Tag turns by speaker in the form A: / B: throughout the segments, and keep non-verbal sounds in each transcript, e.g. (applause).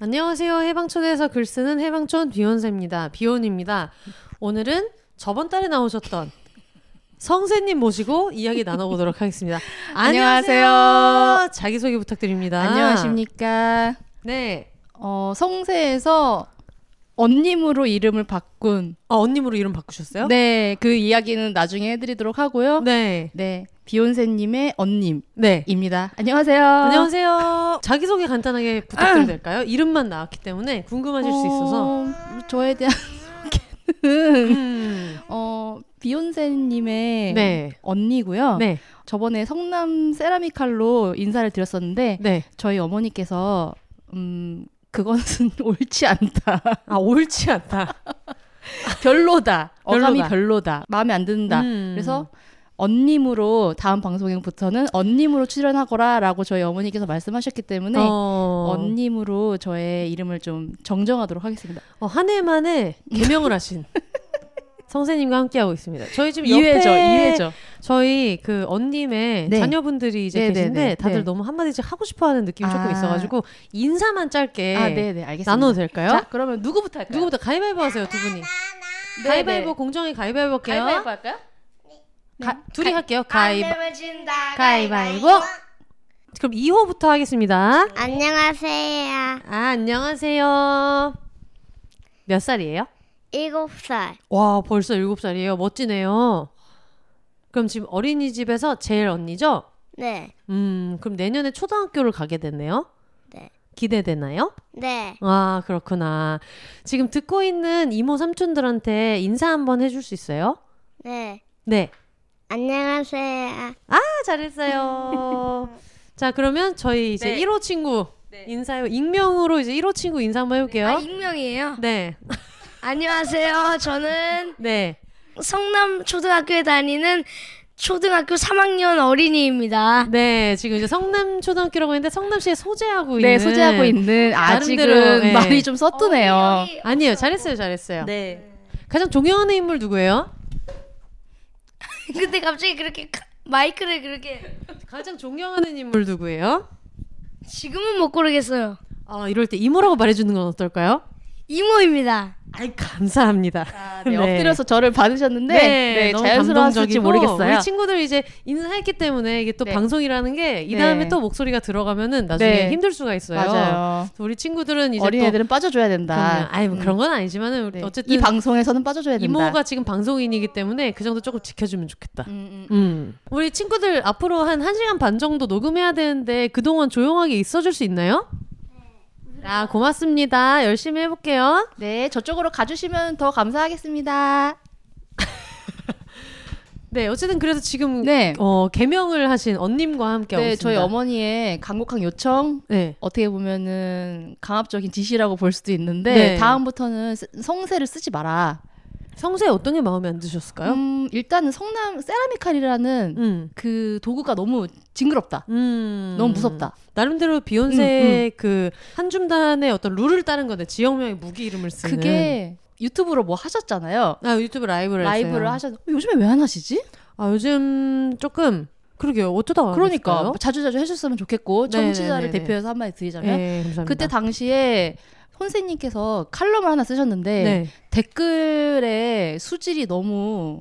A: 안녕하세요. 해방촌에서 글 쓰는 해방촌 비욘세입니다. 비욘입니다. 오늘은 저번 달에 나오셨던 성세님 모시고 이야기 나눠보도록 하겠습니다.
B: 안녕하세요. 아.
A: 자기소개 부탁드립니다.
B: 안녕하십니까.
A: 네.
B: 어, 성세에서 언님으로 이름을 바꾼.
A: 아, 언님으로 이름 바꾸셨어요?
B: 네, 그 이야기는 나중에 해드리도록 하고요.
A: 네.
B: 네, 비욘세님의 언님입니다.
A: 네.
B: 안녕하세요. 음.
A: 안녕하세요. 아. 자기소개 간단하게 부탁드려도 될까요? 이름만 나왔기 때문에 궁금하실 수 있어서.
B: 어, 저에 대한 소개는
A: 음.
B: 어, 비욘세님의
A: 네.
B: 언니고요.
A: 네.
B: 저번에 성남 세라미칼로 인사를 드렸었는데
A: 네.
B: 저희 어머니께서 음, 그것은 (laughs) 옳지 않다.
A: 아, 옳지 않다.
B: 별로다. 어감이
A: 별로다.
B: 별로다. 마음에 안 든다.
A: 음.
B: 그래서 언님으로 다음 방송부터는 언님으로 출연하거라라고 저희 어머니께서 말씀하셨기 때문에
A: 어.
B: 언님으로 저의 이름을 좀 정정하도록 하겠습니다.
A: 어, 한 해만에 개명을 하신 (laughs) 성세님과 함께하고 있습니다. 저희 지금
B: 이회죠,
A: 옆에
B: 이회죠.
A: 저희 그 언님의
B: 네.
A: 자녀분들이 이제
B: 네, 네,
A: 계신데
B: 네.
A: 다들
B: 네.
A: 너무 한마디씩 하고 싶어하는 느낌이 조금
B: 아.
A: 있어가지고 인사만 짧게
B: 아, 네, 네, 알겠습니다.
A: 나눠도 될까요?
B: 자, 그러면 누구부터 할까요?
A: 네. 누구부터 가위바위보 하세요 두 분이.
B: 네,
A: 가위바위보
B: 네.
A: 공정에 가위바위보 할게요.
B: 가위바위보 할까요?
A: 가- 둘이 할게요. 가위.
C: 안 되면 진다.
A: 가위바위보. 그럼 2호부터 하겠습니다.
C: 안녕하세요.
A: 아, 안녕하세요. 몇 살이에요?
C: 일곱 살.
A: 와, 벌써 7살이에요. 멋지네요. 그럼 지금 어린이집에서 제일 언니죠?
C: 네.
A: 음, 그럼 내년에 초등학교를 가게 됐네요.
C: 네.
A: 기대되나요?
C: 네.
A: 아, 그렇구나. 지금 듣고 있는 이모 삼촌들한테 인사 한번 해줄 수 있어요?
C: 네.
A: 네.
C: 안녕하세요.
A: 아,
B: (laughs)
A: 잘했어요. 자, 그러면 저희 이제
D: 네.
A: 1호 친구
D: 네.
A: 인사요. 익명으로 이제 1호 친구 인사 한번 해볼게요.
D: 아, 익명이에요.
A: 네.
D: 안녕하세요. 저는
A: 네.
D: 성남 초등학교에 다니는 초등학교 3학년 어린이입니다.
A: 네, 지금 이제 성남 초등학교라고 했는데 성남시에 소재하고 있는
B: 네, 소재하고 있는 아직은
A: 나름대로, 네.
B: 말이 좀 서투네요. 어,
A: 아니에요. 잘했어요. 잘했어요.
D: 네.
A: 가장 존경하는 인물 누구예요?
D: 근데 갑자기 그렇게 카- 마이크를 그렇게
A: 가장 존경하는 인물 누구예요?
D: 지금은 못 고르겠어요.
A: 아, 이럴 때 이모라고 말해 주는 건 어떨까요?
D: 이모입니다.
A: 아이, 감사합니다.
B: 아,
A: (laughs)
B: 네, 엎드려서 저를 받으셨는데
A: 네,
B: 네,
A: 너무
B: 자연스러웠을지
A: 감동적이고
B: 모르겠어요.
A: 우리 친구들 이제 인사했기 때문에 이게 또
B: 네.
A: 방송이라는 게 이 다음에
B: 네.
A: 또 목소리가 들어가면은 나중에
B: 네.
A: 힘들 수가 있어요.
B: 맞아요.
A: 그래서 우리 친구들은 이제
B: 어린
A: 또
B: 애들은 빠져줘야
A: 그럼요.
B: 된다.
A: 아이 뭐 그런 건 아니지만은 우리
B: 네.
A: 어쨌든
B: 이 방송에서는 빠져줘야 된다.
A: 이모가 지금 방송인이기 때문에 그 정도 조금 지켜주면 좋겠다.
B: 음, 음.
A: 음. 우리 친구들 앞으로 한 1시간 반 정도 녹음해야 되는데 그동안 조용하게 있어줄 수 있나요? 아, 고맙습니다. 열심히 해볼게요.
B: 네, 저쪽으로 가주시면 더 감사하겠습니다.
A: 네, 어쨌든 그래서 지금
B: 네,
A: 어, 개명을 하신 언님과 함께 하고
B: 네,
A: 있습니다.
B: 저희 어머니의 간곡한 요청
A: 네.
B: 어떻게 보면은 강압적인 지시라고 볼 수도 있는데
A: 네.
B: 다음부터는 쓰- 성세를 쓰지 마라.
A: 성세 어떤 게 마음에 안 드셨을까요? 음.
B: 음, 일단은 성남 세라미칼이라는
A: 음.
B: 그 도구가 너무 징그럽다. 너무 무섭다. 음,
A: 나름대로 비욘세의 그 한줌단의 어떤 룰을 따른 건데 지역명의 무기 이름을 쓰는
B: 그게 유튜브로 뭐 하셨잖아요.
A: 아 유튜브 라이브를
B: 라이브를
A: 했어요.
B: 하셨. 어, 요즘에 왜 안 하시지?
A: 아 요즘 조금 아, 그러게요 어쩌다 안
B: 그러니까
A: 했을까요?
B: 자주 자주 해줬으면 좋겠고
A: 네, 네,
B: 청취자를
A: 네, 네.
B: 대표해서 한마디 드리자면
A: 네, 감사합니다.
B: 그때 당시에 선생님께서 칼럼을 하나 쓰셨는데
A: 네.
B: 댓글에 수질이 너무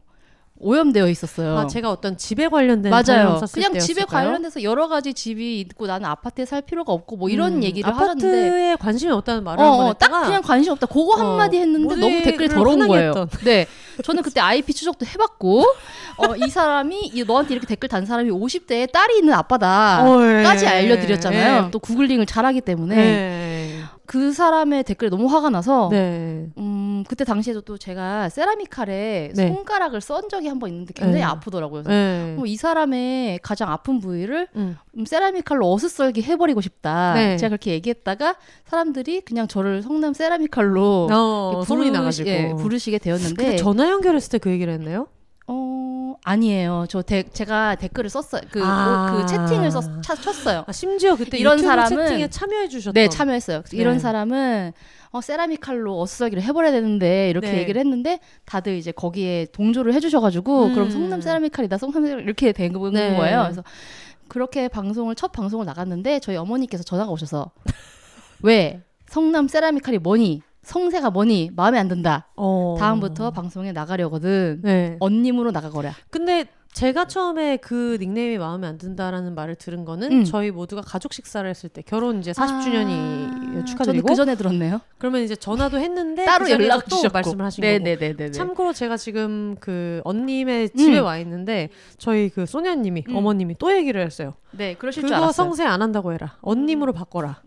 B: 오염되어 있었어요.
A: 아 제가 어떤 집에 관련된
B: 맞아요.
A: 단어를 썼을
B: 그냥 집에
A: 때였을까요?
B: 관련돼서 여러 가지 집이 있고 나는 아파트에 살 필요가 없고 뭐 이런
A: 음,
B: 얘기를 하셨는데
A: 아파트에 관심이 없다는 말을
B: 어,
A: 한번
B: 어, 딱
A: 했다가
B: 그냥 관심 없다. 그거 한마디
A: 어,
B: 했는데 너무
A: 머리를
B: 댓글이 더러운
A: 흔하게
B: 거예요.
A: 했던.
B: 네. 저는 그때 IP 추적도 해봤고, 어, 이 사람이, 이 너한테 이렇게 댓글 단 사람이 50대에 딸이 있는 아빠다.
A: 어, 예.
B: 까지 알려드렸잖아요.
A: 예.
B: 또 구글링을 잘하기 때문에.
A: 네.
B: 그 사람의 댓글에 너무 화가 나서,
A: 네.
B: 음, 음, 그때 당시에도 또 제가 세라믹 칼에
A: 네.
B: 손가락을 썬 적이 한 번 있는데 굉장히
A: 네.
B: 아프더라고요. 그래서
A: 네.
B: 뭐이 사람의 가장 아픈 부위를
A: 음.
B: 음, 세라믹 칼로 어슷썰기 해버리고 싶다.
A: 네.
B: 제가 그렇게 얘기했다가 사람들이 그냥 저를 성남 세라믹 칼로
A: 어,
B: 이렇게
A: 소문이
B: 부르시-
A: 나가지고.
B: 예, 부르시게 되었는데
A: 근데 전화 연결했을 때 그 얘기를 했나요?
B: 어 아니에요. 저 대- 제가 댓글을 썼어요. 그,
A: 아.
B: 그 채팅을 썼, 차- 쳤어요.
A: 아, 심지어 그때
B: 이런
A: 유튜브
B: 사람은-
A: 채팅에 참여해 주셨던
B: 네 참여했어요. 그래서 이런
A: 네.
B: 사람은 어, 세라믹 칼로 어슷썰기를 해버려야 되는데 이렇게
A: 네.
B: 얘기를 했는데 다들 이제 거기에 동조를 해주셔가지고
A: 음.
B: 그럼 성남 세라믹 칼이다 성남 세라믹 이렇게 된
A: 네.
B: 거예요. 그래서 그렇게 방송을 첫 방송을 나갔는데 저희 어머니께서 전화가 오셔서 (laughs) 왜 성남 세라믹 칼이 뭐니 성세가 뭐니 마음에 안 든다.
A: 어.
B: 다음부터 방송에 나가려거든.
A: 네.
B: 언님으로 나가거라.
A: 근데 제가 처음에 그 닉네임이 마음에 안 든다라는 말을 들은 거는
B: 음. 아,
A: 저희 모두가 가족 식사를 했을 때 결혼 이제 40주년이
B: 저는
A: 축하드리고
B: 그 전에 들었네요.
A: 그러면 이제 전화도 했는데
B: 따로
A: 그 자리에서
B: 연락
A: 또
B: 주셨고.
A: 말씀을 하신 거고
B: 네네네네.
A: 참고로 제가 지금 그 언님의 집에
B: 음.
A: 와 있는데 저희 그 소녀님이
B: 음.
A: 어머님이 또 얘기를 했어요.
B: 네 그러실 줄
A: 그거
B: 알았어요. 음.
A: 성세 안 한다고 해라. 언님으로 바꿔라.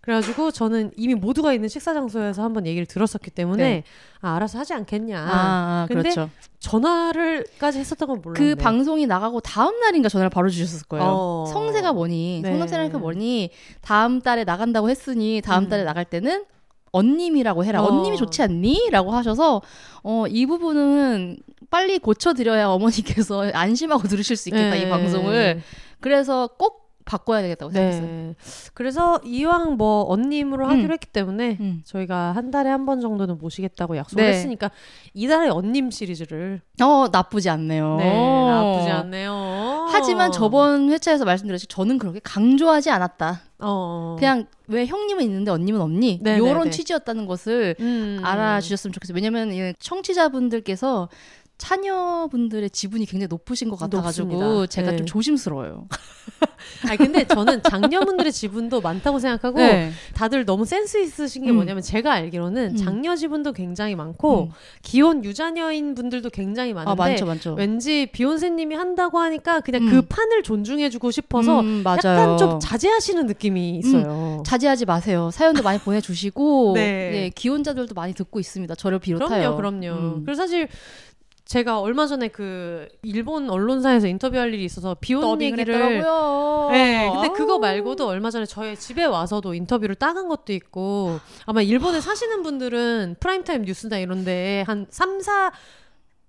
A: 그래가지고 저는 이미 모두가 있는 식사 장소에서 한번 얘기를 들었었기 때문에
B: 네.
A: 아, 알아서 하지 않겠냐.
B: 아, 아
A: 근데
B: 그렇죠.
A: 전화를까지 했었던 건 몰랐네.
B: 그 방송이 나가고 다음 날인가 전화를 바로 주셨을 거예요.
A: 어.
B: 성세가 뭐니,
A: 네.
B: 성남 세라믹이 뭐니, 다음 달에 나간다고 했으니 다음
A: 음.
B: 달에 나갈 때는 언님이라고 해라.
A: 어.
B: 언님이 좋지 않니?라고 하셔서 어, 이 부분은 빨리 고쳐드려야 어머니께서 (laughs) 안심하고 들으실 수 있겠다
A: 네.
B: 이 방송을. 그래서 꼭 바꿔야 되겠다고 생각했어요.
A: 네. 그래서 이왕 뭐 언님으로
B: 음.
A: 하기로 했기 때문에
B: 음.
A: 저희가 한 달에 한 번 정도는 모시겠다고 약속을
B: 네.
A: 했으니까 이달에 언님 시리즈를
B: 어 나쁘지 않네요.
A: 네, 나쁘지 않네요.
B: 어. 하지만 저번 회차에서 말씀드렸듯이 저는 그렇게 강조하지 않았다.
A: 어.
B: 그냥 왜 형님은 있는데 언님은 없니?
A: 네, 네, 네.
B: 요런 취지였다는 것을
A: 음.
B: 알아주셨으면 좋겠어요. 왜냐면 이 청취자분들께서 차녀분들의 지분이 굉장히 높으신 것 같아가지고
A: 높습니다.
B: 제가
A: 네.
B: 좀 조심스러워요.
A: 아니 근데 저는 장녀분들의 지분도 많다고 생각하고 음.
B: 네.
A: 다들 너무 센스 있으신 게
B: 음.
A: 뭐냐면 제가 알기로는
B: 음.
A: 장녀 지분도 굉장히 많고
B: 음.
A: 기혼 유자녀인 분들도 굉장히 많은데
B: 아 많죠 많죠.
A: 왠지 비욘세님이 한다고 하니까 그냥
B: 음.
A: 그 판을 존중해주고 싶어서
B: 음, 맞아요. 음.
A: 약간 좀 자제하시는 느낌이 있어요.
B: 자제하지 마세요. 사연도 많이 보내주시고
A: (laughs) 네.
B: 예, 기혼자들도 많이 듣고 있습니다. 저를
A: 그럼요,
B: 비롯하여.
A: 그럼요.
B: 음.
A: 그래서 사실 제가 얼마 전에 그 일본 언론사에서 인터뷰할 일이 있어서 비혼
B: 더빙을
A: 얘기를
B: 했더라고요.
A: 네, 근데
B: 아우.
A: 그거 말고도 얼마 전에 저희 집에 와서도 인터뷰를 따간 것도 있고 아마 일본에 사시는 분들은 프라임타임 뉴스나 이런데 한 3, 4,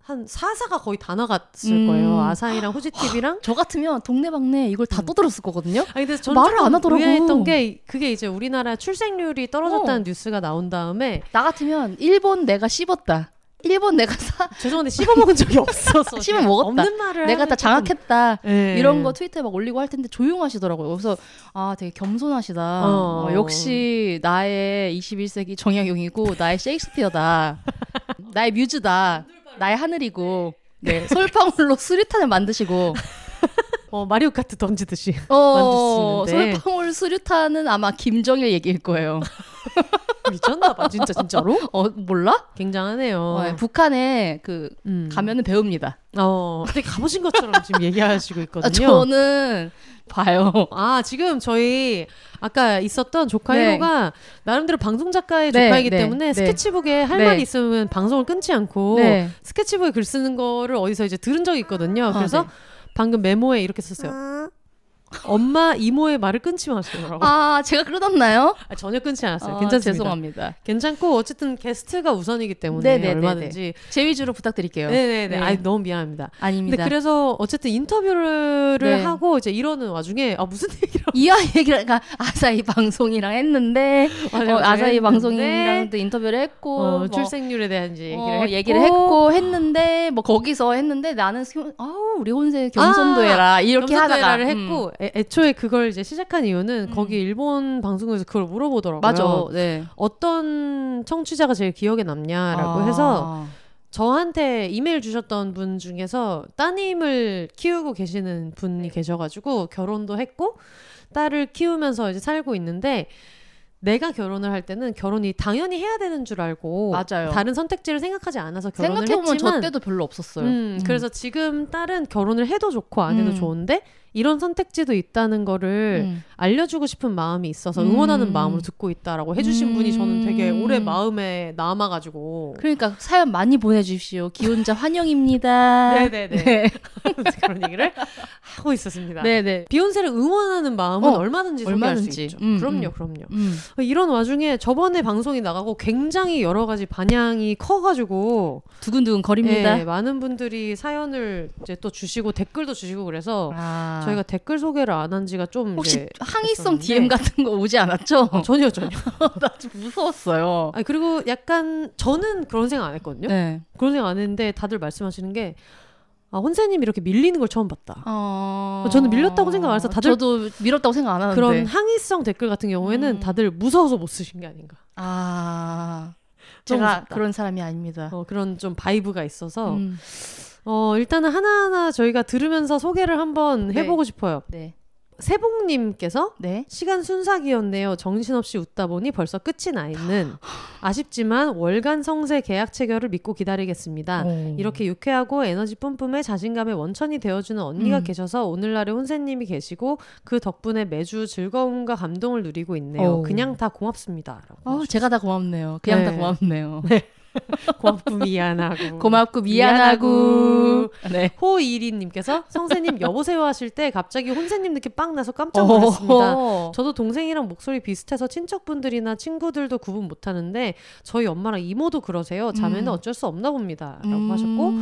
A: 한 4, 사가 거의 다 나갔을
B: 음.
A: 거예요. 아사히랑 후지TV랑
B: 저 같으면 동네방네 이걸 다
A: 음.
B: 떠들었을 거거든요.
A: 아니 근데 저는
B: 말을
A: 조금
B: 안 하더라고.
A: 의아했던 게 그게 이제 우리나라 출생률이 떨어졌다는
B: 어.
A: 뉴스가 나온 다음에
B: 나 같으면 일본 내가 씹었다. 일본 내가 사,
A: 죄송한데 씹어 먹은 적이 없어서
B: (laughs) 씹어 먹었다.
A: 없는 말을
B: 내가
A: 하면
B: 다 장악했다.
A: 조금- 예.
B: 이런 거 트위터에 막 올리고 할 텐데 조용하시더라고요. 그래서 아 되게 겸손하시다.
A: 어.
B: 어, 역시 나의 21세기 정약용이고 나의 (laughs) 셰익스피어다. 나의 뮤즈다. 나의 하늘이고. (laughs) 네, 솔방울로 수류탄을 만드시고
A: 어, 마리오 카트 던지듯이 (laughs)
B: 어,
A: 만드시는데.
B: 솔방울 수류탄은 아마 김정일 얘기일 거예요.
A: 미쳤나봐 진짜 진짜로
B: (laughs) 어 몰라?
A: 굉장하네요.
B: 어, 북한에 그
A: 음.
B: 가면은 배웁니다.
A: 어 근데 가보신 것처럼 지금 얘기하시고
B: 아,
A: 있거든요.
B: 저는 봐요.
A: 아 지금 저희 아까 있었던 조카
B: 네.
A: 1호가 나름대로 방송 작가의
B: 네,
A: 조카이기
B: 네,
A: 때문에
B: 네.
A: 스케치북에 할
B: 네.
A: 말이 있으면 방송을 끊지 않고
B: 네.
A: 스케치북에 글 쓰는 거를 어디서 이제 들은 적이 있거든요.
B: 아,
A: 그래서
B: 네.
A: 방금 메모에 이렇게 썼어요. 엄마 이모의 말을 끊지 마시더라고. 요
B: 아 제가 끌어놨나요?
A: 전혀 끊지 않았어요.
B: 아,
A: 괜찮습니다.
B: 죄송합니다.
A: 괜찮고 어쨌든 게스트가 우선이기 때문에
B: 네, 네, 네,
A: 얼마든지.
B: 제 위주로 부탁드릴게요.
A: 네네네.
B: 네.
A: 아 너무 미안합니다. 근데
B: 아닙니다.
A: 그래서 어쨌든 인터뷰를
B: 네.
A: 하고 이제 이러는 와중에 아 무슨 (laughs) 얘기를
B: 이 아이 얘기랑 그러니까 아사히 방송이랑 했는데 어, 아사히
A: 했는데,
B: 방송이랑도 인터뷰를 했고
A: 어,
B: 뭐,
A: 출생률에 대한 이제 얘기를,
B: 어,
A: 했고,
B: 얘기를 했고 했는데 뭐 거기서 했는데 나는 소- 아우 우리 혼세 겸손도
A: 아,
B: 해라 이렇게 하다가
A: 를
B: 음.
A: 했고 애, 초에 그걸 이제 시작한 이유는
B: 음.
A: 거기 일본 방송국에서 그걸 물어보더라고요.
B: 맞아 네
A: 어떤 청취자가 제일 기억에 남냐라고
B: 아.
A: 해서 저한테 이메일 주셨던 분 중에서 따님을 키우고 계시는 분이
B: 네.
A: 계셔가지고 결혼도 했고 딸을 키우면서 이제 살고 있는데 내가 결혼을 할 때는 결혼이 당연히 해야 되는 줄 알고
B: 맞아요.
A: 다른 선택지를 생각하지 않아서 결혼을
B: 생각해보면
A: 했지만
B: 저 때도 별로 없었어요.
A: 음, 그래서 지금 딸은 결혼을 해도 좋고 안 해도
B: 음.
A: 좋은데 이런 선택지도 있다는 거를
B: 음.
A: 알려주고 싶은 마음이 있어서 응원하는
B: 음.
A: 마음으로 듣고 있다라고 해주신
B: 음.
A: 분이 저는 되게 오래 마음에 남아가지고
B: 그러니까 사연 많이 보내주십시오. 기혼자 환영입니다.
A: (laughs) 네네네.
B: 네.
A: (laughs) 그런 얘기를 하고 있었습니다.
B: 네네.
A: 비욘세를 응원하는 마음은
B: 어,
A: 얼마든지 소개할 수
B: 얼마든지.
A: 있죠.
B: 음,
A: 그럼요,
B: 음.
A: 그럼요.
B: 음.
A: 이런 와중에 저번에 방송이 나가고 굉장히 여러 가지 반향이 커가지고
B: 두근두근 거립니다.
A: 예, 많은 분들이 사연을 이제 또 주시고 댓글도 주시고 그래서
B: 아.
A: 저희가 댓글 소개를 안 한 지가 좀
B: 혹시
A: 이제
B: 항의성
A: 있었는데. 어,
B: DM 같은 거 오지 않았죠?
A: 전혀 전혀.
B: 나 좀 무서웠어요.
A: 아 그리고 약간 저는 그런 생각 안 했거든요.
B: 네.
A: 그런 생각 안 했는데 다들 말씀하시는 게 아, 혼세님 이렇게 밀리는 걸 처음 봤다.
B: 어...
A: 저는 밀렸다고 생각 안 해서 다들-
B: 저도 밀었다고 생각 안 하는데.
A: 그런 항의성 댓글 같은 경우에는
B: 음.
A: 다들 무서워서 못 쓰신 게 아닌가.
B: 아.
A: 너무
B: 제가
A: 무섭다.
B: 그런 사람이 아닙니다.
A: 어, 그런 좀 바이브가 있어서
B: 음.
A: 어, 일단은 하나하나 저희가 들으면서 소개를 한번
B: 네.
A: 해보고 싶어요.
B: 네.
A: 세봉님께서
B: 네.
A: 시간 순삭이었네요. 정신없이 웃다 보니 벌써 끝이 나 있는 아쉽지만 월간 성세 계약 체결을 믿고 기다리겠습니다.
B: 오.
A: 이렇게 유쾌하고 에너지 뿜뿜에 자신감의 원천이 되어주는 언니가
B: 음.
A: 계셔서 오늘날의 혼세님이 계시고 그 덕분에 매주 즐거움과 감동을 누리고 있네요.
B: 오.
A: 그냥 다 고맙습니다. 라고
B: 어, 제가 다 고맙네요. 그냥
A: 네.
B: 다 고맙네요.
A: 하셨어요. 고맙고 미안하고
B: (laughs) 고맙고 미안하고. 네.
A: 호이리님께서 성세님 여보세요 하실 때 갑자기 혼세님 느낌 빵 나서 깜짝 놀랐습니다.
B: 어허.
A: 저도 동생이랑 목소리 비슷해서 친척분들이나 친구들도 구분 못하는데 저희 엄마랑 이모도 그러세요. 자매는
B: 음.
A: 어쩔 수 없나 봅니다.라고
B: 음.
A: 하셨고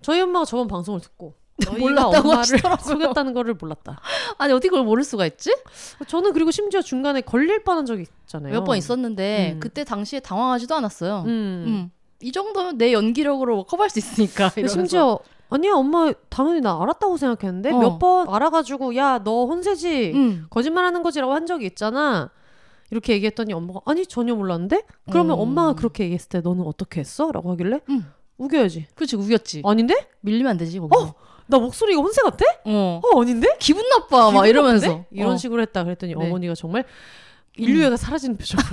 A: 저희 엄마가 저번 방송을 듣고 너희가
B: 몰랐다고
A: 엄마를
B: 하시더라고요.
A: 속였다는 거를 몰랐다.
B: 아니 어떻게 그걸 모를 수가 있지?
A: 저는 그리고 심지어 중간에 걸릴 뻔한 적이 있잖아요.
B: 몇 번 있었는데
A: 음.
B: 그때 당시에 당황하지도 않았어요.
A: 음.
B: 음. 이 정도면 내 연기력으로 뭐 커버할 수 있으니까.
A: 근데
B: 이러면서.
A: (laughs) 심지어 아니야 엄마 당연히 나 알았다고 생각했는데
B: 어.
A: 몇 번 알아가지고 야 너 혼세지
B: 음.
A: 거짓말하는 거지라고 한 적이 있잖아. 이렇게 얘기했더니 엄마가 아니 전혀 몰랐는데 그러면
B: 음.
A: 엄마가 그렇게 얘기했을 때 너는 어떻게 했어?라고 하길래
B: 음.
A: 우겨야지.
B: 그렇지 우겼지.
A: 아닌데?
B: 밀리면 안 되지 거기.
A: 나 목소리가 혼세 같아?
B: 어.
A: 어 아닌데?
B: 기분 나빠 어, 막
A: 기분
B: 이러면서
A: 나쁜데? 이런
B: 어.
A: 식으로 했다 그랬더니
B: 네. 음.
A: 어머니가 정말 인류애가 사라지는
B: (laughs)
A: 표정으로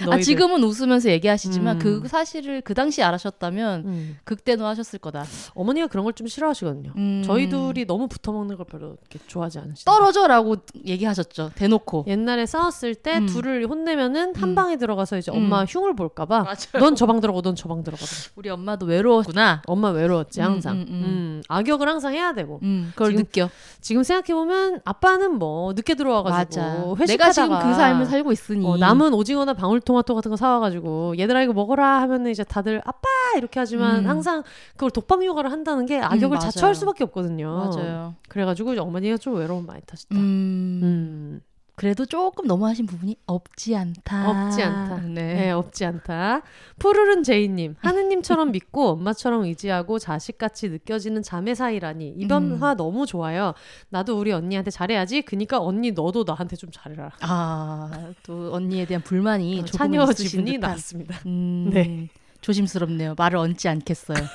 B: 아
A: 너희들.
B: 지금은 웃으면서 얘기하시지만
A: 음.
B: 그 사실을 그 당시 알아셨다면
A: 음.
B: 극대노하셨을 거다.
A: 어머니가 그런 걸 좀 싫어하시거든요.
B: 음.
A: 저희 둘이 너무 붙어먹는 걸 별로 이렇게 좋아하지 않으시죠.
B: 떨어져라고 얘기하셨죠. 대놓고.
A: 옛날에 싸웠을 때
B: 음.
A: 둘을 혼내면은 한
B: 음.
A: 방에 들어가서 이제
B: 음.
A: 엄마 흉을 볼까봐
B: 맞아요.
A: 넌 저 방 들어가고 넌 저 방 들어가고
B: 우리 엄마도 외로웠구나.
A: 엄마 외로웠지
B: 음,
A: 항상
B: 음, 음.
A: 음, 악역을 항상 해야 되고
B: 음, 그걸
A: 지금
B: 느껴.
A: 지금 생각해보면 아빠는 뭐 늦게
B: 맞아.
A: 들어와가지고 회식하다가
B: 내가 지금 그 삶을 살고 있으니.
A: 어, 남은 오징어나 방울토마토 같은 거 사와가지고 얘들아 이거 먹어라 하면 이제 다들 아빠 이렇게 하지만
B: 음.
A: 항상 그걸 독방 육아를 한다는 게 악역을
B: 맞아요.
A: 자처할 수밖에 없거든요.
B: 맞아요.
A: 그래가지고 이제 어머니가 좀 외로움 많이 타셨다. 음.
B: 음. 그래도 조금 너무하신 부분이 없지 않다.
A: 없지 않다. 네.
B: 네.
A: 없지 않다. 푸르른 제이님, 하느님처럼 믿고 엄마처럼 의지하고 자식같이 느껴지는 자매 사이라니 이
B: 음.
A: 변화 너무 좋아요. 나도 우리 언니한테 잘해야지. 그니까 언니 너도 나한테 좀 잘해라. 어,
B: 아, 또 언니에 대한 불만이 조금
A: 자녀
B: 있으신
A: 아, 지분이
B: 듯한. (laughs)
A: 났습니다.
B: 음,
A: 네.
B: 조심스럽네요. 말을 얹지 않겠어요. (laughs)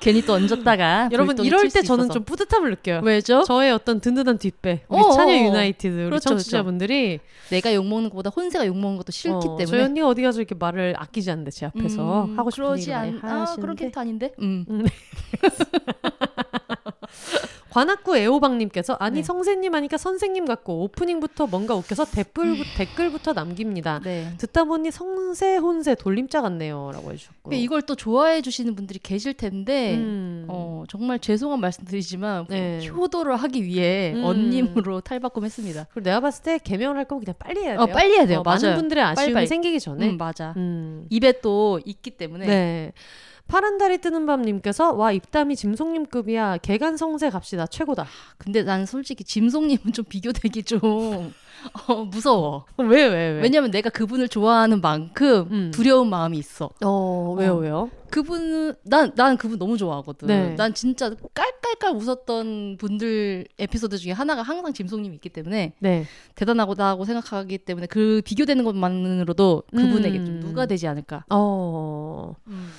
B: 괜히 또 얹었다가
A: 여러분
B: 불똥이
A: 이럴
B: 튈
A: 때
B: 수
A: 저는
B: 있어서.
A: 좀 뿌듯함을 느껴요.
B: 왜죠?
A: 저의 어떤 든든한 뒷배 우리
B: 어어.
A: 찬여 유나이티드 우리
B: 그렇죠,
A: 청취자분들이
B: 내가 욕 먹는 것보다 혼세가 욕 먹는 것도 싫기
A: 어, 저희
B: 때문에
A: 언니가 어디 가서 이렇게 말을 아끼지 않는데 제 앞에서
B: 음,
A: 하고 싶은
B: 그러지
A: 얘기를 많이
B: 않... 아, 그런
A: 하시는데
B: 캐릭터 아닌데. 음.
A: 관악구 애호박님께서 아니
B: 네.
A: 성세님 하니까 선생님 같고 오프닝부터 뭔가 웃겨서 댓글, 댓글부터 남깁니다
B: 음. 네.
A: 듣다 보니 성세 혼세 돌림자 같네요 라고 해주셨고
B: 근데 이걸 또 좋아해 주시는 분들이 계실 텐데
A: 음.
B: 어, 정말 죄송한 말씀드리지만
A: 네.
B: 효도를 하기 위해
A: 음.
B: 언님으로 탈바꿈했습니다.
A: 그리고 내가 봤을 때 개명을 할 거면 그냥 빨리 해야 돼요
B: 어, 빨리 해야 돼요.
A: 어,
B: 맞아요.
A: 많은 분들의 아쉬움이
B: 빨리빨리.
A: 생기기 전에
B: 음, 맞아.
A: 음.
B: 입에 또 있기 때문에.
A: 네. 파란 달이 뜨는 밤님께서 와 입담이 짐송님급이야 개간 성세 갑시다 최고다
B: 아, 근데 난 솔직히 짐송님은 좀 비교되기 좀 (laughs) 어, 무서워.
A: 왜 왜 왜?
B: 왜냐면 내가 그분을 좋아하는 만큼
A: 음.
B: 두려운 마음이 있어.
A: 어 왜요 왜요?
B: 그분 난 난 그분 너무 좋아하거든.
A: 네.
B: 난 진짜 깔깔깔 웃었던 분들 에피소드 중에 하나가 항상 짐송님이 있기 때문에
A: 네.
B: 대단하다고 생각하기 때문에 그 비교되는 것만으로도 그분에게
A: 음.
B: 좀 누가 되지 않을까. (gasps)
A: 어.
B: 음.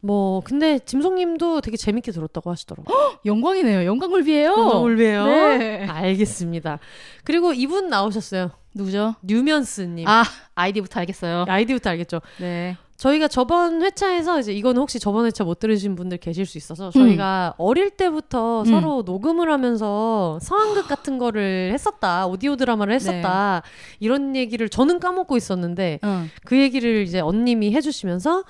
A: 뭐 근데 짐송님도 되게 재밌게 들었다고 하시더라고요.
B: 영광이네요. 영광굴비예요.
A: 울베요.
B: (gasps) 네.
A: 알겠습니다. 그리고 이분 나오셨어요.
B: 누구죠?
A: 뉴면스님.
B: 아 아이디부터 알겠어요.
A: 아이디부터 알겠죠.
B: 네.
A: 저희가 저번 회차에서 이제 이건 혹시 저번 회차 못 들으신 분들 계실 수 있어서
B: 음.
A: 저희가 어릴 때부터 서로 녹음을 하면서
B: (gasps)
A: 상황극 같은 거를 했었다 오디오
B: 네.
A: 드라마를 했었다 이런 얘기를 저는 까먹고 있었는데
B: 응.
A: 그 얘기를 이제 언님이 해주시면서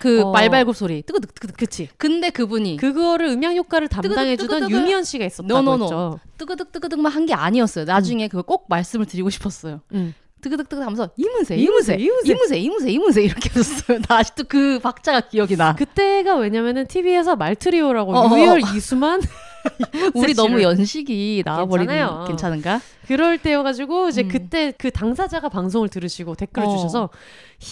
B: 그
A: 어.
B: 말발굽 소리. 뜨그득뜨그득.
A: 그치
B: 근데 그분이
A: 그거를 음향 효과를 담당해주던
B: 네. 뜨그득뜨그득.
A: 유미연 씨가 있었다고
B: 노노노.
A: 했죠.
B: 뜨그득뜨그득만 한 게 아니었어요. 나중에 그걸 꼭 말씀을 드리고 싶었어요.
A: 음.
B: 뜨그득뜨그득 하면서 이문세,
A: 이문세, 이문세.
B: 이문세, 이문세, 이문세, 이문세, 이렇게 했었어요. 나 아직도 그 박자가 기억이 나.
A: 그때가 왜냐면은 TV에서 말트리오라고
B: 어, 어, 어.
A: 유열 이수만 (laughs)
B: 우리 너무
A: 씨를.
B: 연식이 나와버리는
A: 그 괜찮아요.
B: 괜찮은가?
A: 그럴 때여가지고 이제
B: 음.
A: 그때 그 당사자가 방송을 들으시고 댓글을
B: 어.
A: 주셔서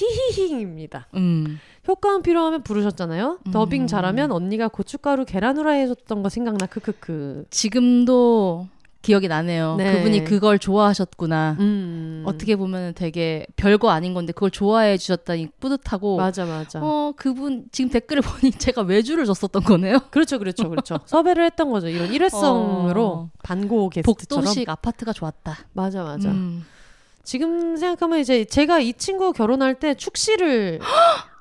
A: 히히히입니다.
B: 음.
A: 효과음 필요하면 부르셨잖아요.
B: 음.
A: 더빙 잘하면 언니가 고춧가루 계란후라이 해줬던 거 생각나 크크크.
B: 지금도 기억이 나네요.
A: 네.
B: 그분이 그걸 좋아하셨구나.
A: 음.
B: 어떻게 보면 되게 별거 아닌 건데 그걸 좋아해 주셨다니 뿌듯하고.
A: 음. 맞아 맞아.
B: 어 그분 지금 댓글을 (laughs) 보니 제가 외주를 줬었던 거네요.
A: 그렇죠 그렇죠
B: (laughs)
A: 그렇죠. 섭외를 했던 거죠. 이런 일회성으로
B: 어.
A: 반고 게스트처럼.
B: 복도식 아파트가 좋았다.
A: 맞아 맞아.
B: 음.
A: 지금 생각하면 이제 제가 이 친구 결혼할 때
B: (gasps)
A: 축시를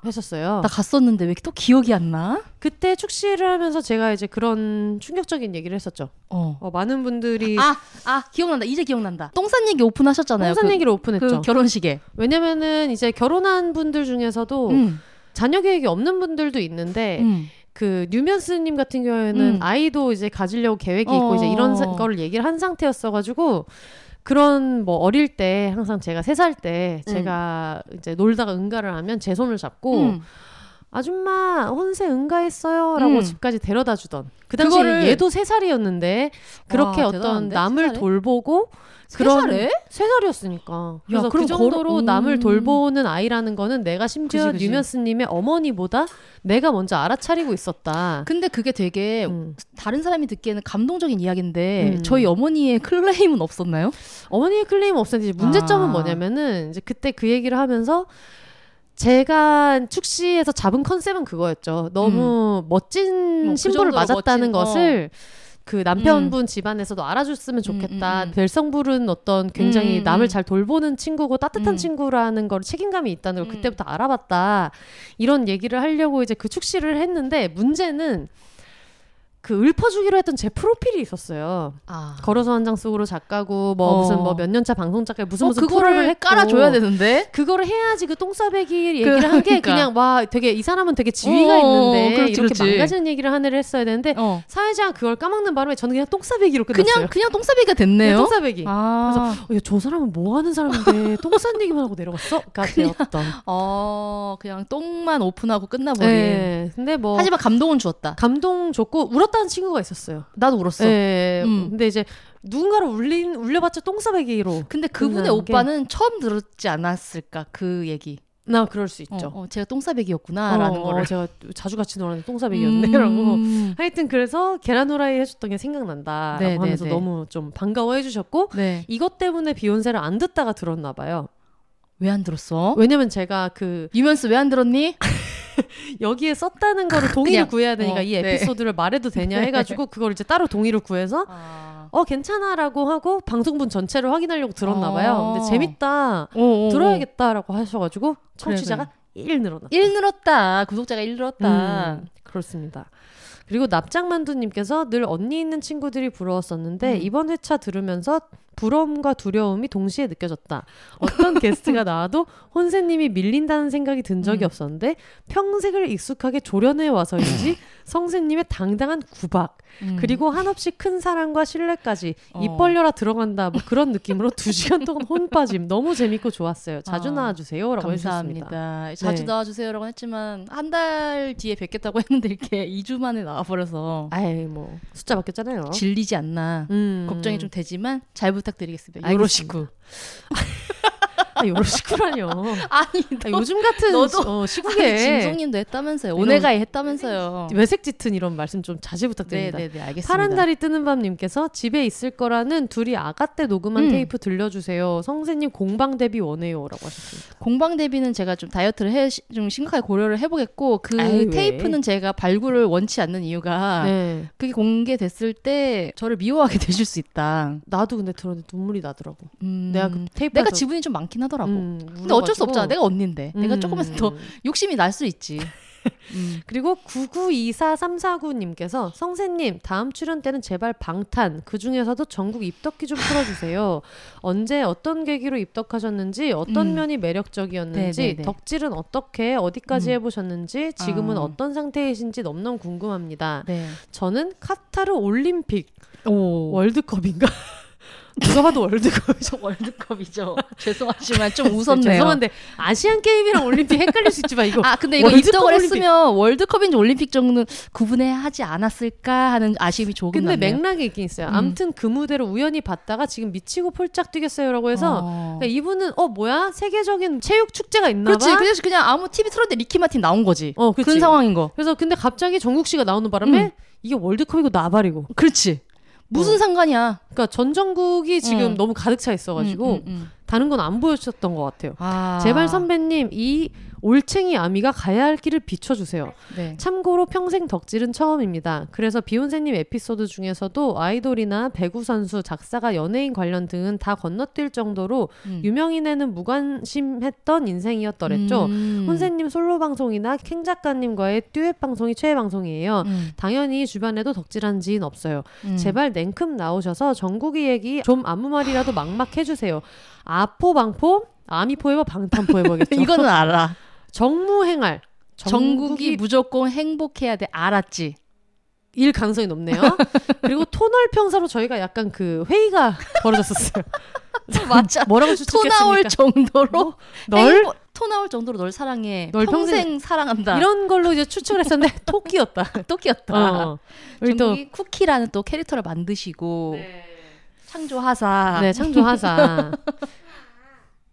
A: 했었어요.
B: 나 갔었는데 왜 또 기억이 안 나?
A: 그때 축시를 하면서 제가 이제 그런 충격적인 얘기를 했었죠.
B: 어.
A: 어, 많은 분들이
B: 아, 아, 기억난다. 이제 기억난다. 똥싼 얘기 오픈하셨잖아요.
A: 산 얘기를
B: 그, 그
A: 오픈했죠.
B: 결혼식에.
A: 왜냐면은 이제 결혼한 분들 중에서도
B: 음.
A: 자녀 계획이 없는 분들도 있는데
B: 음.
A: 그 뉴면스님 같은 경우에는
B: 음.
A: 아이도 이제 가지려고 계획이 있고
B: 어.
A: 이제 이런 사- 거를 얘기를 한 상태였어가지고 그런 뭐 어릴 때 항상 제가 세 살 때
B: 음.
A: 제가 이제 놀다가 응가를 하면 제 손을 잡고
B: 음.
A: 아줌마 혼세 응가했어요라고
B: 음.
A: 집까지 데려다 주던 그 당시에
B: 그거를- 얘도
A: 얘도 세 살이었는데 그렇게 어떤
B: 대단한데?
A: 남을
B: 세 살에?
A: 돌보고
B: 그런...
A: 그런 세 살이었으니까 그래서 그
B: 그럼
A: 정도로
B: 걸어- 음.
A: 남을 돌보는 아이라는 거는 내가 심지어
B: 그지, 그지.
A: 뉴면스님의 어머니보다 내가 먼저 알아차리고 있었다.
B: 근데 그게 되게
A: 음.
B: 다른 사람이 듣기에는 감동적인 이야기인데
A: 음.
B: 저희 어머니의 클레임은 없었나요?
A: 어머니의 클레임 없었는데 문제점은
B: 아.
A: 뭐냐면은 이제 그때 그 얘기를 하면서 제가 축시에서 잡은 컨셉은 그거였죠. 너무 멋진
B: 음. 뭐그
A: 신부를
B: 정도로
A: 맞았다는
B: 멋진, 어.
A: 것을 그 남편분 집안에서도 알아줬으면 좋겠다.
B: 음, 음, 음.
A: 별성부른 어떤 굉장히
B: 음, 음.
A: 남을 잘 돌보는 친구고 따뜻한
B: 음.
A: 친구라는 걸 책임감이 있다는 걸
B: 음.
A: 그때부터 알아봤다. 이런 얘기를 하려고 이제 그 축시를 했는데 문제는 그 읊어주기로 했던 제 프로필이 있었어요.
B: 아.
A: 걸어서 한 장 속으로 작가고 뭐
B: 어.
A: 무슨 뭐 몇 년차 방송 작가 무슨
B: 어,
A: 무슨 프로를
B: 그거를
A: 했고
B: 깔아줘야 되는데
A: 그거를 해야지 그 똥싸배기 얘기를 한 게
B: 그러니까.
A: 그냥 와 되게 이 사람은 되게 지위가
B: 어,
A: 있는데
B: 그렇지,
A: 이렇게
B: 그렇지.
A: 망가지는 얘기를 하늘을 했어야 되는데
B: 어.
A: 사회자가 그걸 까먹는 바람에 저는 그냥 똥싸배기로
B: 그냥
A: 끝났어요.
B: 그냥 똥싸비가
A: 그냥
B: 됐네요.
A: 똥싸배기.
B: 아,
A: 어, 야, 저 사람은 뭐 하는
B: (laughs)
A: 사람인데 똥싼 얘기만 하고 내려갔어가 되었던.
B: 어, 그냥 똥만 오픈하고 끝나버린. 어.
A: 네. 근데 뭐
B: 하지만 감동은 주었다.
A: 감동 줬고 울었다는 친구가 있었어요.
B: 나도 울었어.
A: 네.
B: 음.
A: 근데 이제 누군가를 울린 울려봤자 똥싸배기로.
B: 근데 그분의
A: 끝나는 게-
B: 오빠는 처음 들었지 않았을까 그 얘기.
A: 나 그럴 수 있죠.
B: 어, 어, 제가 똥싸배기였구나라는
A: 어,
B: 거를.
A: 제가 자주 같이 놀았는데 똥사백이었네라고
B: 음.
A: 하여튼 그래서 계란 후라이 해줬던 게 생각난다라고
B: 네, 네,
A: 하면서
B: 네.
A: 너무 좀 반가워해 주셨고
B: 네.
A: 이것 때문에 비욘세를 안 듣다가 들었나 봐요
B: 왜 안 들었어?
A: 왜냐면 제가 그
B: 유면수 왜 안 들었니?
A: 여기에 썼다는
B: (laughs)
A: 거를 동의를
B: 그냥,
A: 구해야 되니까
B: 어,
A: 이
B: 네.
A: 에피소드를 말해도 되냐
B: (laughs)
A: 해가지고 그걸 이제 따로 동의를 구해서
B: 아.
A: 어 괜찮아라고 하고 방송분 전체를 확인하려고 들었나 봐요 근데
B: 어.
A: 재밌다 들어야겠다라고 하셔가지고 청취자가
B: 그래.
A: 일 늘어났다
B: 일 늘었다. 구독자가 일 늘었다.
A: 음, 그렇습니다. 그리고 납작만두님께서 늘 언니 있는 친구들이 부러웠었는데
B: 음.
A: 이번 회차 들으면서 부러움과 두려움이 동시에 느껴졌다. (laughs) 어떤 게스트가 나와도 혼세님이 밀린다는 생각이 든 적이
B: 음.
A: 없었는데 평생을 익숙하게 조련해 (laughs) 와서인지 성세님의 당당한 구박
B: 음.
A: 그리고 한없이 큰 사랑과 신뢰까지
B: 어.
A: 입 벌려라 들어간다 뭐 그런 느낌으로 두 (laughs) 시간 동안 혼빠짐 너무 재밌고 좋았어요. 자주
B: 아,
A: 나와주세요라고 해주셨습니다.
B: 감사합니다. 자주
A: 네.
B: 나와주세요라고 했지만 한 달 뒤에 뵙겠다고 (laughs) 했는데 이렇게 2주 만에 나와버려서
A: 아이 뭐 숫자 바뀌었잖아요.
B: 질리지 않나
A: 음.
B: 걱정이 좀 되지만 잘 부탁드리겠습니다.
A: 알겠습니다.
B: 요러시고
A: (laughs) 아, 요러시구라뇨. 아,
B: 아니
A: 요즘 같은
B: 너도-
A: 시- 어, 시국에
B: 아니, 진성님도 했다면서요.
A: 이런-
B: 예. 오네가이 했다면서요.
A: 외색 짙은 이런 말씀 좀 자제 부탁드립니다.
B: 네네네 알겠습니다.
A: 파란 달이 뜨는 밤님께서 집에 있을 거라는 둘이 아가 때 녹음한
B: 음.
A: 테이프 들려주세요. 성세님 공방 데뷔 원해요라고 하셨습니다.
B: 공방 대비는 제가 좀 다이어트를 해 좀 심각하게 고려를 해보겠고 그
A: 아이, 왜?
B: 테이프는 제가 발굴을 원치 않는 이유가
A: 네,
B: 그게 공개됐을 때 저를 미워하게 (laughs) 되실 수 있다.
A: 나도 근데 들었는데 눈물이 나더라고.
B: 음,
A: 내가 그 테이프
B: 내가 지분이 좀 많긴 하더라고.
A: 음,
B: 근데 어쩔 수
A: 울어가지고.
B: 없잖아. 내가 언니인데. 내가 조금만 더
A: 음.
B: 욕심이 날
A: (laughs)
B: 수 있지. 음.
A: 그리고 992439님께서 성세님 다음 출연 때는 제발 방탄 그 중에서도 전국 입덕기 좀 풀어주세요. (laughs) 언제 어떤 계기로 입덕하셨는지 어떤
B: 음.
A: 면이 매력적이었는지
B: 네네네.
A: 덕질은 어떻게 어디까지
B: 음.
A: 해보셨는지 지금은
B: 아.
A: 어떤 상태이신지 너무너무 궁금합니다.
B: 네.
A: 저는 카타르 올림픽
B: 오.
A: 월드컵인가 (laughs) 누가 봐도 (laughs) 월드컵이죠.
B: 월드컵이죠. (laughs) 죄송하지만 좀 웃었네요.
A: 죄송한데 아시안 게임이랑 올림픽 헷갈릴 수 있지만 이거
B: 아 근데 이거
A: 월드컵
B: 입덕을
A: 올림픽.
B: 했으면 월드컵인지 올림픽 정도는 구분해 하지 않았을까 하는 아쉬움이 조금
A: 근데
B: 남네요.
A: 맥락이 있긴 있어요.
B: 음.
A: 아무튼 그 무대로 우연히 봤다가 지금 미치고 폴짝 뛰겠어요라고 해서
B: 어.
A: 그러니까 이분은 어 뭐야 세계적인 체육 축제가 있나봐.
B: 그렇지 그냥, 그냥 아무 TV 틀었는데 리키 마틴 나온 거지
A: 어, 그치.
B: 그런 상황인 거
A: 그래서 근데 갑자기 정국 씨가 나오는 바람에
B: 음.
A: 이게 월드컵이고 나발이고.
B: 그렇지 무슨
A: 어.
B: 상관이야
A: 그러니까 전 전국이 지금
B: 음.
A: 너무 가득 차 있어가지고
B: 음, 음, 음.
A: 다른 건 안 보여주셨던 것 같아요.
B: 아.
A: 제발 선배님 이 올챙이 아미가 가야 할 길을 비춰주세요.
B: 네.
A: 참고로 평생 덕질은 처음입니다. 그래서 비욘세님 에피소드 중에서도 아이돌이나 배구 선수, 작사가, 연예인 관련 등은 다 건너뛸 정도로
B: 음.
A: 유명인에는 무관심했던 인생이었더랬죠.
B: 음.
A: 혼세님 솔로 방송이나 캥 작가님과의 듀엣 방송이 최애 방송이에요.
B: 음,
A: 당연히 주변에도 덕질한 지인 없어요.
B: 음. (laughs)
A: 제발 냉큼 나오셔서 전국이 얘기 좀 아무 말이라도 막막 해주세요. 아포방포, 아미포에버, 방탄포에버겠죠.
B: (laughs) 이거는 알아
A: (laughs) 정무행할.
B: 전국이 무조건 행복해야 돼 알았지
A: 일 가능성이
B: (laughs)
A: 높네요. 그리고 토널 평사로 저희가 약간 그 회의가 벌어졌었어요.
B: (laughs) 맞아
A: 뭐라고 추측했습니까? 뭐
B: 토 나올 정도로
A: 널
B: 행복- 토 나올 정도로 널 사랑해
A: 널
B: 평생,
A: 평생-
B: 사랑한다
A: 이런 걸로 이제 추측을 했었는데
B: (laughs)
A: 토끼였다.
B: 토끼였다
A: 어. 우리 또
B: 전국이 쿠키라는 또 캐릭터를 만드시고 창조하사
A: 네, 창조하사.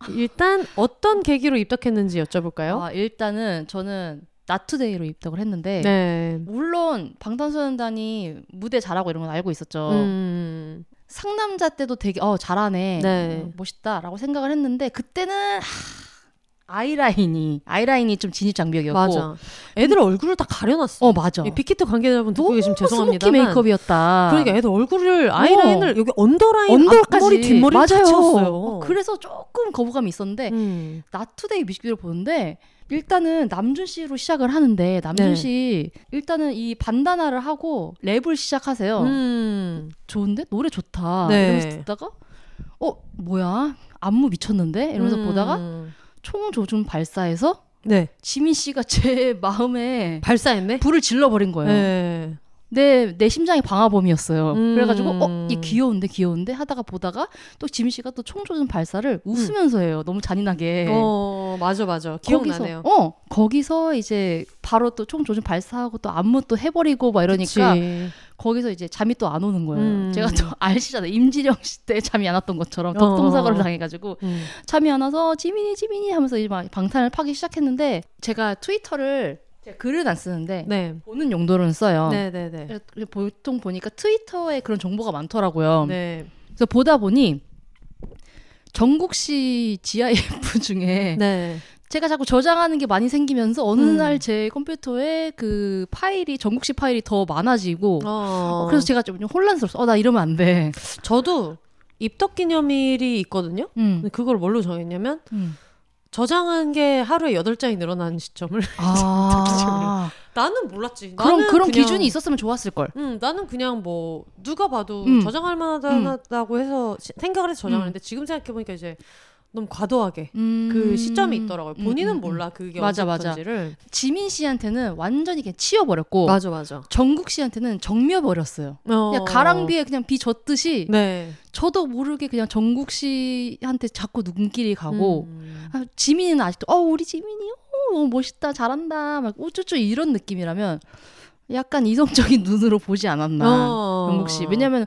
A: 일단 어떤 계기로 입덕했는지 여쭤볼까요?
B: 아, 일단은 저는 나투데이로 입덕을 했는데
A: 네.
B: 물론 방탄소년단이 무대 잘하고 이런 건 알고 있었죠.
A: 음.
B: 상남자 때도 되게 어 잘하네,
A: 네.
B: 어, 멋있다라고 생각을 했는데 그때는 하, 아이라인이 아이라인이 좀 진입 장벽이었고
A: 맞아. 애들 얼굴을 다뭐 가려놨어.
B: 어 맞아
A: 이 빅히트 관계자분 듣고
B: 너무
A: 계시면
B: 스모키
A: 죄송합니다만
B: 메이크업이었다.
A: 그러니까 애들 얼굴을 아이라인을 여기 언더라인,
B: 언더까지
A: 앞머리, 뒷머리 다
B: 맞아요.
A: 채웠어요.
B: 어, 그래서 조금 거부감이 있었는데
A: 음.
B: 나투데이 뮤직비디오 보는데 일단은 남준 씨로 시작을 하는데 남준
A: 네.
B: 씨 일단은 이 반다나를 하고 랩을 시작하세요.
A: 음.
B: 좋은데 노래 좋다
A: 네.
B: 이러면서 듣다가 어 뭐야 안무 미쳤는데 이러면서
A: 음.
B: 보다가 총 조준 발사해서
A: 네
B: 지민 씨가 (laughs) 제 마음에
A: 발사했네.
B: 불을 질러버린 거예요.
A: 네.
B: 내, 내 심장이 방화범이었어요.
A: 음.
B: 그래가지고 어? 얘 귀여운데 귀여운데 하다가 보다가 또 지민 씨가 또 총 조준 발사를 웃으면서 해요. 너무 잔인하게.
A: 음. 어 맞아 맞아 기억나네요.
B: 거기서, 어, 거기서 이제 바로 또 총 조준 발사하고 또 안무 또 해버리고 막 이러니까
A: 그치.
B: 거기서 이제 잠이 또 안 오는 거예요.
A: 음.
B: 제가 또 (laughs) 알시잖아요. 임지령 씨 때 잠이 안 왔던 것처럼 덕통사고를
A: 어.
B: 당해가지고
A: 음.
B: 잠이 안 와서 지민이 지민이 하면서 이제 막 방탄을 파기 시작했는데 제가 트위터를 제가 글은 안 쓰는데
A: 네. 어.
B: 보는 용도로는 써요.
A: 네네네.
B: 그래서 보통 보니까 트위터에 그런 정보가 많더라고요.
A: 네.
B: 그래서 보다 보니 정국 씨 GIF (laughs) 중에
A: 네.
B: 제가 자꾸 저장하는 게 많이 생기면서 어느
A: 음.
B: 날 제 컴퓨터에 그 파일이 정국 씨 파일이 더 많아지고
A: 어.
B: 어, 그래서 제가 좀 혼란스러웠어. 어, 나 이러면 안 돼.
A: 저도 입덕 기념일이 있거든요.
B: 음.
A: 근데 그걸 뭘로 정했냐면 (laughs)
B: 음.
A: 저장한 게 하루에 여덟 장이 늘어나는 시점을 (laughs)
B: 아.
A: 나는 몰랐지.
B: 그럼
A: 나는
B: 그런
A: 그냥-
B: 기준이 있었으면 좋았을 걸.
A: 음, 나는 그냥 뭐 누가 봐도
B: 음.
A: 저장할 만하다고 해서 시- 생각을 해서 저장하는데 지금 생각해 보니까 이제 너무 과도하게
B: 음.
A: 그 시점이 있더라고요. 본인은 몰라 그게
B: 맞아, 맞아.
A: 언제부터인지를.
B: 지민 씨한테는 완전히 그냥 치워버렸고
A: 맞아 맞아.
B: 정국 씨한테는 정며버렸어요.
A: 어.
B: 뭐. 그냥 가랑비에 그냥 비 젖듯이
A: 네.
B: 저도 모르게 그냥 정국 씨한테 자꾸 눈길이 가고
A: 음.
B: 아, 지민이는 아직도 어 우리 지민이 어 너무 멋있다 잘한다 막 우쭈쭈 이런 느낌이라면 약간 이성적인 (laughs) 눈으로 보지 않았나
A: 어.
B: 정국 씨 왜냐면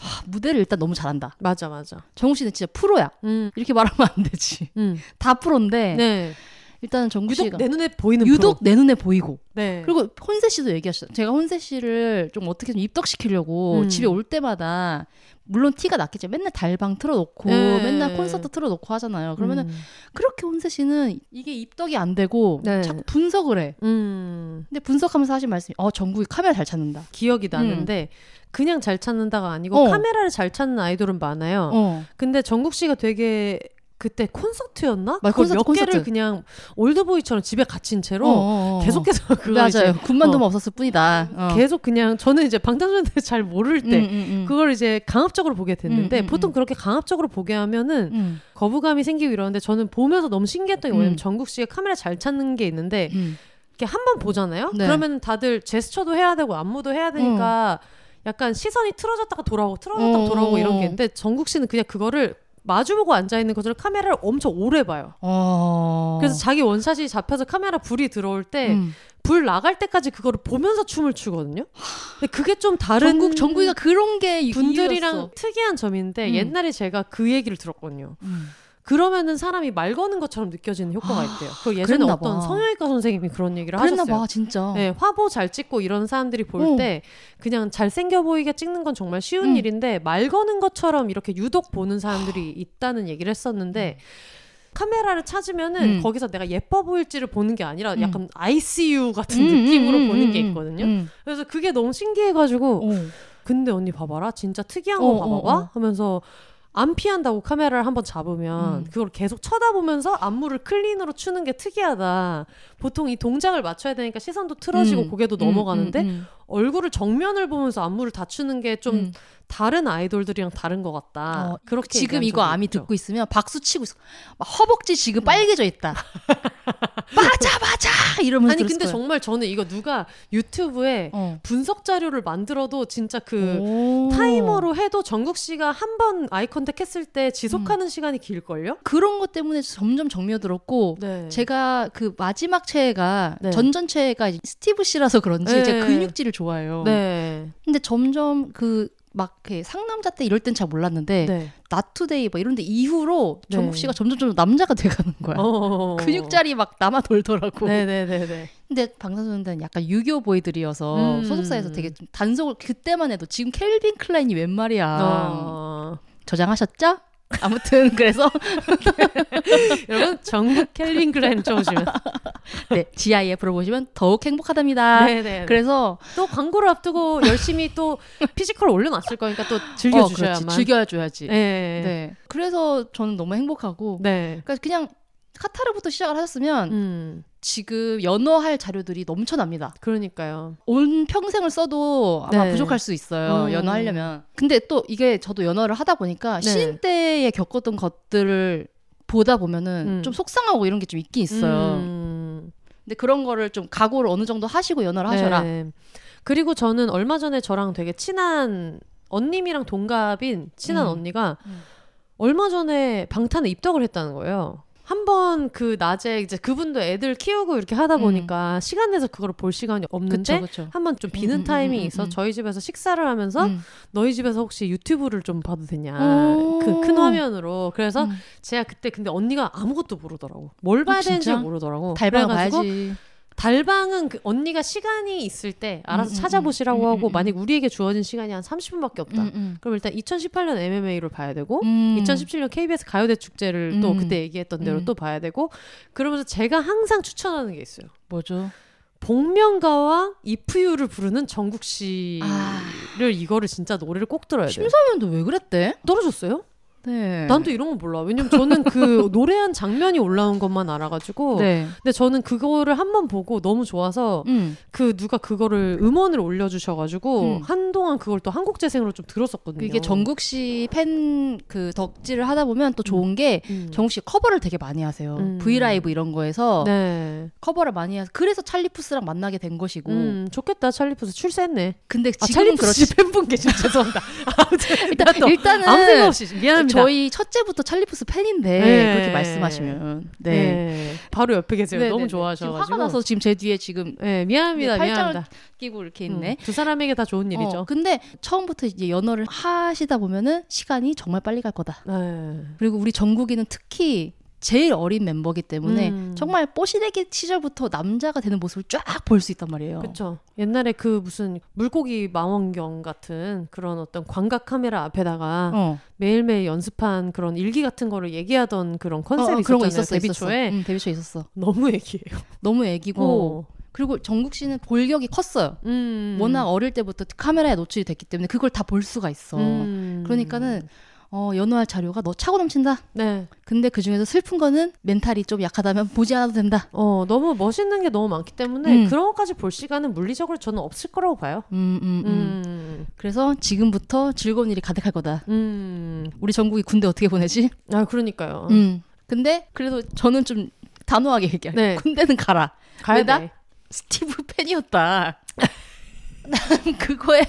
B: 하, 무대를 일단 너무 잘한다
A: 맞아 맞아.
B: 정국 씨는 진짜 프로야
A: 음.
B: 이렇게 말하면 안 되지 (laughs)
A: 음.
B: 다 프로인데
A: 네.
B: 일단은 정국
A: 유독
B: 씨가
A: 내 눈에 보이는 프로.
B: 유독 내 눈에 보이고
A: 네.
B: 그리고 혼세 씨도 얘기하셨죠. 제가 혼세 씨를 좀 어떻게 좀 입덕시키려고
A: 음.
B: 집에 올 때마다 물론 티가 났겠죠. 맨날 달방 틀어놓고
A: 네.
B: 맨날 콘서트 틀어놓고 하잖아요. 그러면은
A: 음.
B: 그렇게 혼세 씨는 이게 입덕이 안 되고
A: 네.
B: 자꾸 분석을 해.
A: 음,
B: 근데 분석하면서 하신 말씀이 어 정국이 카메라 잘 찾는다.
A: 기억이 나는데 그냥 잘 찾는다가 아니고
B: 음. 어.
A: 어. 카메라를 잘 찾는 아이돌은 많아요.
B: 어.
A: 근데 정국 씨가 되게 그때 콘서트였나?
B: 맞아,
A: 그걸
B: 콘서트,
A: 몇 개를
B: 콘서트.
A: 그냥 올드보이처럼 집에 갇힌 채로
B: 어, 어, 어.
A: 계속해서 (laughs) 그거
B: 맞아요.
A: 이제
B: 군만
A: 어.
B: 도면 없었을 뿐이다. 어.
A: 계속 그냥 저는 이제 방탄소년단 잘 모를 때
B: 음, 음, 음.
A: 그걸 이제 강압적으로 보게 됐는데
B: 음, 음,
A: 보통
B: 음.
A: 그렇게 강압적으로 보게 하면은
B: 음,
A: 거부감이 생기고 이러는데 저는 보면서 너무 신기했던 게
B: 음.
A: 뭐냐면 정국 씨가 카메라 잘 찾는 게 있는데
B: 음.
A: 이렇게 한 번 보잖아요.
B: 네.
A: 그러면 다들 제스처도 해야 되고 안무도 해야 되니까 약간 시선이 틀어졌다가 돌아오고 틀어졌다가
B: 어.
A: 돌아오고 이런 게 있는데 정국 씨는 그냥 그거를 마주보고 앉아 있는 것처럼 카메라를 엄청 오래 봐요.
B: 어.
A: 그래서 자기 원샷이 잡혀서 카메라 불이 들어올 때 불
B: 음.
A: 나갈 때까지 그거를 보면서 춤을 추거든요. 근데 그게 좀 다른
B: 전국 전국이가 그런 게 이-
A: 분들이랑
B: 이유였어.
A: 특이한 점인데
B: 음.
A: 옛날에 제가 그 얘기를 들었거든요.
B: 음.
A: 그러면은 사람이 말 거는 것처럼 느껴지는 효과가
B: 아,
A: 있대요. 그 예전에
B: 그랬나
A: 어떤
B: 봐.
A: 성형외과 선생님이 그런 얘기를
B: 그랬나
A: 하셨어요.
B: 봐 진짜.
A: 네, 화보 잘 찍고 이런 사람들이 볼
B: 어.
A: 때 그냥 잘생겨 보이게 찍는 건 정말 쉬운
B: 음.
A: 일인데 말 거는 것처럼 이렇게 유독 보는 사람들이
B: 아.
A: 있다는 얘기를 했었는데 카메라를 찾으면은
B: 음.
A: 거기서 내가 예뻐 보일지를 보는 게 아니라
B: 음.
A: 약간 ICU 같은
B: 음, 음,
A: 느낌으로
B: 음,
A: 보는
B: 음,
A: 게
B: 음.
A: 있거든요.
B: 음.
A: 그래서 그게 너무 신기해가지고
B: 어.
A: 근데 언니 봐봐라 진짜 특이한
B: 어,
A: 거
B: 어,
A: 봐봐봐
B: 어.
A: 하면서 안 피한다고 카메라를 한번 잡으면
B: 음.
A: 그걸 계속 쳐다보면서 안무를 클린으로 추는 게 특이하다 보통 이 동작을 맞춰야 되니까 시선도 틀어지고
B: 음.
A: 고개도
B: 음,
A: 넘어가는데
B: 음, 음.
A: 얼굴을 정면을 보면서 안무를 다 추는 게 좀
B: 음.
A: 다른 아이돌들이랑 다른 것 같다
B: 어,
A: 그렇게
B: 지금
A: 얘기한
B: 이거
A: 적이
B: 암이
A: 있죠.
B: 듣고 있으면 박수 치고 있어. 막 허벅지 지금 빨개져 (laughs) 있다. 맞아 맞아 이러면서
A: 아니
B: 들었을
A: 근데
B: 거야.
A: 정말 저는 이거 누가 유튜브에
B: 어.
A: 분석 자료를 만들어도 진짜 그
B: 오.
A: 타이머로 해도 정국 씨가 한 번 아이 컨택 했을 때 지속하는
B: 음.
A: 시간이 길걸요?
B: 그런 것 때문에 점점 정미어들었고
A: 네.
B: 제가 그 마지막 체가
A: 네.
B: 전전 체가 스티브 씨라서 그런지
A: 네.
B: 제가 근육질을 좋아해요.
A: 네.
B: 근데 점점 그 막 이렇게 상남자 때 이럴 땐 잘 몰랐는데
A: 네.
B: 나투데이 막 이런데 이후로
A: 네.
B: 정국 씨가 점점 점 남자가 돼가는 거야.
A: 어.
B: 근육자리 막 남아 돌더라고.
A: 네네네네.
B: (laughs) 근데 방탄소년단 약간 유교 보이들이어서
A: 음.
B: 소속사에서 되게 좀 단속을 그때만 해도 지금 켈빈 클라인이 웬
A: 아.
B: 말이야.
A: 어.
B: 저장하셨죠? (laughs) 아무튼
A: (laughs)
B: 그래서
A: 여러분 정국 켈빈 클라인 쳐보시면.
B: 네, GI에 물어보시면 더욱 행복하답니다.
A: 아, 네네. 그래
B: 그래서 어,
A: 또 광고를 앞두고 열심히 또 피지컬 올려놨을 거니까 또
B: 어,
A: 즐겨주셔야만.
B: 그렇지. 즐겨줘야지.
A: 네.
B: 네.
A: 네.
B: 그래서 저는 너무 행복하고
A: 네.
B: 그러니까 그냥 카타르부터 시작을 하셨으면
A: 음.
B: 지금 연어할 자료들이 넘쳐납니다.
A: 그러니까요.
B: 온 평생을 써도 아마
A: 네.
B: 부족할 수 있어요.
A: 음.
B: 연어 하려면. 근데 또 이게 저도 연어를 하다 보니까
A: 네.
B: 신인 때에 겪었던 것들을 보다 보면은
A: 음.
B: 좀 속상하고 이런 게 좀 있긴 있어요.
A: 음.
B: 근데 그런 거를 좀 각오를 어느 정도 하시고 연어를 하셔라.
A: 네. 그리고 저는 얼마 전에 저랑 되게 친한 언님이랑 동갑인 친한
B: 음.
A: 언니가
B: 음.
A: 얼마 전에 방탄에 입덕을 했다는 거예요. 한 번 그 낮에 이제 그분도 애들 키우고 이렇게 하다
B: 음.
A: 보니까 시간 내서 그걸 볼 시간이 없는데
B: 그렇죠.
A: 한 번 좀
B: 음,
A: 비는
B: 음, 음,
A: 타이밍이
B: 음,
A: 있어
B: 음.
A: 저희 집에서 식사를 하면서 너희 집에서 혹시 유튜브를 좀 봐도 되냐
B: 오.
A: 그 큰 화면으로 그래서
B: 음. 어,
A: 제가 그때 근데 언니가 아무것도 모르더라고 뭘 봐야 되는지
B: 진짜?
A: 모르더라고
B: 달방
A: 뭐 그래가지고 음,
B: 봐야지.
A: 달방은 그 언니가 시간이 있을 때 알아서
B: 음, 음,
A: 찾아보시라고
B: 음, 음,
A: 하고
B: 음.
A: 만약 우리에게 주어진 시간이 한 30분밖에 없다.
B: 음.
A: 그럼 일단 2018년 MMA를 봐야 되고
B: 음.
A: 2017년 KBS 가요대 축제를 또
B: 음.
A: 그때 얘기했던 대로
B: 음.
A: 또 봐야 되고 그러면서 제가 항상 추천하는 게 있어요.
B: 뭐죠?
A: 복면가와 이프유를 부르는 정국 씨를
B: 아.
A: 이거를 진짜 노래를 꼭 들어야 돼요.
B: 네. 심사위원도 왜 그랬대?
A: 떨어졌어요?
B: 네.
A: 난 또 이런 거 몰라. 왜냐면 저는
B: (laughs)
A: 그 노래한 장면이 올라온 것만 알아가지고.
B: 네.
A: 근데 저는 그거를 한 번 보고 너무 좋아서
B: 음.
A: 그 누가 그거를 음원을 올려주셔가지고
B: 음.
A: 한동안 그걸 또 한국재생으로 좀 들었었거든요.
B: 그 이게 정국 씨 팬 그 덕질을 하다 보면 또 좋은 게
A: 음.
B: 정국 씨 커버를 되게 많이 하세요.
A: 음.
B: V 라이브 이런 거에서
A: 네.
B: 커버를 많이 해서 그래서 찰리푸스랑 만나게 된 것이고.
A: 음, 좋겠다. 찰리푸스 출세했네.
B: 근데
A: 아,
B: 지금은
A: 찰리푸스
B: (laughs) 그렇지.
A: 씨 팬분 계신 죄송합니다.
B: 일단
A: 또 (laughs)
B: 일단은
A: 아무 생각 없이 미안합니다.
B: 네. 저희 첫째부터 찰리푸스 팬인데
A: 네.
B: 그렇게 말씀하시면 네.
A: 바로 옆에 계세요.
B: 네,
A: 너무
B: 네, 네.
A: 좋아하셔가지고.
B: 지금 화가 나서 지금 제 뒤에 지금
A: 네, 미안합니다.
B: 네, 팔짱을
A: 미안합니다.
B: 끼고 이렇게 있네.
A: 음, 두 사람에게 다 좋은
B: 어,
A: 일이죠.
B: 근데 처음부터 이제 연어를 하시다 보면은 시간이 정말 빨리 갈 거다.
A: 네.
B: 그리고 우리 정국이는 특히 제일 어린 멤버기 때문에
A: 음.
B: 정말 뽀시래기 시절부터 남자가 되는 모습을 쫙 볼 수 있단 말이에요.
A: 그렇죠. 옛날에 그 무슨 물고기 망원경 같은 그런 어떤 광각 카메라 앞에다가
B: 어.
A: 매일매일 연습한 그런 일기 같은 거를 얘기하던 그런 컨셉이
B: 어, 어,
A: 있었잖아요.
B: 그런 거 있었어.
A: 데뷔
B: 있었어.
A: 초에
B: 응, 데뷔 초에 있었어. 어.
A: 너무 얘기해요.
B: 너무 애기고 그리고 정국 씨는 볼격이 컸어요.
A: 음.
B: 워낙 어릴 때부터 카메라에 노출이 됐기 때문에 그걸 다 볼 수가 있어.
A: 음.
B: 그러니까는 어, 연호할 자료가 너 차고 넘친다.
A: 네.
B: 근데 그 중에서 슬픈 거는 멘탈이 좀 약하다면 보지 않아도 된다.
A: 어, 너무 멋있는 게 너무 많기 때문에
B: 음.
A: 그런 것까지 볼 시간은 물리적으로 저는 없을 거라고 봐요.
B: 음, 음, 음.
A: 음.
B: 그래서 지금부터 즐거운 일이 가득할 거다.
A: 음.
B: 우리 전국이 군대 어떻게 보내지?
A: 아, 그러니까요.
B: 음. 근데 그래도 저는 좀 단호하게 얘기할게요.
A: 네.
B: 군대는 가라.
A: 가야
B: 왜다?
A: 돼. (laughs)
B: 스티브 팬이었다. 난 그거에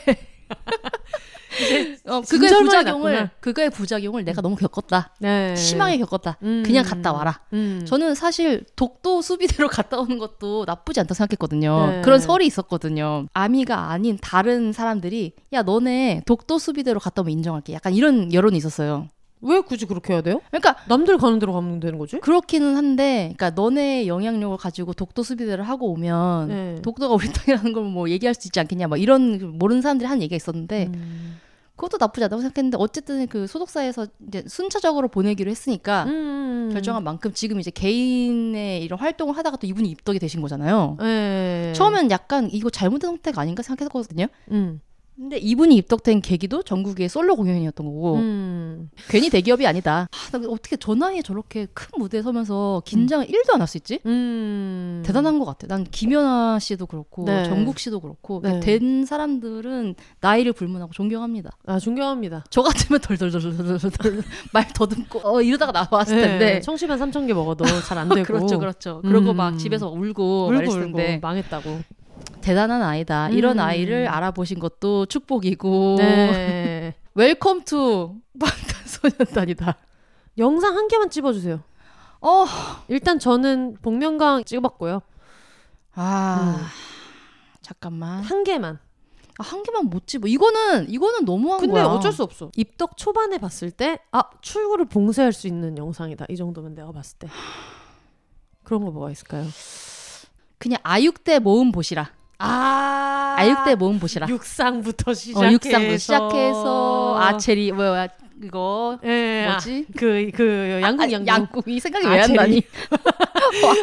B: 어, 그거의
A: 진절만
B: 부작용을
A: 났구나. 음.
B: 그거의 부작용을 내가 너무 겪었다.
A: 네.
B: 심하게 겪었다.
A: 음.
B: 그냥 갔다 와라.
A: 음.
B: 저는 사실 독도 수비대로 (laughs) 갔다 오는 것도 나쁘지 않다 고 생각했거든요.
A: 네.
B: 그런 설이 있었거든요. 아미가 아닌 다른 사람들이 야 너네 독도 수비대로 갔다 오면 인정할게. 약간 이런 여론이 있었어요.
A: 왜 굳이 그렇게 해야 돼요?
B: 그러니까
A: 남들 가는 대로 가면 되는 거지?
B: 그렇기는 한데, 그러니까 너네 영향력을 가지고 독도 수비대를 하고 오면
A: 네.
B: 독도가 우리 땅이라는 걸 뭐 얘기할 수 있지 않겠냐, 막 이런 그 모르는 사람들이 하는 얘기가 있었는데
A: 음.
B: 그것도 나쁘지 않다고 생각했는데 어쨌든 그 소속사에서 이제 순차적으로 보내기로 했으니까
A: 음.
B: 결정한 만큼 지금 이제 개인의 이런 활동을 하다가 또 이분이 입덕이 되신 거잖아요.
A: 네.
B: 처음엔 약간 이거 잘못된 선택 아닌가 생각했거든요.
A: 음.
B: 근데 이분이 입덕된 계기도 전국의 솔로 공연이었던 거고
A: 음.
B: 괜히 대기업이 아니다. 아, 나 어떻게 저 나이에 저렇게 큰 무대에 서면서 긴장을 1도 안 할 수 있지?
A: 음.
B: 대단한 것 같아요. 난 김연아 씨도 그렇고
A: 네.
B: 정국 씨도 그렇고
A: 네.
B: 된 사람들은 나이를 불문하고 존경합니다.
A: 아, 존경합니다.
B: 저 같으면 덜덜덜덜덜 (laughs) 말 더듬고 어, 이러다가 나왔을
A: 네.
B: 텐데
A: 청심환 3천 개 먹어도 잘 안 되고.
B: (laughs) 그렇죠, 네. 그렇죠. 그러고
A: 음.
B: 막 집에서 울고
A: 울고
B: 말했을
A: 울고
B: 텐데
A: 망했다고.
B: 대단한 아이다.
A: 음.
B: 이런 아이를 알아보신 것도 축복이고 (laughs)
A: 네.
B: 웰컴 투 방탄소년단이다.
A: 영상 한 개만 찍어주세요.
B: 어,
A: 일단 저는 복면가왕 찍어봤고요.
B: 아 잠깐만
A: 한 개만.
B: 아, 한 개만 못 집어. 이거는 이거는 너무한
A: 근데
B: 거야.
A: 어쩔 수 없어. 입덕 초반에 봤을 때, 아, 출구를 봉쇄할 수 있는 영상이다. 이 정도면 내가 봤을 때. 그런 거 뭐가 있을까요?
B: 그냥 아육대 모음 보시라.
A: 아,
B: 아육대 모음 보시라.
A: 육상부터 시작해서.
B: 어, 육상부 시작해서 아체리 뭐야 이거
A: 예,
B: 뭐지?
A: 그, 그, 양궁,
B: 아니,
A: 양궁.
B: 이 생각이
A: 아체리.
B: 왜 안 나니? (laughs) 와,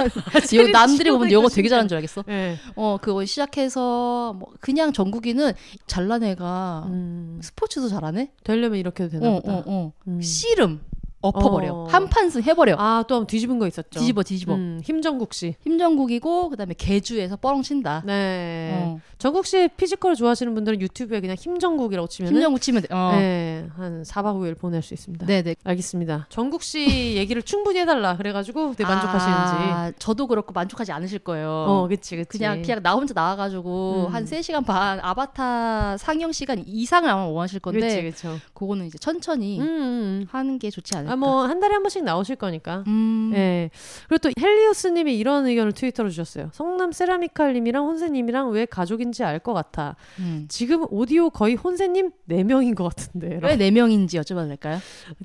B: 이거 남들이 보면 이거
A: 치우는
B: 되게 잘하는 줄 알겠어.
A: 예.
B: 어 그거 시작해서 뭐 그냥 전국이는 잘난 애가
A: 음,
B: 스포츠도 잘하네.
A: 되려면 이렇게 해도 되나
B: 어. 어어
A: 보다.
B: 어, 어.
A: 음.
B: 씨름 엎어버려.
A: 어.
B: 한판승 해버려.
A: 아, 또 한번 뒤집은 거 있었죠.
B: 뒤집어 뒤집어.
A: 음, 힘정국 씨.
B: 힘전국이고 그다음에 개주에서 뻐렁 친다.
A: 네.
B: 어.
A: 정국 씨 피지컬 좋아하시는 분들은 유튜브에 그냥 힘정국이라고 치면
B: 힘전국 치면 돼. 어.
A: 네, 한 4박 5일 보낼 수 있습니다.
B: 네네.
A: 알겠습니다. 정국
B: (laughs)
A: 씨 얘기를 충분히 해달라 그래가지고 되게 만족하시는지.
B: 아, 저도 그렇고 만족하지 않으실 거예요.
A: 어, 그치, 그치.
B: 그냥 그냥 나 혼자 나와가지고
A: 음.
B: 한 3시간 반 아바타 상영 시간 이상을 아마 원하실
A: 그치,
B: 건데
A: 그쵸.
B: 그거는 이제 천천히
A: 음, 음.
B: 하는 게 좋지
A: 아,
B: 않을까.
A: 뭐, 한 달에 한 번씩 나오실 거니까.
B: 음.
A: 네. 그리고 또 헬리오스 님이 이런 의견을 트위터로 주셨어요. 성남 세라미칼 님이랑 혼세 님이랑 왜 가족인지 알 것 같아.
B: 음.
A: 지금 오디오 거의 혼세 님 4명인 것 같은데.
B: 왜 4명인지 여쭤봐도 될까요?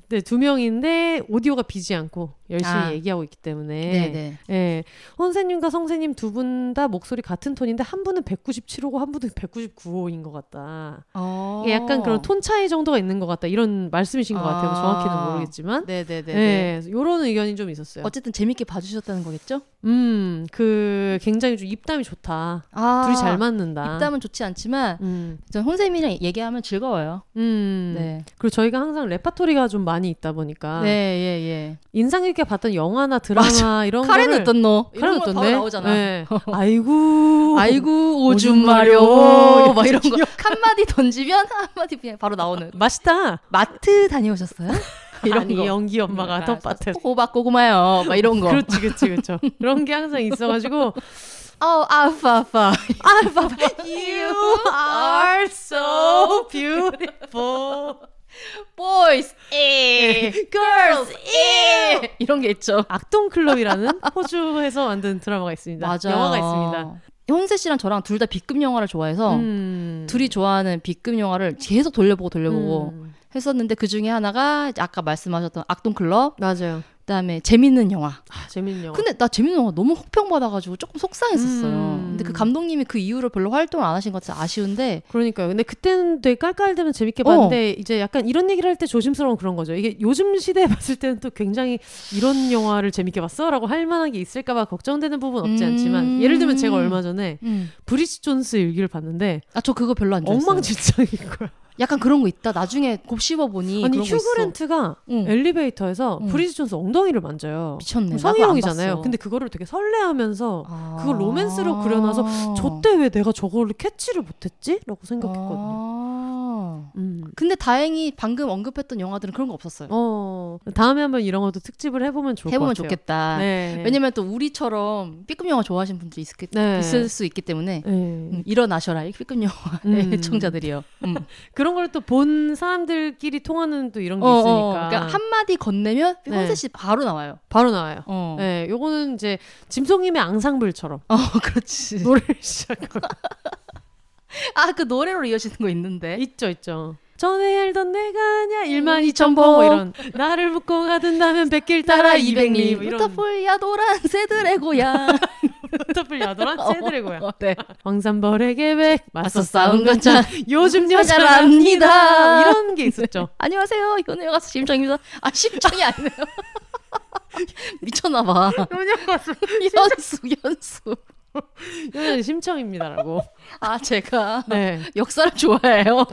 A: 네, 2명인데 오디오가 비지 않고 열심히
B: 아.
A: 얘기하고 있기 때문에.
B: 네.
A: 예. 혼세님과 성세님 두 분 다 목소리 같은 톤인데 한 분은 197호고 한 분은 199호인 것 같다.
B: 어.
A: 이게 약간 그런 톤 차이 정도가 있는 것 같다. 이런 말씀이신 것 같아요.
B: 아.
A: 정확히는 모르겠지만.
B: 네네네.
A: 예, 이런 의견이 좀 있었어요.
B: 어쨌든 재밌게 봐주셨다는 거겠죠?
A: 음, 그 굉장히 좀 입담이 좋다.
B: 아.
A: 둘이 잘 맞는다.
B: 입담은 좋지 않지만
A: 음,
B: 전 혼쌤이랑 얘기하면 즐거워요.
A: 음.
B: 네.
A: 그리고 저희가 항상 레파토리가 좀 많이 있다 보니까
B: 네, 예, 예.
A: 인상 깊게 봤던 영화나 드라마 이런
B: 카레는
A: 거를
B: 어떻노?
A: 카레는
B: 이런 거 바로
A: 어떤데?
B: 나오잖아.
A: (laughs) 예. 아이고,
B: 아이고
A: 오줌
B: 오줌
A: 마려워.
B: 마려워 막 이런 거
A: 귀여워.
B: 한마디 던지면 한마디 그냥 바로 나오는
A: 맛있다.
B: 마트 다녀오셨어요? (laughs) 이런
A: 아니,
B: 거 네,
A: 연기 엄마가 똑같은.
B: 호박 고구마요 막 이런 거아
A: 그렇지, 그렇지, 그렇죠. 그런 게 항상
B: (laughs)
A: 있어가지고
B: Oh, 아파 아파
A: 아, 봐봐.
B: (laughs)
A: You are so beautiful.
B: boys 에
A: 예.
B: girls 에 이런 게 있죠
A: 악동 클럽이라는 호주에서 만든 드라마가 있습니다. 영화가 있습니다.
B: 혼세 씨랑 저랑 둘 다 B급 영화를 좋아해서
A: 음.
B: 어. 둘이 좋아하는 B급 영화를 계속 돌려보고 돌려보고
A: 음.
B: 했었는데 그 중에 하나가 이제 아까 말씀하셨던 악동 클럽
A: 맞아요.
B: 그다음에 재밌는 영화
A: 아, 재밌는 영화.
B: 근데 나 재밌는 영화 너무 혹평받아가지고 조금 속상했었어요.
A: 음.
B: 근데 그 감독님이 그 이후로 별로 활동을 안 하신 것 같아서 아쉬운데
A: 그러니까요. 근데 그때는 되게 깔깔대면 재밌게
B: 어.
A: 봤는데 이제 약간 이런 얘기를 할 때 조심스러운 그런 거죠. 이게 요즘 시대에 (laughs) 봤을 때는 또 굉장히 이런 영화를 재밌게 봤어라고 할 만한 게 있을까봐 걱정되는 부분 없지 않지만
B: 음.
A: 예를 들면 제가 얼마 전에 브리지 존스 일기를 봤는데
B: 아 음. 저 그거 별로 안 좋아했어요.
A: 엉망진창인 거야.
B: 약간 그런 거 있다. 나중에 곱씹어 보니
A: 아니
B: 그런 거 있어.
A: 휴그랜트가
B: 응.
A: 엘리베이터에서
B: 응.
A: 브리지 존스 엉덩이를 만져요.
B: 미쳤네. 나도 안
A: 성희롱이잖아요.
B: 봤어.
A: 근데 그거를 되게 설레하면서
B: 아.
A: 그걸 로맨스로
B: 어.
A: 그려놔서 저 때 왜 내가 저걸 캐치를 못했지? 라고 생각했거든요.
B: 아.
A: 음.
B: 근데 다행히 방금 언급했던 영화들은 그런 거 없었어요.
A: 어 다음에 한번 이런 것도 특집을 해보면 좋을
B: 해보면
A: 것 같아요.
B: 좋겠다.
A: 네.
B: 왜냐면 또 우리처럼 B급 영화 좋아하시는 분들 있을,
A: 네.
B: 있을 수 있기 때문에
A: 네.
B: 음, 일어나셔라 이 B급 영화
A: 음.
B: (laughs) 의 청자들이요. 음.
A: 그런 걸 또 본 사람들끼리 통하는 또 이런 게
B: 어, 어,
A: 음. 있으니까
B: 그러니까 한 마디 건네면
A: 네.
B: 혼세 씨 바로 나와요.
A: 바로 나와요.
B: 어,
A: 네, 요거는 이제 짐송님의 앙상블처럼
B: (laughs) 어 그렇지.
A: 노래를 (laughs) 시작하고
B: 아 그 노래로 이어지는 거 있는데.
A: 있죠, 있죠. 전에 알던 내가 아냐 1만 2천
B: 12,000
A: 보 뭐 이런 나를 묶고 가든다면 100길 따라 200리 뭐 이런
B: 루터폴야 노란 새들의
A: (laughs)
B: 고향.
A: 루터풀 야도란 쟤들의 고야
B: (laughs) 어, 네.
A: 왕산벌의 계획 맞서
B: 맞서
A: 싸운
B: 싸운
A: 건 참
B: (laughs)
A: 요즘 여자랍니다
B: 여자랍니다.
A: 이런 게
B: (laughs)
A: 있었죠.
B: 안녕하세요. 이번에 가서 심청입니다. 아 심청이 아니네요. (laughs) 미쳤나
A: (laughs)
B: 봐. 연수 연수.
A: 이거는 심청입니다라고.
B: 아 제가
A: (laughs) 네. 어.
B: 역사를 좋아해요. (laughs)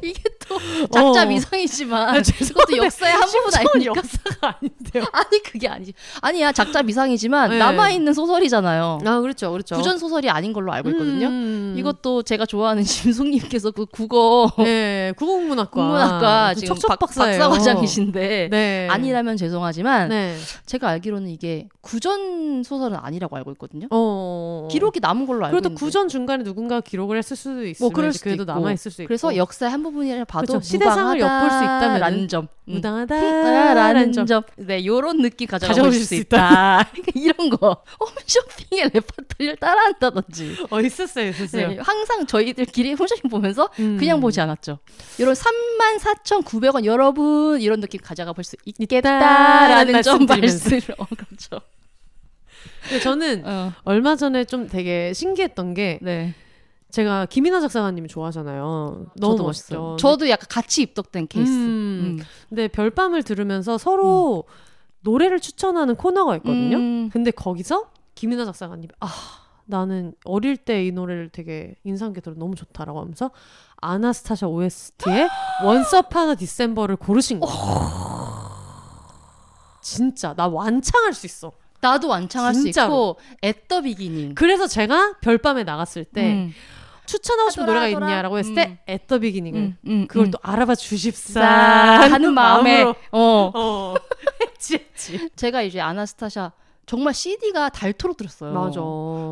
B: 이게 또 작자
A: 어.
B: 미상이지만
A: 아, 죄송해요.
B: 그것도 역사의 한 부분
A: 심청은
B: 아닙니까? (laughs)
A: 역사가 아닌데요.
B: 아니 그게 아니지. 아니야 작자 미상이지만
A: 네.
B: 남아 있는 소설이잖아요.
A: 아 그렇죠, 그렇죠.
B: 구전 소설이 아닌 걸로 알고 있거든요.
A: 음.
B: 이것도 제가 좋아하는 (laughs) 심송님께서 그 국어
A: 네, 국어국문학과
B: 국문학과 지금
A: 척척
B: 박,
A: 박사예요.
B: 박사과장이신데
A: 네.
B: 아니라면 죄송하지만
A: 네.
B: 제가 알기로는 이게 구전 소설은 아니라고 알고 있거든요.
A: 어.
B: 기록이 남은 걸로 알고
A: 그래도
B: 있는데.
A: 구전 중간에 누군가 기록을 했을 수도 있고
B: 뭐 그럴 수도
A: 그래도
B: 있고.
A: 남아 있을 수 있고.
B: 그래서 역사의 한 부분이라
A: 어.
B: 봐도
A: 그렇죠. 시대상을 엿볼 수 있다면은
B: 라는 점. 음.
A: 아, 무당하다라는
B: 라는
A: 점
B: 점. 네, 요런 느낌 가져올
A: 가져오실
B: 수
A: 수
B: 있다. (laughs)
A: 있다.
B: 그러니까 이런 거. 홈쇼핑의 레퍼토리를 따라한다든지.
A: 어 있었어요, 있었어요.
B: 네, 항상 저희들끼리 홈쇼핑 보면서
A: 음.
B: 그냥 보지 않았죠. 이런 34,900원 여러분 이런 느낌 가져가 볼 수
A: 있다라는
B: 있겠다라는 점
A: 말씀
B: 말씀. 어, 그렇죠.
A: 근데 저는
B: (laughs) 어,
A: 얼마 전에 좀 되게 신기했던 게
B: 네.
A: 제가 김이나 작사가님 좋아하잖아요. 너무 멋있죠.
B: 저도 멋있어요. 네. 저도 약간 같이 입덕된 케이스.
A: 음. 근데 별밤을 들으면서 서로 노래를 추천하는 코너가 있거든요.
B: 음.
A: 근데 거기서 김이나 작사가님 아 나는 어릴 때 이 노래를 되게 인상 깊게 너무 좋다라고 하면서 아나스타샤
B: (gasps)
A: OST의 Once Upon a December를 고르신 거예요.
B: 어.
A: 진짜 나 완창할 수 있어.
B: 나도 완창할
A: 진짜로.
B: 수 있고 앳더 비기닝.
A: 그래서 제가 별밤에 나갔을 때
B: 음.
A: 추천하고 싶은
B: 하더라,
A: 노래가
B: 하더라.
A: 있냐라고 했을 때 At the Beginning을
B: 음, 음,
A: 그걸
B: 음.
A: 또 알아봐 주십사
B: 싸 하는 마음에
A: 마음으로.
B: 어
A: 어 (laughs) 했지 했지
B: 제가 이제 아나스타샤 정말 CD가 닳도록 들었어요.
A: 맞아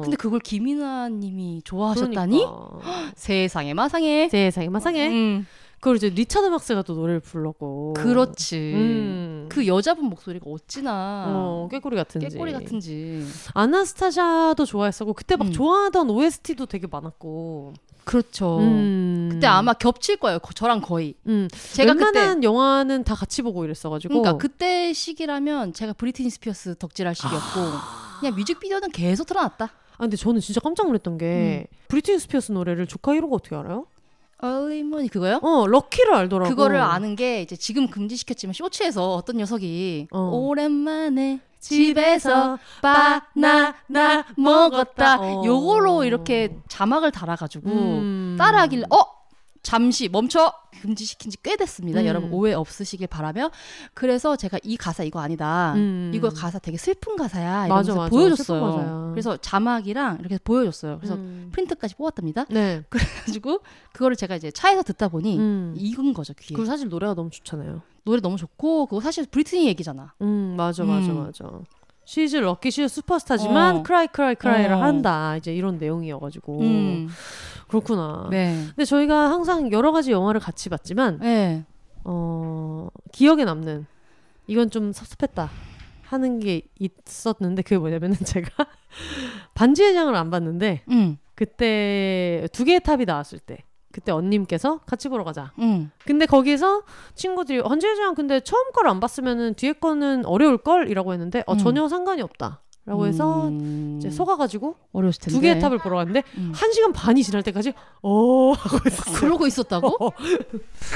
B: 근데 그걸 김이나 님이 좋아하셨다니
A: 그러니까.
B: 세상에 마상에
A: 세상에 마상에
B: 음.
A: 그걸 이제 리차드 막스가 또 노래를 불렀고
B: 그렇지.
A: 음.
B: 그 여자분 목소리가 어찌나
A: 어, 깨꼬리 같은지
B: 깨꼬리 같은지
A: 아나스타샤도 좋아했었고 그때 막
B: 음.
A: 좋아하던 OST도 되게 많았고
B: 그렇죠.
A: 음.
B: 그때 아마 겹칠 거예요. 거- 저랑 거의.
A: 음.
B: 제가 그때
A: 웬만한 영화는 다 같이 보고 이랬어가지고
B: 그러니까 그때 시기라면 제가 브리트니 스피어스 덕질할 시기였고 그냥 뮤직비디오는 계속 틀어놨다.
A: 아 근데 저는 진짜 깜짝 놀랐던 게
B: 음.
A: 브리트니 스피어스 노래를 조카 1호가 어떻게 알아요?
B: 얼리 머니 그거요?
A: 어 럭키를 알더라고
B: 그거를 아는 게 이제 지금 금지시켰지만 쇼츠에서 어떤 녀석이
A: 어.
B: 오랜만에 집에서
A: 바나나
B: 바나나 먹었다
A: 어.
B: 요걸로 이렇게 자막을 달아가지고
A: 음.
B: 따라하길래 어 잠시 멈춰 금지시킨 지 꽤 됐습니다
A: 음.
B: 여러분 오해 없으시길 바라며 그래서 제가 이 가사 이거 아니다
A: 음.
B: 이거 가사 되게 슬픈
A: 맞아,
B: 가사야 이러면서
A: 맞아.
B: 보여줬어요
A: 슬픈 가사야.
B: 그래서 자막이랑 이렇게 보여줬어요 그래서
A: 음.
B: 프린트까지 뽑았답니다 (laughs)
A: 네
B: 그래가지고 그거를 제가 이제 차에서 듣다 보니
A: 음.
B: 익은 거죠 귀에
A: 그리고 사실 노래가 너무 좋잖아요
B: 노래 너무 좋고 그거 사실 브리트니 얘기잖아.
A: 음 맞아 맞아
B: 음.
A: 맞아 시즈 럭키 시즈 슈퍼스타지만
B: 어.
A: 크라이 크라이 크라이를
B: 어.
A: 한다 이제 이런 내용이어가지고
B: 음.
A: 그렇구나
B: 네.
A: 근데 저희가 항상 여러 가지 영화를 같이 봤지만
B: 네.
A: 어 기억에 남는 이건 좀 섭섭했다 하는 게 있었는데 그게 뭐냐면은 (laughs) 제가 반지의 장을 안 봤는데
B: 음.
A: 그때 두 개의 탑이 나왔을 때 그때 언님께서 같이 보러 가자.
B: 음.
A: 근데 거기서 친구들이 반지의 장 근데 처음 걸 안 봤으면은 뒤에 거는 어려울 걸이라고 했는데 어,
B: 음.
A: 전혀 상관이 없다라고 해서
B: 음.
A: 이제 속아가지고
B: 어려웠을 텐데.
A: 두 개의 탑을 보러 갔는데
B: 음.
A: 한 시간 반이 지날 때까지 어 하고 있었어요.
B: (laughs) 그러고 있었다고?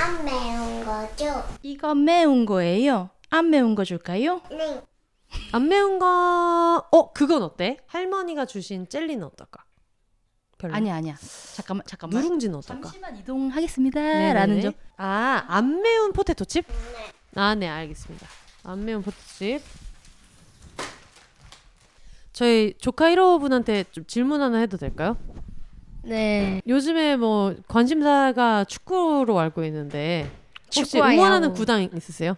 C: 안 매운 거죠?
B: 이거 매운 거예요. 안 매운 거 줄까요?
C: 네.
A: 안 매운 거, 어, 그건 어때? 할머니가 주신 젤리는 어떨까? 별로?
B: 아니야 아니야. 잠깐만 잠깐만.
A: 누룽지는 어떨까?
B: 잠시만 이동하겠습니다.
A: 네네네.
B: 라는 점.
A: 아, 안 매운 포테토 칩? 아, 네, 알겠습니다. 안 매운 포테토 칩. 저희 조카 1호 분한테 좀 질문 하나 해도 될까요?
D: 네.
A: 요즘에 뭐 관심사가 축구로 알고 있는데 혹시
D: 축구와
A: 응원하는
D: 야구.
A: 구단 있으세요?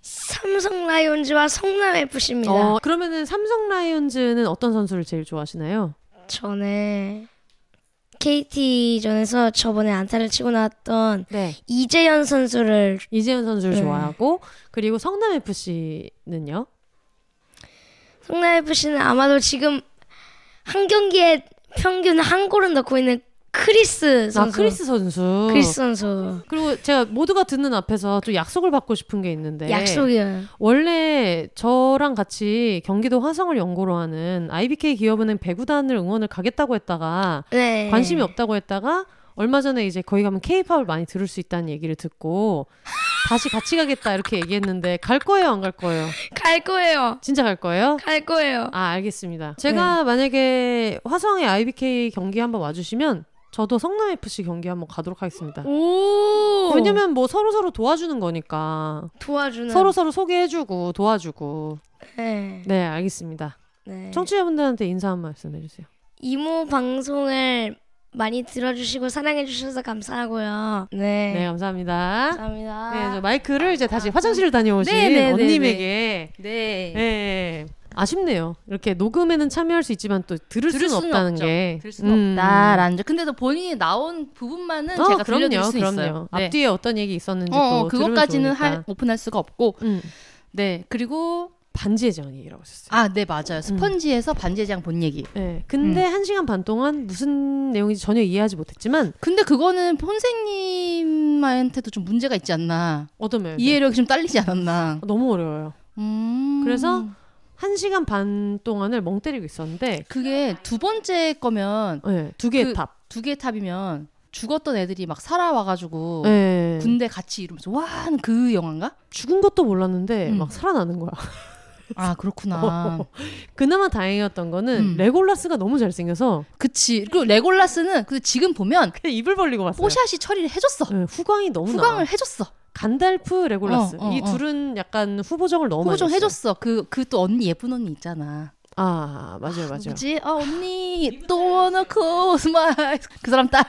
D: 삼성 라이온즈와 성남 FC입니다.
A: 어, 그러면은 삼성 라이온즈는 어떤 선수를 제일 좋아하시나요?
D: 전에 KT전에서 저번에 안타를 치고 나왔던
A: 네.
D: 이재현 선수를
A: 이재현 선수를
D: 네.
A: 좋아하고 그리고 성남 FC는요?
D: 성남 FC는 아마도 지금 한 경기에 평균 한 골은 넣고 있는 크리스
A: 아,
D: 선수.
A: 크리스 선수.
D: 크리스 선수.
A: 그리고 제가 모두가 듣는 앞에서 또 약속을 받고 싶은 게 있는데
D: 약속이요.
A: 원래 저랑 같이 경기도 화성을 연고로 하는 IBK 기업은행 배구단을 응원을 가겠다고 했다가
D: 네.
A: 관심이 없다고 했다가 얼마 전에 이제 거기 가면 케이팝을 많이 들을 수 있다는 얘기를 듣고 다시 같이 가겠다 이렇게 얘기했는데 갈 거예요 안 갈 거예요
D: 갈 거예요.
A: 진짜 갈 거예요
D: 갈 거예요.
A: 아 알겠습니다
D: 네.
A: 제가 만약에 화성에 IBK 경기 한번 와주시면 저도 성남 FC 경기 한번 가도록 하겠습니다
D: 오.
A: 왜냐면 뭐 서로 서로 도와주는 거니까
D: 도와주는.
A: 서로 서로 소개해주고 도와주고
D: 네.
A: 네 알겠습니다
D: 네.
A: 청취자분들한테 인사 한 말씀 해주세요.
D: 이모 방송을 많이 들어주시고 사랑해주셔서 감사하고요. 네.
A: 네, 감사합니다.
D: 감사합니다.
A: 네, 저 마이크를 이제 다시 화장실을 다녀오신
B: 아. 네, 네, 네,
A: 언님에게
B: 네.
A: 네, 아쉽네요. 이렇게 녹음에는 참여할 수 있지만 또 들을, 수는
B: 들을 수는
A: 없다는
B: 없죠.
A: 게
B: 들을 수는
A: 음.
B: 없다라는 점. 근데도 본인이 나온 부분만은
A: 어,
B: 제가
A: 그럼요,
B: 들려드릴 수
A: 그럼요.
B: 있어요. 네.
A: 앞뒤에 어떤 얘기 있었는지
B: 어, 어,
A: 또
B: 그것까지는
A: 들으면
B: 할,
A: 좋으니까.
B: 오픈할 수가 없고
A: 음.
B: 네 그리고
A: 반지의 제왕이라고 하셨어요.
B: 아 네 맞아요 스펀지에서 반지의장 본 얘기
A: 네, 근데
B: 음.
A: 한 시간 반 동안 무슨 내용인지 전혀 이해하지 못했지만
B: 근데 그거는 선생님한테도 좀 문제가 있지 않나
A: 어떤 면에서
B: 이해력이 좀 딸리지 않았나
A: 너무 어려워요.
B: 음.
A: 그래서 한 시간 반 동안을 멍 때리고 있었는데
B: 그게 두 번째 거면
A: 네, 두 개의
B: 그-
A: 탑.
B: 두 개의 탑이면 죽었던 애들이 막 살아와가지고
A: 네.
B: 군대 같이 이러면서 와 그 영화인가?
A: 죽은 것도 몰랐는데
B: 음.
A: 막 살아나는 거야. (laughs)
B: 아 그렇구나.
A: 그나마 다행이었던 거는
B: 음.
A: 레골라스가 너무 잘생겨서
B: 그치. 그리고 레골라스는 근데 지금 보면
A: 그냥 입을 벌리고 봤어요.
B: 뽀샤시 처리를 해줬어.
A: 네, 후광이 너무 나.
B: 후광을 해줬어.
A: 간달프 레골라스
B: 어, 어,
A: 이
B: 어.
A: 둘은 약간 후보정을 너무
B: 후보정
A: 많이 했어요.
B: 해줬어. 그 그 또 언니 예쁜 언니 있잖아.
A: 아 맞아요 맞아요.
B: 누구지? 아 언니 또워너코 스마일 그 사람 딸.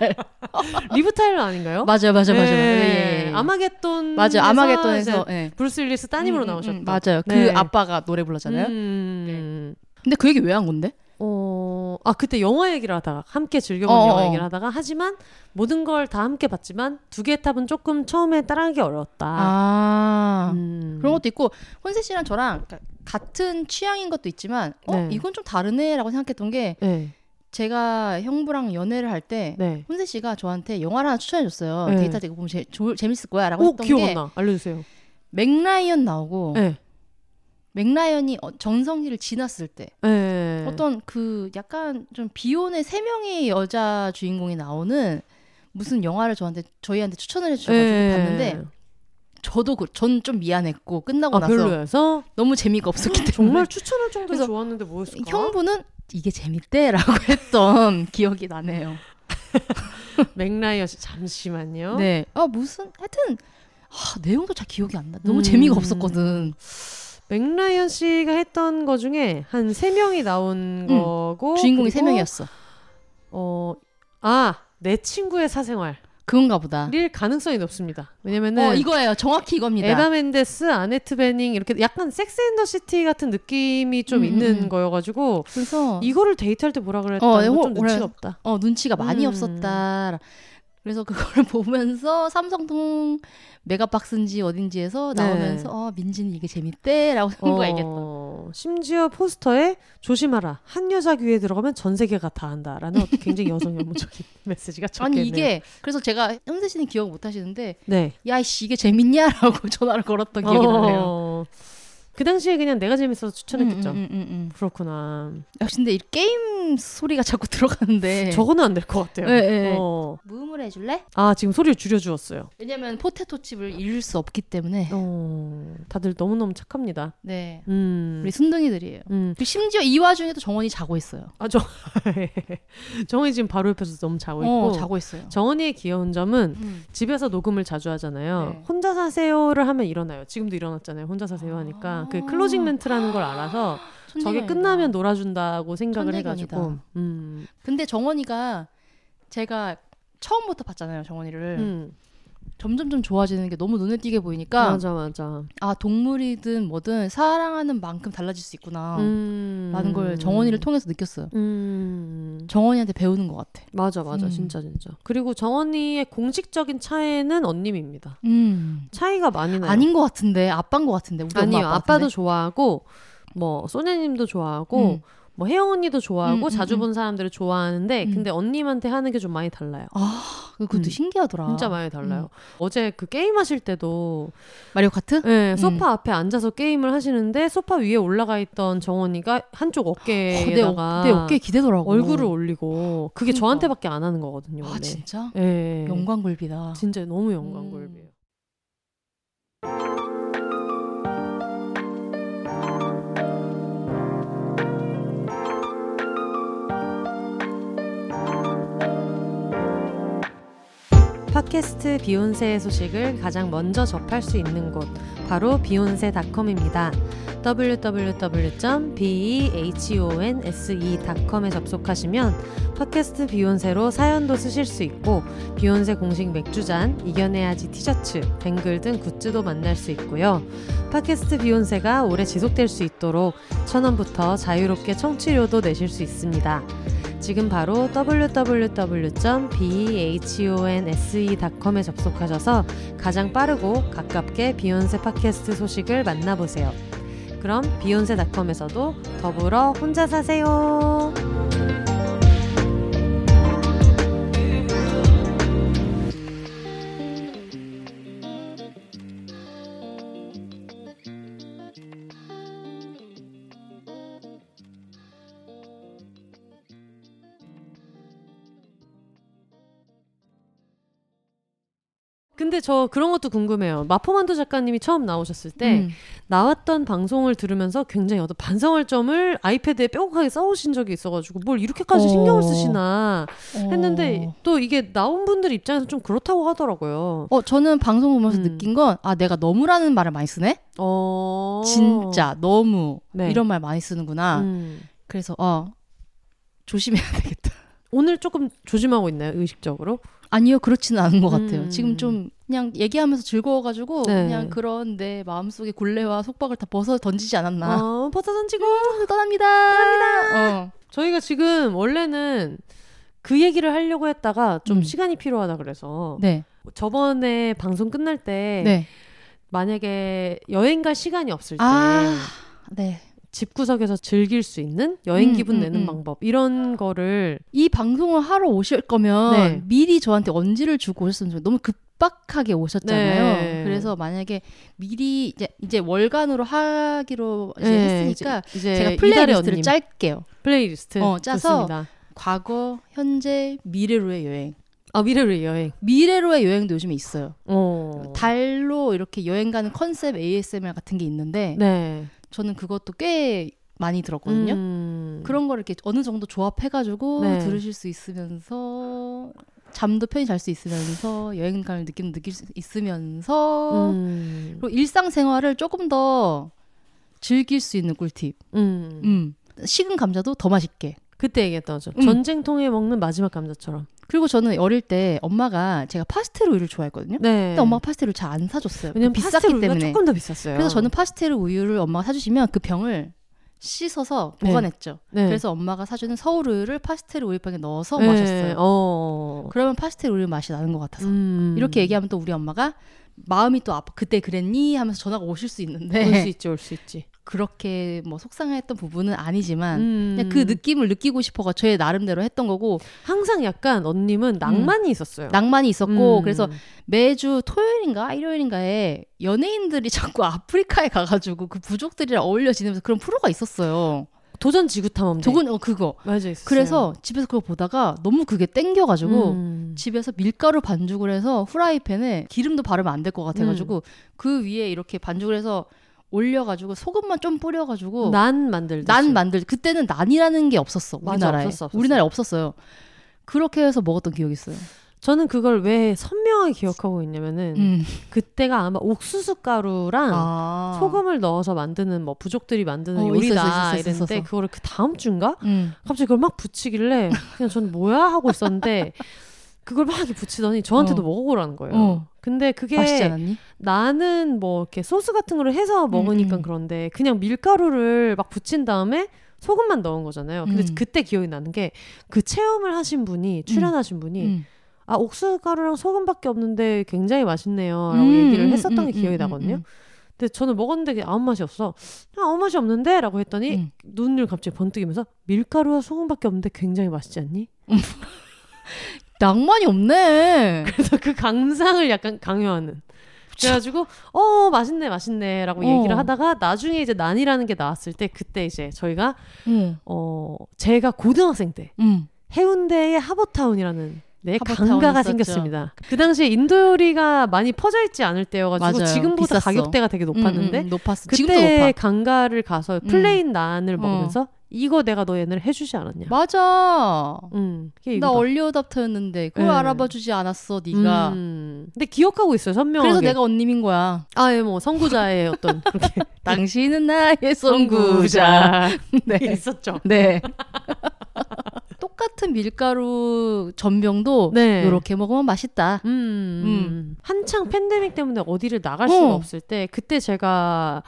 A: 리브 타일러 아닌가요?
B: 맞아요, 맞아요, 맞아요. 예, 예, 예.
A: 어? 네. 아마겟돈
B: 맞아 아마겟돈에서 예.
A: 브루스 윌리스 따님으로
B: 음, 음,
A: 나오셨던
B: 음, 맞아요.
A: 네.
B: 그 아빠가 노래 불렀잖아요.
A: 음.
B: 근데 그 얘기 왜 한 건데?
A: 어, 아 그때 영화 얘기를 하다가 함께 즐겨본
B: 어,
A: 영화
B: 어.
A: 얘기를 하다가 하지만 모든 걸 다 함께 봤지만 두 개의 탑은 조금 처음에 따라하기 어려웠다.
B: 아.
A: 음.
B: 그런 것도 있고 혼세 씨랑 저랑 가- 같은 취향인 것도 있지만 어
A: 네.
B: 이건 좀 다르네라고 생각했던 게
A: 네,
B: 제가 형부랑 연애를 할 때
A: 네.
B: 혼세 씨가 저한테 영화를 하나 추천해줬어요.
A: 네.
B: 데이트 이거 보면 재, 조, 재밌을 거야라고
A: 오
B: 했던 게 어.
A: 기억나. 알려주세요.
B: 맥라이언 나오고
A: 네,
B: 맥라이언이 어- 정성기를 지났을 때
A: 네.
B: 어떤 그 약간 좀 비혼의 세 명의 여자 주인공이 나오는 무슨 영화를 저한테 저희한테 추천을 해주셔가지고
A: 네.
B: 봤는데 저도 그, 전 좀 미안했고 끝나고
A: 아
B: 나서
A: 별로여서
B: 너무 재미가 없었기 때문에
A: 정말 추천할 정도로
B: 그래서
A: 좋았는데 뭐였을까?
B: 형부는 이게 재밌대라고 (laughs) 했던 기억이 나네요.
A: 맥라이언 씨 잠시만요.
B: 네. 아 무슨 하여튼 아, 내용도 잘 기억이 안 나. 너무
A: 음.
B: 재미가 없었거든.
A: 맥라이언 씨가 했던 거 중에 한 세 명이 나온
B: 음.
A: 거고
B: 주인공이 세
A: 그리고,
B: 명이었어.
A: 어, 아. 내 친구의 사생활
B: 그건가 보다.
A: 릴 가능성이 높습니다. 왜냐면은
B: 어 이거예요. 정확히 이겁니다.
A: 네. 에바 멘데스, 아네트 베닝 이렇게 약간 섹스 앤더 시티 같은 느낌이 좀
B: 음,
A: 있는
B: 음.
A: 거여가지고
B: 그래서
A: 이거를 데이트할 때 뭐라 그랬다.
B: 어,
A: 어,
B: 이거
A: 좀 눈치가
B: 올해-
A: 없다.
B: 어 눈치가 많이
A: 음.
B: 없었다. 그래서 그걸 (laughs) 보면서 삼성동 메가박스인지 어딘지에서
A: 네.
B: 나오면서 어 민진이 이게 재밌대라고
A: 어,
B: 형부가 얘기했던.
A: 심지어 포스터에 조심하라 한 여자 귀에 들어가면 전 세계가 다 한다라는 어떤 굉장히 여성 연문적인 (laughs) 메시지가 적혀있네요.
B: 아니 이게 그래서 제가 현세 씨는 기억 못 하시는데
A: 네.
B: (laughs) 야이씨 이게 재밌냐라고 전화를 걸었던 기억이 나네요.
A: 어, 그 당시에 그냥 내가 재밌어서 추천했겠죠.
B: 음, 음, 음, 음.
A: 그렇구나.
B: 역시 근데 이 게임 소리가 자꾸 (laughs) 들어가는데
A: 저거는 안 될 것 같아요.
B: 네, 네.
A: 어.
B: 무음을 해줄래?
A: 아 지금 소리를 줄여주었어요.
B: 왜냐면 포테토 칩을 잃을 수 없기 때문에
A: 어, 다들 너무너무 착합니다.
B: 네
A: 음,
B: 우리 순둥이들이에요
A: 음. (laughs)
B: 그리고 심지어 이 와중에도 정원이 자고 있어요
A: 아, 저 정원이 지금 바로 옆에서 너무 자고 있고
B: 어 자고 있어요
A: 정원이의 귀여운 점은
B: 음.
A: 집에서 녹음을 자주 하잖아요.
B: 네.
A: 혼자 사세요를 하면 일어나요. 지금도 일어났잖아요. 혼자 사세요 하니까 그 클로징 멘트라는 걸 알아서 저게
B: 천재견이다.
A: 끝나면 놀아준다고 생각을
B: 천재견이다.
A: 해가지고 음,
B: 근데 정원이가 제가 처음부터 봤잖아요 정원이를
A: 음.
B: 점점 좀 좋아지는 게 너무 눈에 띄게 보이니까
A: 맞아 맞아
B: 아 동물이든 뭐든 사랑하는 만큼 달라질 수 있구나
A: 음.
B: 어. 라는 걸 정원이를 통해서 느꼈어요
A: 음.
B: 정원이한테 배우는 것 같아
A: 맞아 맞아
B: 음.
A: 진짜 진짜 그리고 정원이의 공식적인 차이는 언니입니다
B: 음
A: 차이가 많이 나요
B: 아닌 것 같은데 아빠인 음. 것 같은데 우리
A: 네. 아니요
B: 엄마 아빠
A: 아빠도
B: 같은데?
A: 좋아하고 뭐 소녀님도 좋아하고
B: 음.
A: 뭐 혜영 언니도 좋아하고
B: 음, 음,
A: 자주
B: 음.
A: 본 사람들을 좋아하는데
B: 음.
A: 근데 언니한테 하는 게 좀 많이 달라요
B: 아 음. 그것도
A: 음.
B: 신기하더라
A: 진짜 많이 달라요 어제 그 게임 하실 때도
B: 마리오 카트
A: 예, 소파 앞에 앉아서 게임을 하시는데 소파 위에 올라가 있던 정원이가 한쪽
B: 내, 어,
A: 어깨에다가
B: 내 어깨에 기대더라고
A: 네, 얼굴을 올리고 그게
B: 그러니까.
A: 저한테밖에 안 하는 거거든요.
B: 아
A: 원래.
B: 진짜
A: 예.
B: 영광굴비다
A: 진짜 너무 영광골비예요. 팟캐스트 비욘세의 소식을 가장 먼저 접할 수 있는 곳 바로 비욘세닷컴입니다. e www.behonse.com에 e 접속하시면 팟캐스트 비욘세로 사연도 쓰실 수 있고 비욘세 공식 맥주잔, 이겨내야지 티셔츠, 뱅글 등 굿즈도 만날 수 있고요. 팟캐스트 비욘세가 오래 지속될 수 있도록 천원부터 자유롭게 청취료도 내실 수 있습니다. 지금 바로 www.behonse.com에 접속하셔서 가장 빠르고 가깝게 비욘세 팟캐스트 소식을 만나보세요. 그럼 비욘세닷컴에서도 더불어 혼자 사세요. 근데 저 그런 것도 궁금해요. 마포만두 작가님이 처음 나오셨을 때
B: 음.
A: 나왔던 방송을 들으면서 굉장히 어떤 반성할 점을 아이패드에 뾰족하게 써오신 적이 있어가지고 뭘 이렇게까지 신경을
B: 어.
A: 쓰시나 했는데
B: 어.
A: 또 이게 나온 분들 입장에서 좀 그렇다고 하더라고요.
B: 어 저는 방송 보면서
A: 음.
B: 느낀 건 아 내가 너무라는 말을 많이 쓰네
A: 어.
B: 진짜 너무
A: 네.
B: 이런 말 많이 쓰는구나
A: 음.
B: 그래서 어 조심해야 되겠다 (laughs)
A: 오늘 조금 조심하고 있나요 의식적으로?
B: 아니요 그렇지는 않은 것 같아요
A: 음.
B: 지금 좀 그냥 얘기하면서 즐거워가지고
A: 네.
B: 그냥 그런 내 마음속의 굴레와 속박을 다 벗어 던지지 않았나 음,
A: 어, 버터 던지고
B: 떠납니다 떠납니다 어.
A: 저희가 지금 원래는 그 얘기를 하려고 했다가 좀
B: 음.
A: 시간이 필요하다 그래서
B: 네.
A: 저번에 방송 끝날 때
B: 네.
A: 만약에 여행 갈 시간이 없을 때
B: 아, 네.
A: 집구석에서 즐길 수 있는 여행
B: 음,
A: 기분
B: 음,
A: 내는
B: 음.
A: 방법 이런 거를
B: 이 방송을 하러 오실 거면
A: 네.
B: 미리 저한테 언지를 주고 오셨으면 좋겠어요. 너무 급박하게 오셨잖아요.
A: 네.
B: 그래서 만약에 미리 이제, 이제 월간으로 하기로 네, 이제
A: 예,
B: 했으니까
A: 이제- 이제
B: 제가
A: 이달의
B: 플레이리스트를
A: 언님
B: 짤게요.
A: 플레이리스트
B: 어, 짜서
A: 좋습니다.
B: 과거, 현재, 미래로의 여행.
A: 아 미래로 여행
B: 미래로의 여행도 요즘에 있어요.
A: 어.
B: 달로 이렇게 여행 가는 컨셉 ASMR 같은 게 있는데
A: 네
B: 저는 그것도 꽤 많이 들었거든요.
A: 음.
B: 그런 걸 이렇게 어느 정도 조합해가지고
A: 네.
B: 들으실 수 있으면서 잠도 편히 잘 수 있으면서 여행감을 느낌 느낄 수 있으면서
A: 음.
B: 그리고 일상생활을 조금 더 즐길 수 있는 꿀팁.
A: 음.
B: 음. 식은 감자도 더 맛있게.
A: 그때 얘기했던 거죠
B: 음.
A: 전쟁통에 먹는 마지막 감자처럼
B: 그리고 저는 어릴 때 엄마가 제가 파스텔 우유를 좋아했거든요.
A: 네
B: 근데 엄마가 파스텔 우유 잘 안 사줬어요. 그
A: 왜냐면
B: 비쌌기
A: 파스텔 우유가
B: 때문에.
A: 조금 더 비쌌어요
B: 그래서 저는 파스텔 우유를 엄마가 사주시면 그 병을 씻어서
A: 네.
B: 보관했죠.
A: 네.
B: 그래서 엄마가 사주는 서울 우유를 파스텔 우유병에 넣어서
A: 네.
B: 마셨어요.
A: 어.
B: 그러면 파스텔 우유 맛이 나는 것 같아서
A: 음.
B: 이렇게 얘기하면 또 우리 엄마가 마음이 또 아파 그때 그랬니 하면서 전화가 오실 수 있는데
A: 올수 네. 있지 올 수 있지
B: (laughs) 그렇게 뭐 속상했던 부분은 아니지만
A: 음.
B: 그냥 그 느낌을 느끼고 싶어가 저의 나름대로 했던 거고
A: 항상 약간 언님은 낭만이 있었어요.
B: 음. 낭만이 있었고
A: 음.
B: 그래서 매주 토요일인가 일요일인가에 연예인들이 (laughs) 자꾸 아프리카에 가가지고 그 부족들이랑 어울려 지내면서 그런 프로가 있었어요.
A: 도전 지구 탐험대.
B: 저건 어, 그거.
A: 맞아 네. 있었어요.
B: 그래서 집에서 그걸 보다가 너무 그게 땡겨가지고
A: 음.
B: 집에서 밀가루 반죽을 해서 후라이팬에 기름도 바르면 안 될 것 같아가지고
A: 음.
B: 그 위에 이렇게 반죽을 해서 올려가지고 소금만 좀 뿌려가지고
A: 난 만들듯이.
B: 난 만들 그때는 난이라는 게 없었어
A: 맞아,
B: 우리나라에
A: 없었어, 없었어.
B: 우리나라에 없었어요 그렇게 해서 먹었던 기억이 있어요
A: 저는 그걸 왜 선명하게 기억하고 있냐면은
B: 음.
A: 그때가 아마 옥수수 가루랑
B: 아.
A: 소금을 넣어서 만드는 뭐 부족들이 만드는
B: 어, 있어,
A: 요리다
B: 있어, 있어, 있어,
A: 이랬는데
B: 있어.
A: 그거를 그 다음 주인가
B: 음.
A: 갑자기 그걸 막 붙이길래 그냥 전 뭐야 하고 있었는데 그걸 막 이렇게 붙이더니 저한테도
B: 어.
A: 먹어보라는 거예요.
B: 어.
A: 근데 그게
B: 맛있지 않았니?
A: 나는 뭐 이렇게 소스 같은 거를 해서 먹으니까
B: 음.
A: 그런데 그냥 밀가루를 막 붙인 다음에 소금만 넣은 거잖아요. 근데
B: 음.
A: 그때 기억이 나는 게 그 체험을 하신 분이 출연하신 분이
B: 음.
A: 아 옥수수가루랑 소금밖에 없는데 굉장히 맛있네요라고
B: 음,
A: 얘기를
B: 음,
A: 했었던
B: 음,
A: 게 기억이
B: 음,
A: 나거든요.
B: 음,
A: 근데 저는 먹었는데 그냥 아무 맛이 없어. 아, 아무 맛이 없는데라고 했더니
B: 음.
A: 눈을 갑자기 번뜩이면서 밀가루와 소금밖에 없는데 굉장히 맛있지 않니?
B: 낭만이 없네
A: 그래서 (laughs) 그 강상을 약간 강요하는. 그래가지고 어 맛있네 맛있네라고 얘기를
B: 어.
A: 하다가 나중에 이제 난이라는 게 나왔을 때 그때 이제 저희가
B: 음.
A: 어 제가 고등학생 때
B: 음.
A: 해운대의 하버타운이라는 네,
B: 하버타운이
A: 강가가
B: 있었죠.
A: 생겼습니다. 그 당시에 인도 요리가 많이 퍼져 있지 않을 때여가지고
B: 맞아요.
A: 지금보다
B: 비쌌어.
A: 가격대가 되게 높았는데
B: 음, 음, 높았어 지금도
A: 그때
B: 높아 음. 어.
A: 강가를 가서 플레인 난을 먹으면서 이거 내가 너희들 해주지 않았냐?
B: 맞아
A: 음, 그게
B: 나
A: 이거다.
B: 얼리 어답터였는데 그걸
A: 네.
B: 알아봐 주지 않았어 네가
A: 음, 근데 기억하고 있어요 선명하게.
B: 그래서 내가 언니인 거야
A: 아예 뭐
B: (laughs)
A: 선구자의 어떤 그렇게 (laughs)
B: 당신은 나의 선구자
A: 이게 있었죠.
B: 네 (laughs) 똑같은 밀가루 전병도
A: 네.
B: 요렇게 먹으면 맛있다
A: 음,
B: 음.
A: 한창 팬데믹 때문에 어디를 나갈 수가
B: 어.
A: 없을 때 그때 제가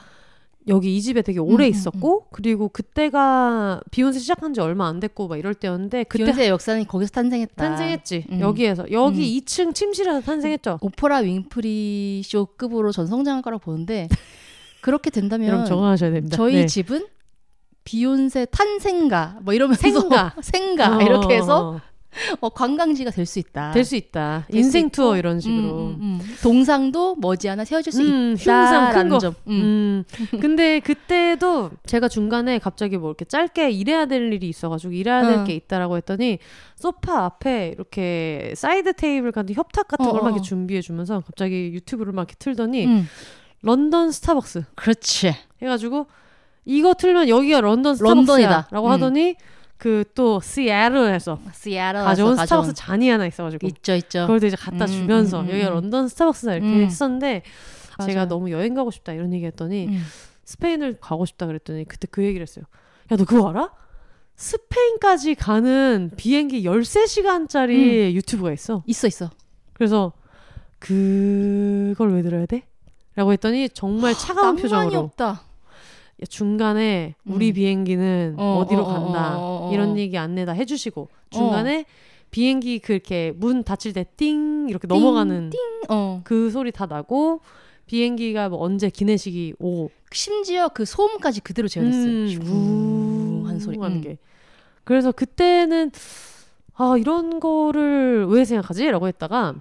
A: 여기 이 집에 되게 오래
B: 음, 음,
A: 있었고 그리고 그때가 비욘세 시작한 지 얼마 안 됐고 막 이럴 때였는데 그때
B: 비욘세의 역사는 거기서 탄생했다
A: 탄생했지
B: 음.
A: 여기에서 여기
B: 음.
A: 2층 침실에서 탄생했죠.
B: 오프라 윙프리 쇼급으로 전 성장할 거라고 보는데 그렇게
A: 여러분
B: 된다면
A: 적응하셔야 됩니다.
B: 저희
A: 네.
B: 집은 비욘세 탄생가 뭐 이러면서
A: 생가.
B: (laughs) 생가 이렇게 해서 어, 관광지가 될 수 있다.
A: 어. 될 수 있다.
B: 될수
A: 인생
B: 있고.
A: 투어 이런
B: 음,
A: 식으로.
B: 음, 음. 동상도 머지않아 세워질 수
A: 음, 흉상 큰
B: 있다라는
A: 거.
B: 점. 음.
A: 음. 근데 그때도 제가 중간에 갑자기 뭐 이렇게 짧게 일해야 될 일이 있어가지고 일해야 될
B: 어.
A: 게 있다라고 했더니 소파 앞에 이렇게 사이드 테이블 같은 협탁 같은
B: 어,
A: 걸 막
B: 어.
A: 이렇게 준비해주면서 갑자기 유튜브를 막 이렇게 틀더니
B: 음.
A: 런던 스타벅스
B: 그렇지.
A: 해가지고 이거 틀면 여기가 런던
B: 런던이다.
A: 스타벅스야라고
B: 음.
A: 하더니 그 또 시애틀에서
B: 시애틀에서
A: 가져온 스타벅스
B: 가져온.
A: 잔이 하나 있어가지고
B: 있죠, 있죠.
A: 그걸 또 이제 갖다
B: 음,
A: 주면서
B: 음, 음,
A: 여기가
B: 음.
A: 런던 스타벅스다 이렇게
B: 음.
A: 했었는데 제가
B: 맞아요.
A: 너무 여행 가고 싶다 이런 얘기 했더니
B: 음.
A: 스페인을 가고 싶다 그랬더니 그때 그 얘기를 했어요. 야 너 그거 알아? 스페인까지 가는 비행기 13시간짜리
B: 음.
A: 유튜브가 있어.
B: 있어, 있어.
A: 그래서 그걸 왜 들어야 돼? 라고 했더니 정말 차가운
B: 낭만이
A: 표정으로
B: 없다.
A: 야, 중간에 우리
B: 음.
A: 비행기는
B: 어,
A: 어, 디로
B: 어, 어,
A: 간다
B: 어, 어, 어.
A: 이런 얘기 안내다 해주시고 중간에 비행기 그렇게 문 닫힐 때 띵 이렇게 넘어가는
B: 어.
A: 그 소리 다 나고 비행기가 뭐 언제 기내식이 오고
B: 심지어 그 소음까지 그대로 재현했어요. 슝 하는 소리.
A: 하는
B: 음.
A: 게 그래서 그때는 아 이런 거를 왜 생각하지라고 했다가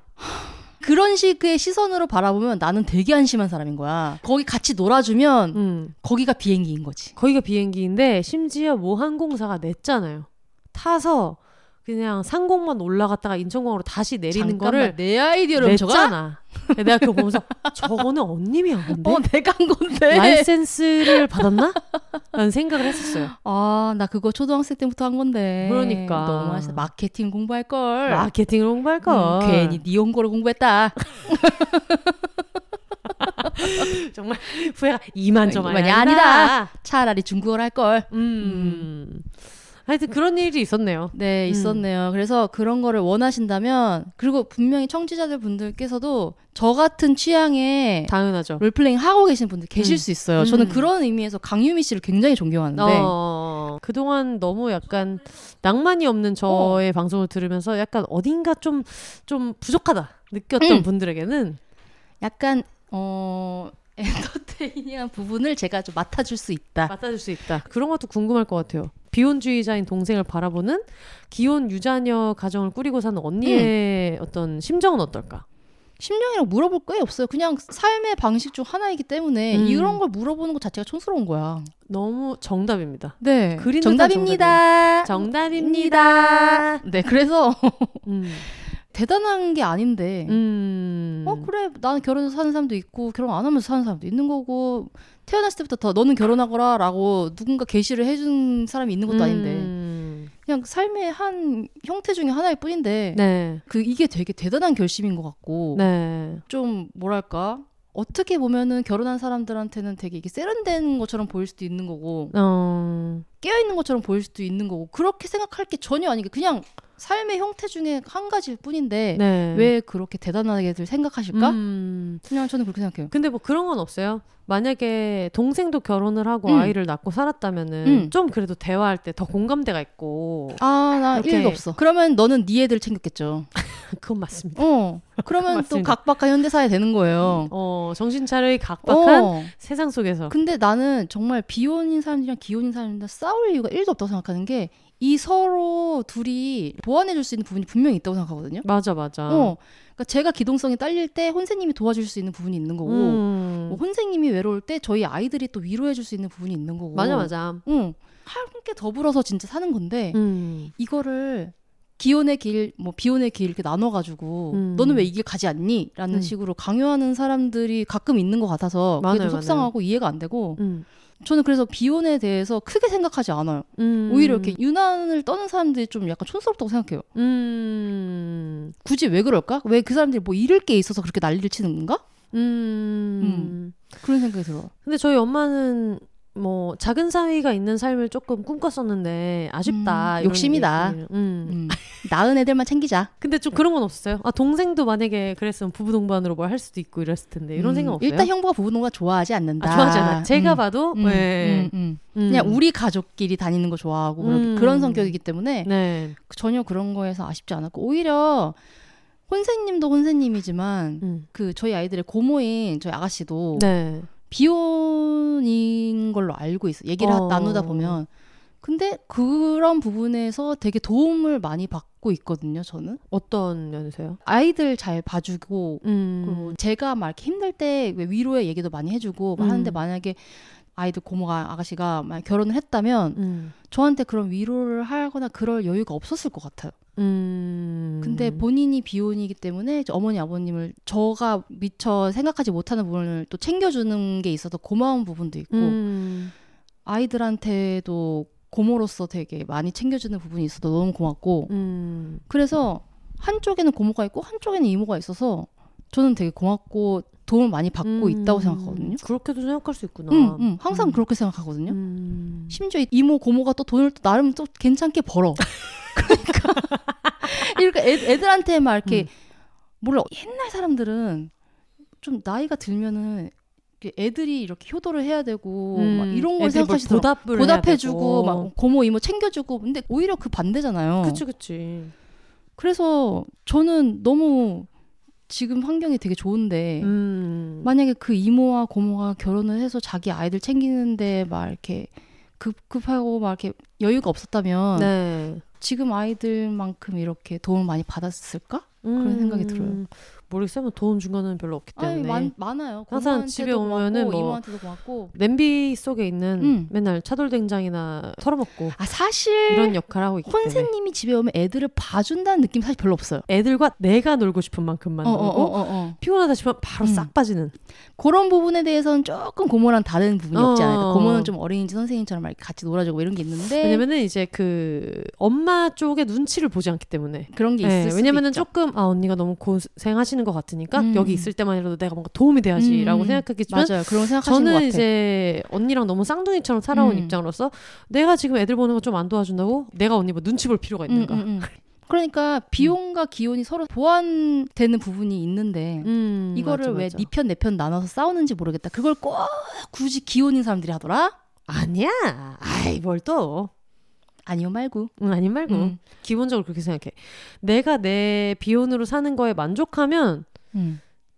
B: 그런 식의 시선으로 바라보면 나는 되게 한심한 사람인 거야. 거기 같이 놀아주면
A: 음,
B: 거기가 비행기인 거지.
A: 거기가 비행기인데 심지어 모 항공사가 냈잖아요 타서 그냥 상공만 올라갔다가 인천공항으로 다시 내리는
B: 잠깐만,
A: 거를
B: 내 아이디어로 저가
A: 냈잖아 내가 그거 보면서 (laughs) 저거는 언님이 한 건데
B: 어 내가 한 건데.
A: 라이센스를 받았나? 라는 생각을 했었어요
B: 아, 나 그거 초등학생 때부터 한 건데.
A: 그러니까.
B: 너무 맛있어. 마케팅 공부할 걸.
A: 마케팅을 공부할 걸
B: 음, 괜히 니 홍보를 공부했다.
A: 정말 후회가 이만저만이
B: 이만이
A: 아니다.
B: 차라리 중국어를 할 걸.
A: 음. 하여튼 그런 일이 있었네요.
B: 네, 있었네요. 그래서 그런 거를 원하신다면 그리고 분명히 청취자들 분들께서도 저 같은 취향의
A: 당연하죠.
B: 롤플레잉 하고 계신 분들 계실
A: 음.
B: 수 있어요. 저는
A: 음.
B: 그런 의미에서 강유미 씨를 굉장히 존경하는데
A: 어, 그동안 너무 약간 낭만이 없는 저의
B: 어.
A: 방송을 들으면서 약간 어딘가 좀 좀 부족하다 느꼈던
B: 음.
A: 분들에게는
B: 약간 어 (laughs) 엔터테이닝한 부분을 제가 좀 맡아줄 수 있다.
A: 맡아줄 수 있다. 그런 것도 궁금할 것 같아요. 비혼주의자인 동생을 바라보는 기혼 유자녀 가정을 꾸리고 사는
B: 음.
A: 언니의 어떤 심정은 어떨까?
B: 심령이랑 물어볼 게 없어요. 그냥 삶의 방식 중 하나이기 때문에
A: 음.
B: 이런 걸 물어보는 것 자체가 촌스러운 거야.
A: 너무 정답입니다.
B: 네,
A: 그린 듯한
B: 정답입니다.
A: 정답입니다.
B: 네, 그래서
A: 음.
B: 대단한 게 아닌데.
A: 음.
B: 네. 어 그래 나는 결혼해서 사는 사람도 있고 결혼 안 하면서 사는 사람도 있는 거고 태어났을 때부터 더 너는 결혼하거라라고 누군가 게시를 해준 사람이 있는 것도 아닌데
A: 음.
B: 그냥 삶의 한 형태 중에 하나일 뿐인데
A: 네.
B: 그 이게 되게 대단한 결심인 것 같고
A: 네.
B: 좀 뭐랄까 어떻게 보면은 결혼한 사람들한테는 되게 이게 세련된 것처럼 보일 수도 있는 거고
A: 어.
B: 깨어 있는 것처럼 보일 수도 있는 거고 그렇게 생각할 게 전혀 아닌 게 그냥 삶의 형태 중에 한 가지일 뿐인데
A: 네.
B: 왜 그렇게 대단하게들 생각하실까?
A: 음.
B: 그냥 저는 그렇게 생각해요.
A: 근데 뭐 그런 건 없어요. 만약에 동생도 결혼을 하고
B: 음.
A: 아이를 낳고 살았다면은
B: 음.
A: 좀 그래도 대화할 때 더 공감대가 있고 (laughs)
B: 아, 나
A: 이렇게.
B: 일도 없어. 그러면 너는 네 애들 챙겼겠죠.
A: 그건 맞습니다.
B: 어. (laughs) 그러면 또
A: 맞습니다.
B: 각박한 현대사에 되는 거예요.
A: 어 정신 차려의 각박한
B: 어.
A: 세상 속에서
B: 근데 나는 정말 비혼인 사람들이랑 기혼인 사람들 싸울 이유가 1도 없다고 생각하는 게 이 서로 둘이 보완해 줄 수 있는 부분이 분명히 있다고 생각하거든요.
A: 맞아 맞아.
B: 어. 그러니까 제가 기동성이 딸릴 때 혼세님이 도와줄 수 있는 부분이 있는 거고
A: 음.
B: 뭐 혼세님이 외로울 때 저희 아이들이 또 위로해 줄 수 있는 부분이 있는 거고.
A: 맞아 맞아.
B: 응. 함께 더불어서 진짜 사는 건데
A: 음.
B: 이거를 기혼의 길, 뭐 비혼의 길 이렇게 나눠가지고
A: 음.
B: 너는 왜 이 길 가지 않니? 라는
A: 음.
B: 식으로 강요하는 사람들이 가끔 있는 것 같아서 그게 좀
A: 많아요,
B: 속상하고 이해가 안 되고
A: 음.
B: 저는 그래서 비혼에 대해서 크게 생각하지 않아요.
A: 음.
B: 오히려 이렇게 유난을 떠는 사람들이 좀 약간 촌스럽다고 생각해요.
A: 음.
B: 굳이 왜 그럴까? 왜 그 사람들이 뭐 잃을 게 있어서 그렇게 난리를 치는 건가?
A: 음.
B: 음. 그런 생각이 들어요.
A: 근데 저희 엄마는 뭐 작은 사위가 있는 삶을 조금 꿈꿨었는데 아쉽다.
B: 음,
A: 이런
B: 욕심이다.
A: 얘기를. 음.
B: 음. 나은 애들만 챙기자.
A: 근데 좀 그런 건 없었어요. 아 동생도 만약에 그랬으면 부부 동반으로 뭘 할 수도 있고 이랬을 텐데 네, 이런
B: 음,
A: 생각 없어요.
B: 일단 형부가 부부동가 좋아하지 않는다.
A: 아, 좋아하지 않아. 제가
B: 음,
A: 봐도
B: 음,
A: 네.
B: 음, 음.
A: 음.
B: 그냥 우리 가족끼리 다니는 거 좋아하고 그런-
A: 음.
B: 그런 성격이기 때문에
A: 네.
B: 전혀 그런 거에서 아쉽지 않았고 오히려 혼세님도 혼세님이지만
A: 음.
B: 그 저희 아이들의 고모인 저희 아가씨도
A: 네.
B: 비혼인 걸로 알고 있어 얘기를
A: 어.
B: 나누다 보면 근데 그런 부분에서 되게 도움을 많이 받고 있거든요 저는
A: 어떤 면에서요?
B: 아이들 잘 봐주고 그리고
A: 음.
B: 제가 막 이렇게 힘들 때왜 위로의 얘기도 많이 해주고 막
A: 음.
B: 하는데 만약에 아이들 고모가 아가씨가 만약 결혼을 했다면
A: 음.
B: 저한테 그런 위로를 하거나 그럴 여유가 없었을 것 같아요.
A: 음.
B: 근데 본인이 비혼이기 때문에 이제 어머니 아버님을 저가 미처 생각하지 못하는 부분을 또 챙겨주는 게 있어서 고마운 부분도 있고
A: 음.
B: 아이들한테도 고모로서 되게 많이 챙겨주는 부분이 있어서 너무 고맙고
A: 음.
B: 그래서 한쪽에는 고모가 있고 한쪽에는 이모가 있어서 저는 되게 고맙고 도움을 많이 받고
A: 음.
B: 있다고 생각하거든요.
A: 그렇게도 생각할 수 있구나.
B: 응, 응, 항상
A: 음.
B: 그렇게 생각하거든요.
A: 음.
B: 심지어 이모 고모가 또 돈을 또 나름 또 괜찮게
A: (laughs)
B: 벌어. 그러니까 (laughs) 이렇게 애, 애들한테 막 이렇게
A: 음.
B: 몰라 옛날 사람들은 좀 나이가 들면은 이렇게 애들이 이렇게 효도를 해야 되고
A: 뭐
B: 막 이런 걸
A: 음, 애들이 뭘
B: 생각하시더라고.
A: 보답을
B: 보답해주고 어. 막 고모 이모 챙겨주고 근데 오히려 그 반대잖아요.
A: 그치 그치.
B: 래서 저는 너무 지금 환경이 되게 좋은데
A: 음.
B: 만약에 그 이모와 고모가 결혼을 해서 자기 아이들 챙기는데 막 이렇게 급급하고 막 이렇게 여유가 없었다면
A: 네.
B: 지금 아이들만큼 이렇게 도움을 많이 받았을까?
A: 그런
B: 생각이 들어요.
A: 모르겠어요. 뭐 도움 준 거는 별로 없기
B: 음. 아니,
A: 때문에.
B: 많, 많아요.
A: 항상
B: 고모한테도
A: 집에
B: 고맙고,
A: 오면은 뭐-
B: 이모한테도 고맙고
A: 냄비 속에 있는
B: 음.
A: 맨날 차돌된장이나 털어먹고
B: 아 사실
A: 이런 역할을 하고 있기 때문에
B: 혼세님이 집에 오면 애들을 봐준다는 느낌 사실 별로 없어요.
A: 애들과 내가 놀고 싶은 만큼만
B: 어,
A: 놀고
B: 어, 어, 어, 어.
A: 피곤하다 싶으면 바로
B: 음.
A: 싹 빠지는
B: 그런 부분에 대해서는 조금 고모랑 다른 부분이 없지 않아요.
A: 어.
B: 고모는 좀 어린이집 선생님처럼 막 이렇게 같이 놀아주고 이런 게 있는데
A: 왜냐면은 이제 그 엄마 쪽의 눈치를 보지 않기 때문에
B: 그런 게 있을
A: 예,
B: 수도
A: 왜냐면은
B: 있죠.
A: 조금 아 언니가 너무 고생하시는 것 같으니까
B: 음.
A: 여기 있을 때만이라도 내가 뭔가 도움이 돼야지라고
B: 음.
A: 생각했지만
B: 맞아요. 그런 거 생각하시는 것
A: 저는
B: 같아요.
A: 이제 언니랑 너무 쌍둥이처럼 살아온
B: 음.
A: 입장으로서 내가 지금 애들 보는 거 좀 안 도와준다고 내가 언니 뭐 눈치 볼 필요가 있는가
B: 음, 음, 음. 그러니까 비혼과 기혼이 서로 보완되는 부분이 있는데
A: 음,
B: 이거를
A: 맞아,
B: 왜
A: 맞아.
B: 네 편 내 편 나눠서 싸우는지 모르겠다. 그걸 꼭 굳이 기혼인 사람들이 하더라?
A: 아니야 아이 뭘또
B: 아니요 말고.
A: 응, 아닌 말고
B: 음. 음.
A: 기본적으로 그렇게 생각해 내가 내 비혼으로 사는 거에 만족하면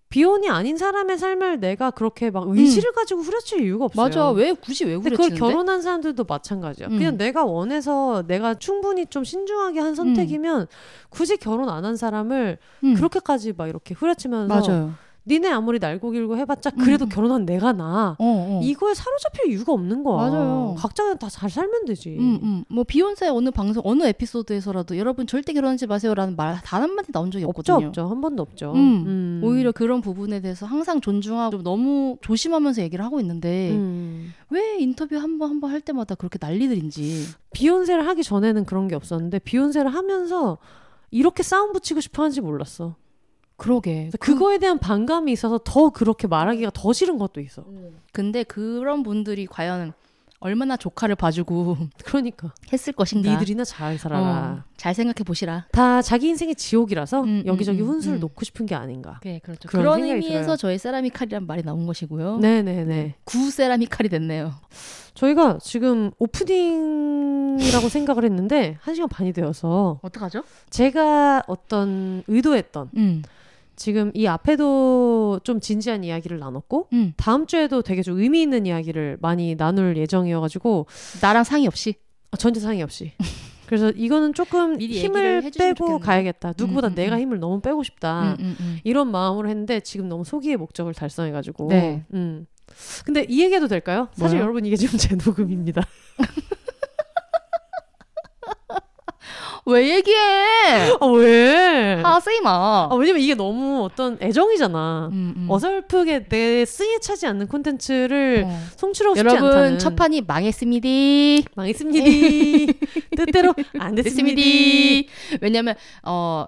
A: 비혼이 아닌 사람의 삶을 내가 그렇게 막 의지를 가지고 후려칠 이유가 없어요.
B: 맞아. 왜 굳이 왜
A: 근데 그걸
B: 후려치는데?
A: 결혼한 사람들도 마찬가지야.
B: 음.
A: 그냥 내가 원해서 내가 충분히 좀 신중하게 한 선택이면 굳이 결혼 안 한 사람을
B: 음.
A: 그렇게까지 막 이렇게 후려치면서
B: 맞아요.
A: 니네 아무리 날고 길고 해봤자 그래도
B: 음.
A: 결혼한 내가 나.
B: 어, 어.
A: 이거에 사로잡힐 이유가 없는 거야.
B: 맞아요.
A: 각자 그냥 다 잘 살면 되지.
B: 음, 음. 뭐 비욘세 어느 방송 어느 에피소드에서라도 여러분 절대 결혼하지 마세요라는 말 단 한마디 나온 적이
A: 없죠,
B: 없거든요.
A: 없죠. 한 번도 없죠.
B: 음.
A: 음.
B: 오히려 그런 부분에 대해서 항상 존중하고 좀 너무 조심하면서 얘기를 하고 있는데
A: 음.
B: 왜 인터뷰 한 번 한 번 할 때마다 그렇게 난리들인지
A: 비욘세를 하기 전에는 그런 게 없었는데 비욘세를 하면서 이렇게 싸움 붙이고 싶어 하는지 몰랐어.
B: 그러게
A: 그래서 그거에 대한 반감이 있어서 더 그렇게 말하기가 더 싫은 것도 있어.
B: 음. 근데 그런 분들이 과연 얼마나 조카를 봐주고 (laughs)
A: 그러니까
B: 했을 것인가
A: 니들이나 잘 살아라.
B: 어, 잘 생각해 보시라
A: 다 자기 인생의 지옥이라서
B: 음, 음,
A: 여기저기
B: 음,
A: 훈수를
B: 음.
A: 놓고 싶은 게 아닌가.
B: 네 그렇죠
A: 그런
B: 그런
A: 생각이
B: 의미에서
A: 들어요.
B: 저의 세라믹 칼이란 말이 나온 것이고요
A: 네네네.
B: 구 세라믹 칼이 됐네요
A: 저희가 지금
B: (laughs)
A: 오프닝이라고 생각을 했는데 한 시간 반이 되어서
B: 어떡하죠?
A: 제가 어떤 의도했던
B: 음,
A: 지금 이 앞에도 좀 진지한 이야기를 나눴고
B: 음.
A: 다음 주에도 되게 좀 의미 있는 이야기를 많이 나눌 예정이어가지고
B: 나랑 상의 없이
A: 아, 전혀 상의 없이
B: (laughs)
A: 그래서 이거는 조금
B: 미리
A: 힘을
B: 얘기를 해주시면
A: 빼고
B: 좋겠네요.
A: 가야겠다 누구보다
B: 음, 음,
A: 내가
B: 음.
A: 힘을 너무 빼고 싶다
B: 음, 음, 음.
A: 이런 마음으로 했는데 지금 너무 소기의 목적을 달성해가지고
B: 네.
A: 음. 근데 이 얘기해도 될까요? 사실
B: 뭐요?
A: 여러분 이게 지금 제 녹음입니다
B: 왜 얘기해
A: 아 왜? 아,
B: 하세이마
A: 왜냐면 이게 너무 어떤 애정이잖아
B: 음, 음.
A: 어설프게 내 쓰에 차지 않는 콘텐츠를
B: 어.
A: 송출하고 싶지
B: 여러분
A: 않다는
B: 첫판이 망했습니다. (laughs)
A: 망했습니다. 뜻대로 안 됐습니다.
B: 됐습니다. 왜냐면 어,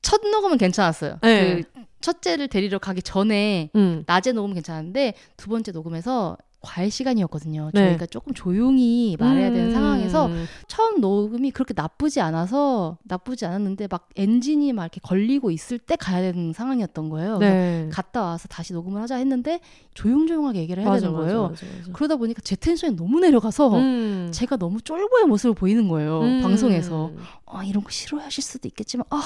B: 첫 녹음은 괜찮았어요.
A: 네.
B: 그 첫째를 데리러 가기 전에
A: 음.
B: 낮에 녹음 괜찮았는데 두 번째 녹음에서 과외 시간이었거든요.
A: 네.
B: 저희가 조금 조용히 말해야 되는
A: 음.
B: 상황에서 처음 녹음이 그렇게 나쁘지 않아서 나쁘지 않았는데 막 엔진이 막 이렇게 걸리고 있을 때 가야 되는 상황이었던 거예요.
A: 네.
B: 갔다 와서 다시 녹음을 하자 했는데 조용조용하게 얘기를 해야
A: 맞아,
B: 되는
A: 맞아,
B: 거예요.
A: 맞아, 맞아.
B: 그러다 보니까 제 텐션이 너무 내려가서
A: 음.
B: 제가 너무 쫄보의 모습을 보이는 거예요
A: 음.
B: 방송에서 아 이런 거 싫어하실 수도 있겠지만 아막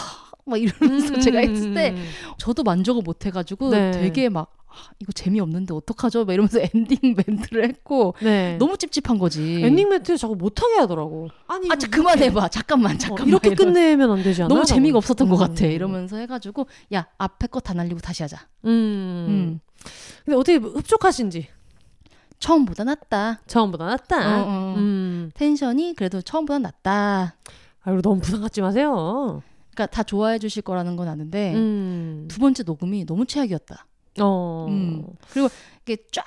A: 음.
B: 이러면서 제가 했을 때 저도 만족을 못 해가지고
A: 네.
B: 되게 막 아, 이거 재미없는데 어떡하죠 막 이러면서 (laughs) 엔딩 멘트를 했고
A: 네.
B: 너무 찝찝한 거지
A: 엔딩 멘트 자꾸 못하게 하더라고. 아니
B: 아
A: 이거
B: 자, 그만해봐 잠깐만
A: 어,
B: 잠깐만
A: 이렇게
B: 이러면서.
A: 끝내면 안 되지 않아?
B: 너무 재미가 없었던 것
A: 음.
B: 같아 이러면서 해가지고 야 앞에 거 다 날리고 다시 하자
A: 음.
B: 음.
A: 근데 어떻게 흡족하신지
B: 처음보다 낫다
A: 처음보다 낫다.
B: 어, 어.
A: 아. 음.
B: 텐션이 그래도 처음보다 낫다
A: 아유 너무 부담 갖지 마세요.
B: 그러니까 다 좋아해 주실 거라는 건 아는데
A: 음.
B: 두 번째 녹음이 너무 최악이었다
A: 어.
B: 음. 그리고 이게 쫙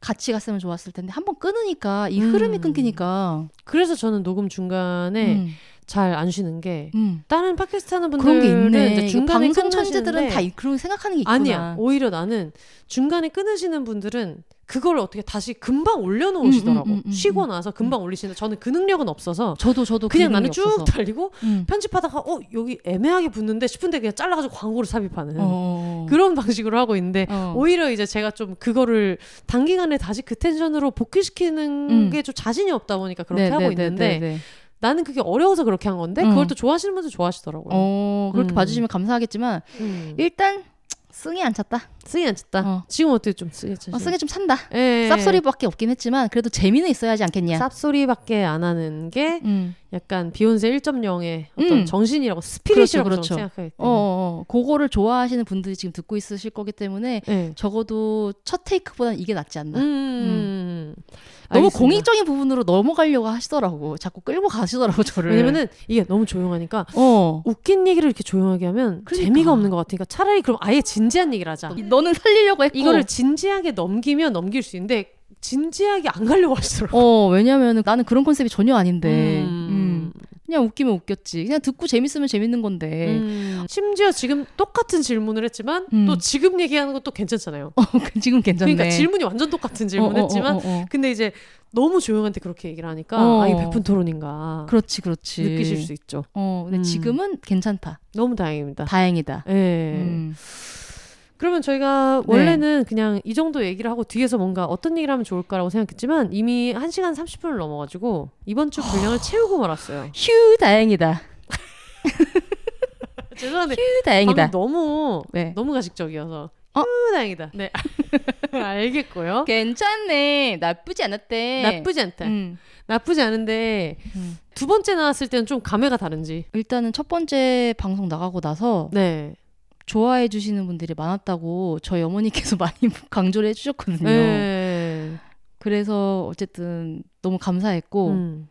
B: 같이 갔으면 좋았을 텐데 한 번 끊으니까 이
A: 음.
B: 흐름이 끊기니까
A: 그래서 저는 녹음 중간에
B: 음,
A: 잘 안 쉬는 게
B: 음.
A: 다른 팟캐스트 하는 분들은
B: 그런 게 있네.
A: 이제 중간에
B: 방송
A: 끊으시는데
B: 천재들은 다 이- 그런 생각하는 게 있구나.
A: 아니야. 오히려 나는 중간에 끊으시는 분들은 그걸 어떻게 다시 금방 올려놓으시더라고.
B: 음, 음, 음, 음,
A: 쉬고
B: 음.
A: 나서 금방 올리시는데 저는 그 능력은 없어서
B: 저도 저도
A: 그냥
B: 그
A: 나는
B: 능력이
A: 쭉
B: 없어서.
A: 달리고
B: 음.
A: 편집하다가 어 여기 애매하게 붙는데 싶은데 그냥 잘라가지고 광고를 삽입하는
B: 어.
A: 그런 방식으로 하고 있는데
B: 어.
A: 오히려 이제 제가 좀 그거를 단기간에 다시 그 텐션으로 복귀시키는
B: 음.
A: 게 좀 자신이 없다 보니까 그렇게
B: 네,
A: 하고
B: 네, 네,
A: 있는데
B: 네, 네.
A: 나는 그게 어려워서 그렇게 한 건데
B: 음.
A: 그걸 또 좋아하시는 분들 좋아하시더라고요.
B: 어, 그렇게
A: 음.
B: 봐주시면 감사하겠지만
A: 음.
B: 일단 승이 안 찼다.
A: 쓰기 안 찼다.
B: 어. 네.
A: 지금 어떻게 좀 쓰기 차시?
B: 어, 승이 좀 찬다.
A: 예.
B: 쌉소리밖에 없긴 했지만 그래도 재미는 있어야 하지 않겠냐.
A: 쌉소리밖에 안 하는 게
B: 음.
A: 약간 비욘세 1.0의 어떤
B: 음.
A: 정신이라고 스피릿이라고
B: 그렇죠, 그렇죠.
A: 저는 생각하기
B: 어,
A: 때문에.
B: 어, 어. 그거를 좋아하시는 분들이 지금 듣고 있으실 거기 때문에
A: 예.
B: 적어도 첫 테이크보단 이게 낫지 않나.
A: 음.
B: 음. 너무
A: 알겠습니다.
B: 공익적인 부분으로 넘어가려고 하시더라고. 자꾸 끌고 가시더라고 저를.
A: 왜냐면은 이게 너무 조용하니까
B: 어.
A: 웃긴 얘기를 이렇게 조용하게 하면
B: 그러니까.
A: 재미가 없는 것 같으니까 차라리 그럼 아예 진지한 얘기를 하자.
B: 너는 살리려고 했고.
A: 이거를 진지하게 넘기면 넘길 수 있는데 진지하게 안 가려고 하시더라고.
B: 어 왜냐면은 나는 그런 컨셉이 전혀 아닌데.
A: 음.
B: 음. 그냥 웃기면 웃겼지. 그냥 듣고 재밌으면 재밌는 건데.
A: 음. 심지어 지금 똑같은 질문을 했지만
B: 음.
A: 또 지금 얘기하는 것도 괜찮잖아요.
B: 어, (laughs) 지금 괜찮네.
A: 그러니까 질문이 완전 똑같은 질문했지만
B: 어, 어, 어, 어.
A: 근데 이제 너무 조용한테 그렇게 얘기를 하니까
B: 어.
A: 아 이게 베푼 토론인가
B: 그렇지 그렇지.
A: 느끼실 수 있죠.
B: 어 근데
A: 음.
B: 지금은 괜찮다.
A: 너무 다행입니다.
B: 다행이다.
A: 예.
B: 음.
A: 그러면 저희가
B: 네.
A: 원래는 그냥 이 정도 얘기를 하고 뒤에서 뭔가 어떤 얘기를 하면 좋을까라고 생각했지만 이미 1시간 30분을 넘어가지고 이번 주 분량을 채우고 말았어요.
B: 휴 다행이다.
A: 죄송한데
B: 휴,
A: 방금
B: 다행이다.
A: 너무
B: 네.
A: 너무 가식적이어서
B: 어?
A: 휴, 다행이다. 네 (laughs) 알겠고요.
B: 괜찮네. 나쁘지 않았대.
A: 나쁘지 않다.
B: 음.
A: 나쁘지 않은데
B: 음.
A: 두 번째 나왔을 때는 좀 감회가 다른지.
B: 일단은 첫 번째 방송 나가고 나서
A: 네.
B: 좋아해 주시는 분들이 많았다고 저희 어머니께서 (laughs) 많이 강조를 해주셨거든요.
A: 네.
B: 그래서 어쨌든 너무 감사했고
A: 음.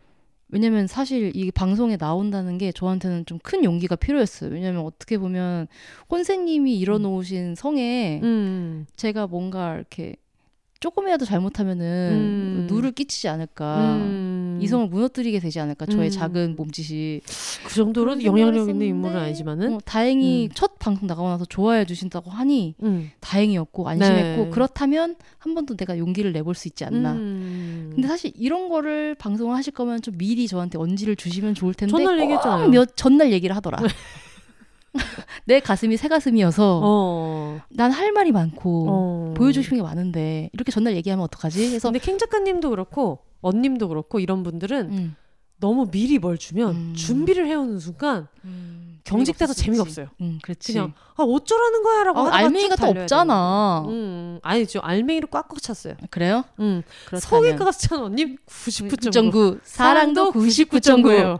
B: 왜냐면 사실 이 방송에 나온다는 게 저한테는 좀 큰 용기가 필요했어요. 왜냐면 어떻게 보면 혼세님이 이뤄놓으신 성에
A: 음.
B: 제가 뭔가 이렇게 조금이라도 잘못하면은
A: 음.
B: 네. 누를 끼치지 않을까.
A: 음.
B: 이성을 무너뜨리게 되지 않을까
A: 음.
B: 저의 작은 몸짓이
A: 그 정도로
B: 그런
A: 영향력
B: 생각을
A: 있는 인물은
B: 했었는데,
A: 아니지만은.
B: 어, 다행히 첫 방송 나가고 나서 좋아해 주신다고 하니
A: 음.
B: 다행이었고 안심했고
A: 네.
B: 그렇다면 한 번 더 내가 용기를 내볼 수 있지 않나
A: 음.
B: 근데 사실 이런 거를 방송을 하실 거면 좀 미리 저한테 언지를 주시면 좋을 텐데
A: 전날
B: 꼭
A: 얘기했잖아요.
B: 몇 전날 얘기를 하더라. (laughs) 내 가슴이 새 가슴이어서
A: 어.
B: 난 할 말이 많고
A: 어.
B: 보여주시는 게 많은데 이렇게 전날 얘기하면 어떡하지? 그래서
A: 근데 캥 작가님도 그렇고 언님도 그렇고 이런 분들은
B: 음,
A: 너무 미리 뭘 주면
B: 음.
A: 준비를 해오는 순간 경직돼서 음. 재미가 없어요.
B: 음, 그렇지.
A: 그냥 아 어쩌라는 거야라고
B: 아,
A: 하다가
B: 알맹이가
A: 쭉
B: 다
A: 달려야
B: 없잖아.
A: 돼요. 음, 아니 저 알맹이로 꽉꽉 찼어요.
B: 그래요?
A: 음,
B: 그렇다면
A: 성의가 찬 언님 99.9.
B: 99.9 사랑도
A: 99.9예요.
B: 99.9예요.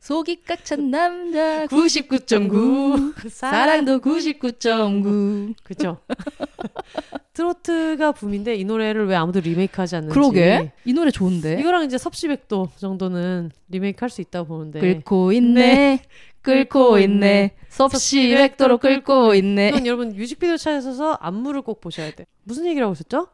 B: 속이 꽉 찬 남자 99.9 그 사랑도 99.9
A: 그죠. (laughs) 트로트가 붐인데 이 노래를 왜 아무도 리메이크하지 않는지.
B: 그러게 이 노래 좋은데
A: 이거랑 이제 섭씨백도 정도는 리메이크할 수 있다고 보는데.
B: 끓고 네. 있네 끓고 있네 섭씨 백도로 끓고 있네
A: 이건 여러분 뮤직비디오 찾아서 안무를 꼭 보셔야 돼. 무슨 얘기라고 하셨죠?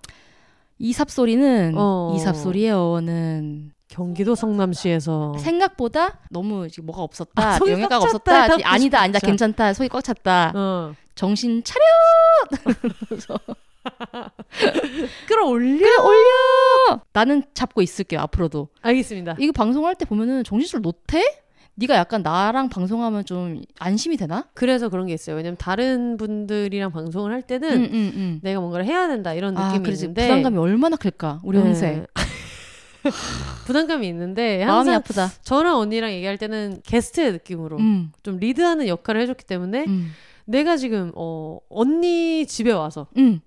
B: 이삽 소리는
A: 어.
B: 이삽 소리의 어는
A: 경기도 성남시에서
B: 어. 생각보다 너무 지금 뭐가
A: 아,
B: 없었다
A: 속이
B: 명예가
A: 꽉 찼다
B: 없었다
A: 해갖고
B: 아니다 아니다
A: 싶다.
B: 괜찮다 속이 꽉 찼다
A: 어,
B: 정신 (laughs) 차려
A: 끌어올려.
B: 그래 올려 나는 잡고 있을게요 앞으로도
A: 알겠습니다.
B: 이거 방송할 때 보면은 정신줄 못해? 네가 약간 나랑 방송하면 좀 안심이 되나?
A: 그래서 그런 게 있어요. 왜냐면 다른 분들이랑 방송을 할 때는
B: 음.
A: 내가 뭔가를 해야 된다 이런
B: 아,
A: 느낌이
B: 그러지.
A: 있는데
B: 부담감이 얼마나 클까? 우리 혼세.
A: 네. (laughs) 부담감이 있는데
B: 마음이
A: 항상
B: 아프다.
A: 저랑 언니랑 얘기할 때는 게스트의 느낌으로
B: 음.
A: 좀 리드하는 역할을 해줬기 때문에
B: 음.
A: 내가 지금 어, 언니 집에 와서까지
B: 음.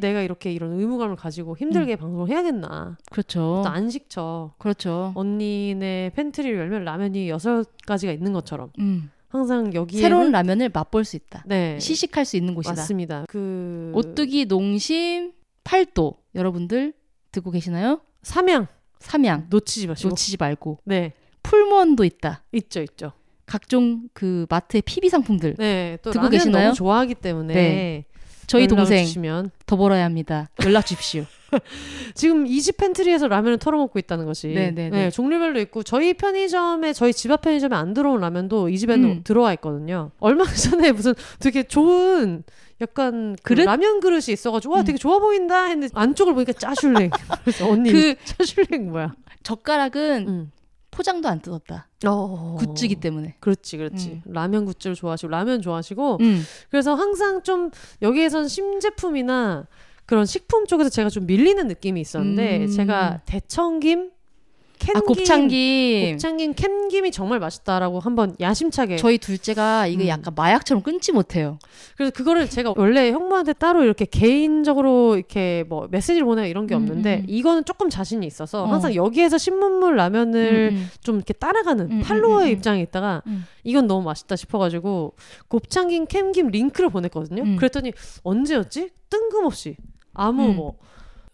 A: 내가 이렇게 이런 의무감을 가지고
B: 음.
A: 힘들게 방송을 해야겠나
B: 그렇죠.
A: 또 안 시켜
B: 그렇죠.
A: 언니네 팬트리를 열면 라면이 여섯 가지가 있는 것처럼
B: 음.
A: 항상 여기에
B: 새로운 라면을 맛볼 수 있다.
A: 네
B: 시식할 수 있는 곳이다.
A: 맞습니다 그
B: 오뚜기 농심 팔도 여러분들 듣고 계시나요?
A: 삼양
B: 삼양
A: 놓치지 마시고
B: 놓치지 말고
A: 네
B: 풀무원도 있다.
A: 있죠 있죠
B: 각종 그 마트의 PB 상품들
A: 네또
B: 듣고
A: 라면
B: 계시나요?
A: 너무 좋아하기 때문에
B: 네. 저희
A: 연락을
B: 동생
A: 주시면
B: 더 벌어야 합니다. 연락 주십시오.
A: (laughs) 지금 이집 팬트리에서 라면을 털어먹고 있다는 것이
B: 네네네.
A: 네, 종류별로 있고 저희 편의점에 저희 집 앞 편의점에 안 들어온 라면도 이 집에는
B: 음.
A: 들어와 있거든요. 얼마 (laughs) 전에 무슨 되게 좋은 약간 그
B: 그릇? 음.
A: 라면 그릇이 있어가지고 와 되게 좋아 보인다 했는데 안쪽을 보니까
B: (laughs)
A: 짜슐랭. 그래서 언니 그...
B: 그
A: 짜슐랭 뭐야?
B: 젓가락은
A: 음.
B: 포장도 안 뜯었다.
A: 어...
B: 굿즈기 때문에.
A: 그렇지 그렇지 라면 굿즈를 좋아하시고 라면 좋아하시고
B: 음.
A: 그래서 항상 좀 여기에선 신제품이나 그런 식품 쪽에서 제가 좀 밀리는 느낌이 있었는데
B: 음.
A: 제가 대청김 캔김
B: 아 곱창김.
A: 곱창김 캔김이 정말 맛있다라고 한번 야심차게
B: 저희 둘째가 이게
A: 음.
B: 약간 마약처럼 끊지 못해요.
A: 그래서 그거를 제가 원래 형부한테 따로 이렇게 개인적으로 이렇게 뭐 메시지를 보내고 이런 게
B: 음,
A: 없는데
B: 음.
A: 이거는 조금 자신이 있어서
B: 어.
A: 항상 여기에서 신문물 라면을
B: 음, 음.
A: 좀 이렇게 따라가는
B: 음,
A: 팔로워의
B: 음, 음, 음.
A: 입장에 있다가
B: 음.
A: 이건 너무 맛있다 싶어가지고 곱창김 캔김 링크를 보냈거든요.
B: 음.
A: 그랬더니 언제였지? 뜬금없이 아무
B: 음.
A: 뭐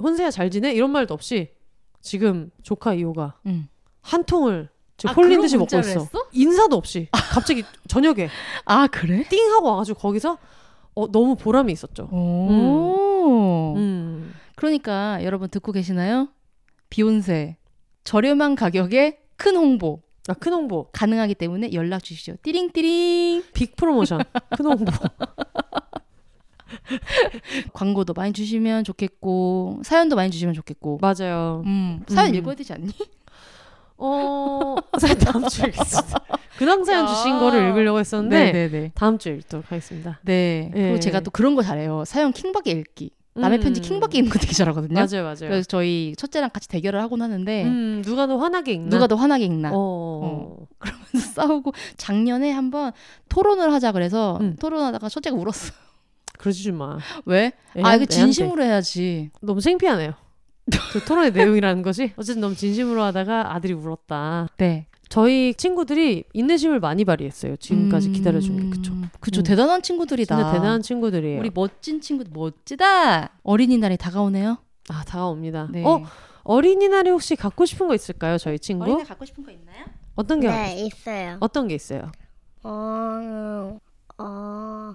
A: 혼세야 잘 지내 이런 말도 없이 지금 조카 이호가
B: 음.
A: 한 통을 지금
B: 아,
A: 홀린
B: 그런
A: 듯이 먹고
B: 문자를
A: 있어.
B: 했어?
A: 인사도 없이
B: (laughs)
A: 갑자기 저녁에
B: 아 그래?
A: 띵 하고 와가지고 거기서 어, 너무 보람이 있었죠.
B: 오.
A: 음.
B: 그러니까 여러분 듣고 계시나요? 비욘세 저렴한 가격에 큰 홍보
A: 아, 큰 홍보,
B: 가능하기 때문에 연락 주시죠. 띠링띠링
A: 빅 프로모션, 큰
B: (laughs)
A: 홍보.
B: 광고도 많이 주시면 좋겠고 사연도 많이 주시면 좋겠고.
A: 맞아요.
B: 음, 사연
A: 음.
B: 읽어야 되지 않니?
A: 어, 사연 다음 주에 (laughs) 읽겠습니다. 근황 사연 그 주신
B: 야.
A: 거를 읽으려고 했었는데
B: 아. 네네네.
A: 다음 주에 읽도록 하겠습니다.
B: 네.
A: 예.
B: 그리고 제가 또 그런 거 잘해요. 사연 킹밖에 읽기. 남의
A: 음.
B: 편지 킹받게 읽는 거 되게 잘하거든요.
A: 맞아요, 맞아요.
B: 그래서 저희 첫째랑 같이 대결을 하곤 하는데
A: 음, 누가 더 화나게 읽나?
B: 누가 더 화나게 읽나
A: 어, 어.
B: (laughs) 싸우고 작년에 한번 토론을 하자 그래서
A: 음.
B: 토론하다가 첫째가
A: (laughs)
B: 울었어.
A: 그러지 마.
B: 왜? 아
A: 애한-
B: 이거 진심으로 해야지.
A: 애한테. 너무 창피하네요. 그
B: (laughs)
A: 토론의 내용이라는 것이 어쨌든 너무 진심으로 하다가 아들이 울었다.
B: 네.
A: 저희 친구들이 인내심을 많이 발휘했어요. 지금까지
B: 음.
A: 기다려준 게 그쵸.
B: 그쵸
A: 음.
B: 대단한 친구들이다.
A: 진짜 대단한 친구들이에요.
B: 우리 멋진 친구 멋지다. 어린이날이 다가오네요.
A: 아 다가옵니다.
B: 네.
A: 어 어린이날에 혹시 갖고 싶은 거 있을까요, 저희 친구?
B: 갖고 싶은 거 있나요?
A: 어떤 게
D: 네, 있어요.
A: 어떤 게 있어요?
D: 어, 어,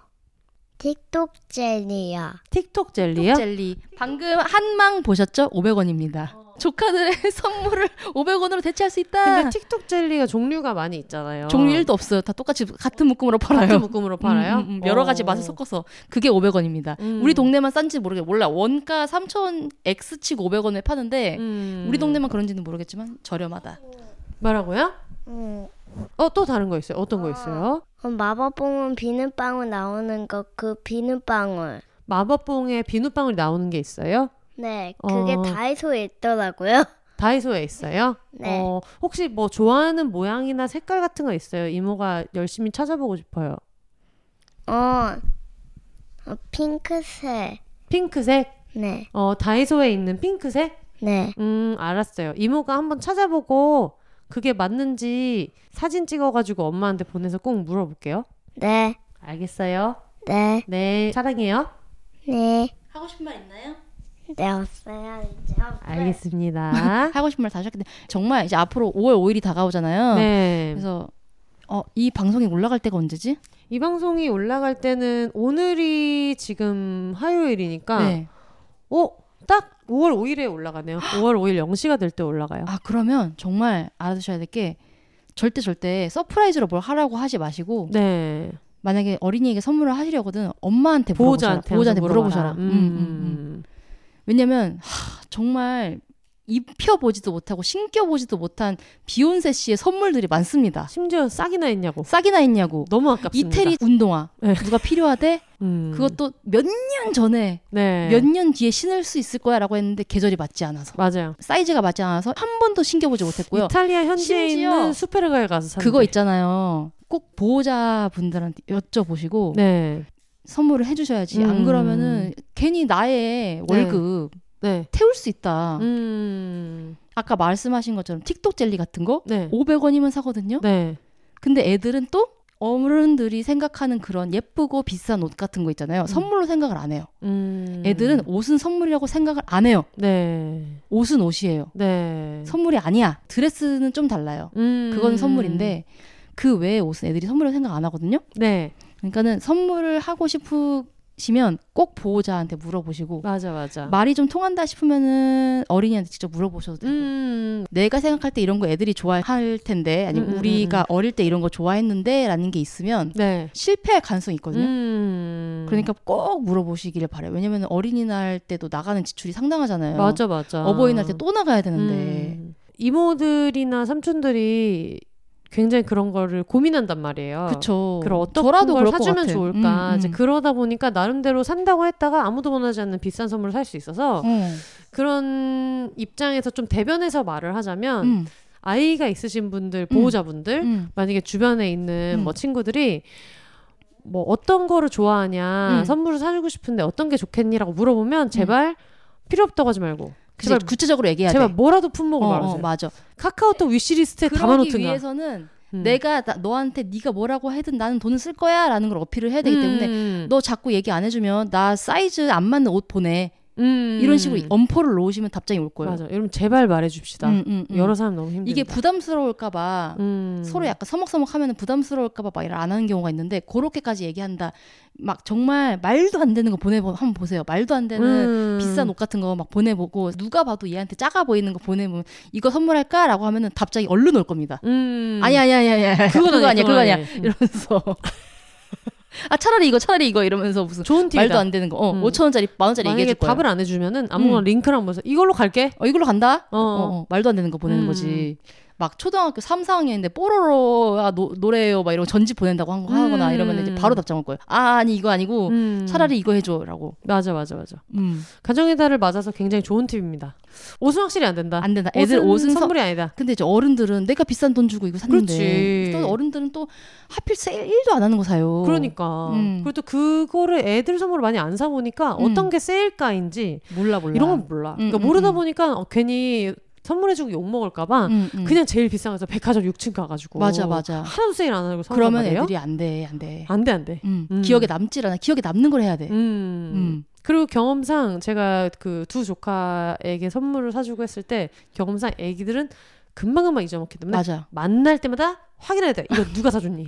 D: 틱톡 젤리요.
A: 틱톡 젤리요?
B: 젤리. 방금 한망 보셨죠? 500원입니다. 조카들의 (laughs) 선물을 500원으로 대체할 수 있다.
A: 근데 틱톡 젤리가 종류가 많이 있잖아요.
B: 아. 종류 1도 없어요. 다 똑같이 같은 묶음으로 팔아요.
A: 같은 묶음으로 팔아요.
B: 음, 음, 음. 여러 가지
A: 어.
B: 맛을 섞어서 그게 500원입니다.
A: 음.
B: 우리 동네만 싼지 모르겠 몰라. 원가 3,000 X 치고 500원에 파는데
A: 음.
B: 우리 동네만 그런지는 모르겠지만 저렴하다.
A: 뭐라고요?
D: 응.
A: 어 또 다른 거 있어요? 어떤
D: 아.
A: 거 있어요?
D: 음, 마법봉은 비눗방울 나오는 거, 그 비눗방울.
A: 마법봉에 비눗방울이 나오는 게 있어요?
D: 네, 그게
A: 어.
D: 다이소에 있더라고요. (laughs)
A: 다이소에 있어요?
D: 네.
A: 어, 혹시 뭐 좋아하는 모양이나 색깔 같은 거 있어요? 이모가 열심히 찾아보고 싶어요.
D: 어, 어, 핑크색.
A: 핑크색?
D: 네,
A: 어, 다이소에 있는 핑크색?
D: 네.
A: 음, 알았어요. 이모가 한번 찾아보고 그게 맞는지 사진 찍어가지고 엄마한테 보내서 꼭 물어볼게요.
D: 네,
A: 알겠어요.
D: 네,
A: 네, 사랑해요.
D: 네.
B: 하고 싶은 말 있나요?
D: 네, 없어요, 이제.
B: 네. (laughs)
A: 알겠습니다.
B: 하고 싶은 말 다시 할게요. 정말 이제 앞으로 5월 5일이 다가오잖아요.
A: 네.
B: 그래서 어, 이 방송이 올라갈 때가 언제지?
A: 이 방송이 올라갈 때는 오늘이 지금 화요일이니까
B: 네.
A: 어? 딱 5월 5일에
B: (gasps)
A: 올라가네요. 5월 5일 0시가 될 때 올라가요.
B: 아 그러면 정말 알아두셔야 될 게 절대 절대 서프라이즈로 뭘 하라고 하지 마시고
A: 네.
B: 만약에 어린이에게 선물을 하시려거든 엄마한테 물어보셔라.
A: 보호자한테
B: 보호자한테
A: 한번
B: 물어보셔라.
A: 물어봐라.
B: 음, 음, 음. 왜냐면 하, 정말 입혀보지도 못하고 신겨보지도 못한 비욘세 씨의 선물들이 많습니다.
A: 심지어 싹이나 했냐고.
B: 싸기나 했냐고.
A: 너무 아깝습니다.
B: 아. 이태리 운동화
A: 네.
B: 누가 필요하대?
A: 음.
B: 그것도 몇 년 전에
A: 네.
B: 몇 년 뒤에 신을 수 있을 거야라고 했는데 계절이 맞지 않아서
A: 맞아요.
B: 사이즈가 맞지 않아서 한 번도 신겨보지 못했고요.
A: 이탈리아 네. 현지에
B: 심지어
A: 있는 수페르가에 가서 산
B: 그거 있잖아요. 꼭 보호자 분들한테 여쭤보시고
A: 네.
B: 선물을 해주셔야지.
A: 음.
B: 안 그러면은 괜히 나의 월급
A: 네.
B: 태울 수 있다.
A: 음.
B: 아까 말씀하신 것처럼 틱톡 젤리 같은 거
A: 네.
B: 500원이면 사거든요.
A: 네.
B: 근데 애들은 또 어른들이 생각하는 그런 예쁘고 비싼 옷 같은 거 있잖아요. 선물로 생각을 안 해요.
A: 음.
B: 애들은 옷은 선물이라고 생각을 안 해요.
A: 네.
B: 옷은 옷이에요.
A: 네.
B: 선물이 아니야. 드레스는 좀 달라요.
A: 음.
B: 그건 선물인데 그 외의 옷은 애들이 선물로 생각 안 하거든요.
A: 네.
B: 그러니까는 선물을 하고 싶으시면 꼭 보호자한테 물어보시고
A: 맞아 맞아.
B: 말이 좀 통한다 싶으면은 어린이한테 직접 물어보셔도 되고
A: 음.
B: 내가 생각할 때 이런 거 애들이 좋아할 텐데 아니면
A: 음, 음,
B: 우리가 어릴 때 이런 거 좋아했는데라는 게 있으면
A: 네.
B: 실패할 가능성이 있거든요.
A: 음.
B: 그러니까 꼭 물어보시기를 바래요. 왜냐면 어린이날 때도 나가는 지출이 상당하잖아요.
A: 맞아 맞아.
B: 어버이날 때 또 나가야 되는데
A: 음. 이모들이나 삼촌들이 굉장히 그런 거를 고민한단 말이에요.
B: 그쵸.
A: 음. 그럼 어떤
B: 저라도
A: 걸
B: 그럴 것
A: 사주면
B: 같아.
A: 좋을까?
B: 음,
A: 이제
B: 음.
A: 그러다 보니까 나름대로 산다고 했다가 아무도 원하지 않는 비싼 선물을 살 수 있어서
B: 어,
A: 그런 입장에서 좀 대변해서 말을 하자면
B: 음,
A: 아이가 있으신 분들 보호자분들
B: 음.
A: 만약에 주변에 있는
B: 음.
A: 뭐 친구들이 뭐 어떤 거를 좋아하냐
B: 음.
A: 선물을 사주고 싶은데 어떤 게 좋겠니라고 물어보면 제발 필요 없다고 하지 말고
B: 그치,
A: 제발
B: 구체적으로 얘기해야
A: 제발
B: 돼.
A: 뭐라도 품목을
B: 어, 어,
A: 말하세요.
B: 맞아.
A: 카카오톡 위시리스트에
B: 그러기
A: 담아놓든가.
B: 위해서는
A: 음.
B: 내가 나- 너한테 네가 뭐라고 하든 나는 돈을 쓸 거야라는 걸 어필을 해야 되기 때문에
A: 음.
B: 너 자꾸 얘기 안 해주면 나 사이즈 안 맞는 옷 보내
A: 음.
B: 이런 식으로 엄포를 놓으시면 답장이 올 거예요.
A: 맞아. 여러분 제발 말해줍시다.
B: 음, 음, 음.
A: 여러 사람 너무 힘들다.
B: 이게 부담스러울까봐
A: 음.
B: 서로 약간 서먹서먹하면 부담스러울까봐 막 일을 안 하는 경우가 있는데 그렇게까지 얘기한다. 막 정말 말도 안 되는 거 보내보 한번 보세요. 말도 안 되는
A: 음.
B: 비싼 옷 같은 거 막 보내보고 누가 봐도 얘한테 작아 보이는 거 보내보면 이거 선물할까라고 하면은 답장이 얼른 올 겁니다.
A: 음.
B: 아니 아니 아니 아니 아니.
A: 그건
B: 그거
A: 아니야,
B: 아니야 그거
A: 그건
B: 아니야
A: 아니야. 음.
B: 이러면서 아 차라리 이거 차라리 이거 이러면서 무슨
A: 좋은 팁이다.
B: 말도 안 되는 거어
A: 음.
B: 5천 원짜리 만 원짜리 얘기해
A: 만약에
B: 줄 거야.
A: 답을 안 해주면은 아무거나
B: 음.
A: 링크랑 보면서 이걸로 갈게.
B: 어 이걸로 간다.
A: 어.
B: 어, 어, 말도 안 되는 거 보내는
A: 음.
B: 거지. 막 초등학교 3, 4학년인데 뽀로로야 노, 노래요 막 이런 거 전집 보낸다고 한 거 하거나
A: 음.
B: 이러면 이제 바로 답장올 거예요. 아 아니 이거 아니고
A: 음.
B: 차라리 이거 해줘라고.
A: 맞아 맞아 맞아.
B: 음.
A: 가정의 달을 맞아서 굉장히 좋은 팁입니다. 옷은 확실히 안 된다.
B: 안 된다. 애들 옷은, 선-
A: 선물이 아니다.
B: 근데 이제 어른들은 내가 비싼 돈 주고 이거 샀는데
A: 그렇지.
B: 또 어른들은 또 하필 세일 1도 안 하는 거 사요.
A: 그러니까
B: 음.
A: 그리고 또 그거를 애들 선물을 많이 안 사보니까
B: 음.
A: 어떤 게 세일가인지
B: 몰라 몰라.
A: 이런 건 몰라. 그러니까
B: 음,
A: 모르다
B: 음.
A: 보니까 어, 괜히 선물해주고 욕 먹을까봐
B: 음, 음.
A: 그냥 제일 비싼 거서 백화점 6층 가가지고
B: 맞아 맞아.
A: 하나도 세일 안 하고 산단
B: 그러면
A: 말이에요?
B: 애들이 안 돼 안 돼.
A: 안 돼 안 돼.
B: 음.
A: 음.
B: 기억에 남질 않아. 기억에 남는 걸 해야 돼.
A: 음.
B: 네. 음.
A: 그리고 경험상 제가 그 두 조카에게 선물을 사주고 했을 때 경험상 애기들은 금방금방 잊어먹기 때문에
B: 맞아.
A: 만날 때마다 확인해야 돼. 이거 누가 사줬니?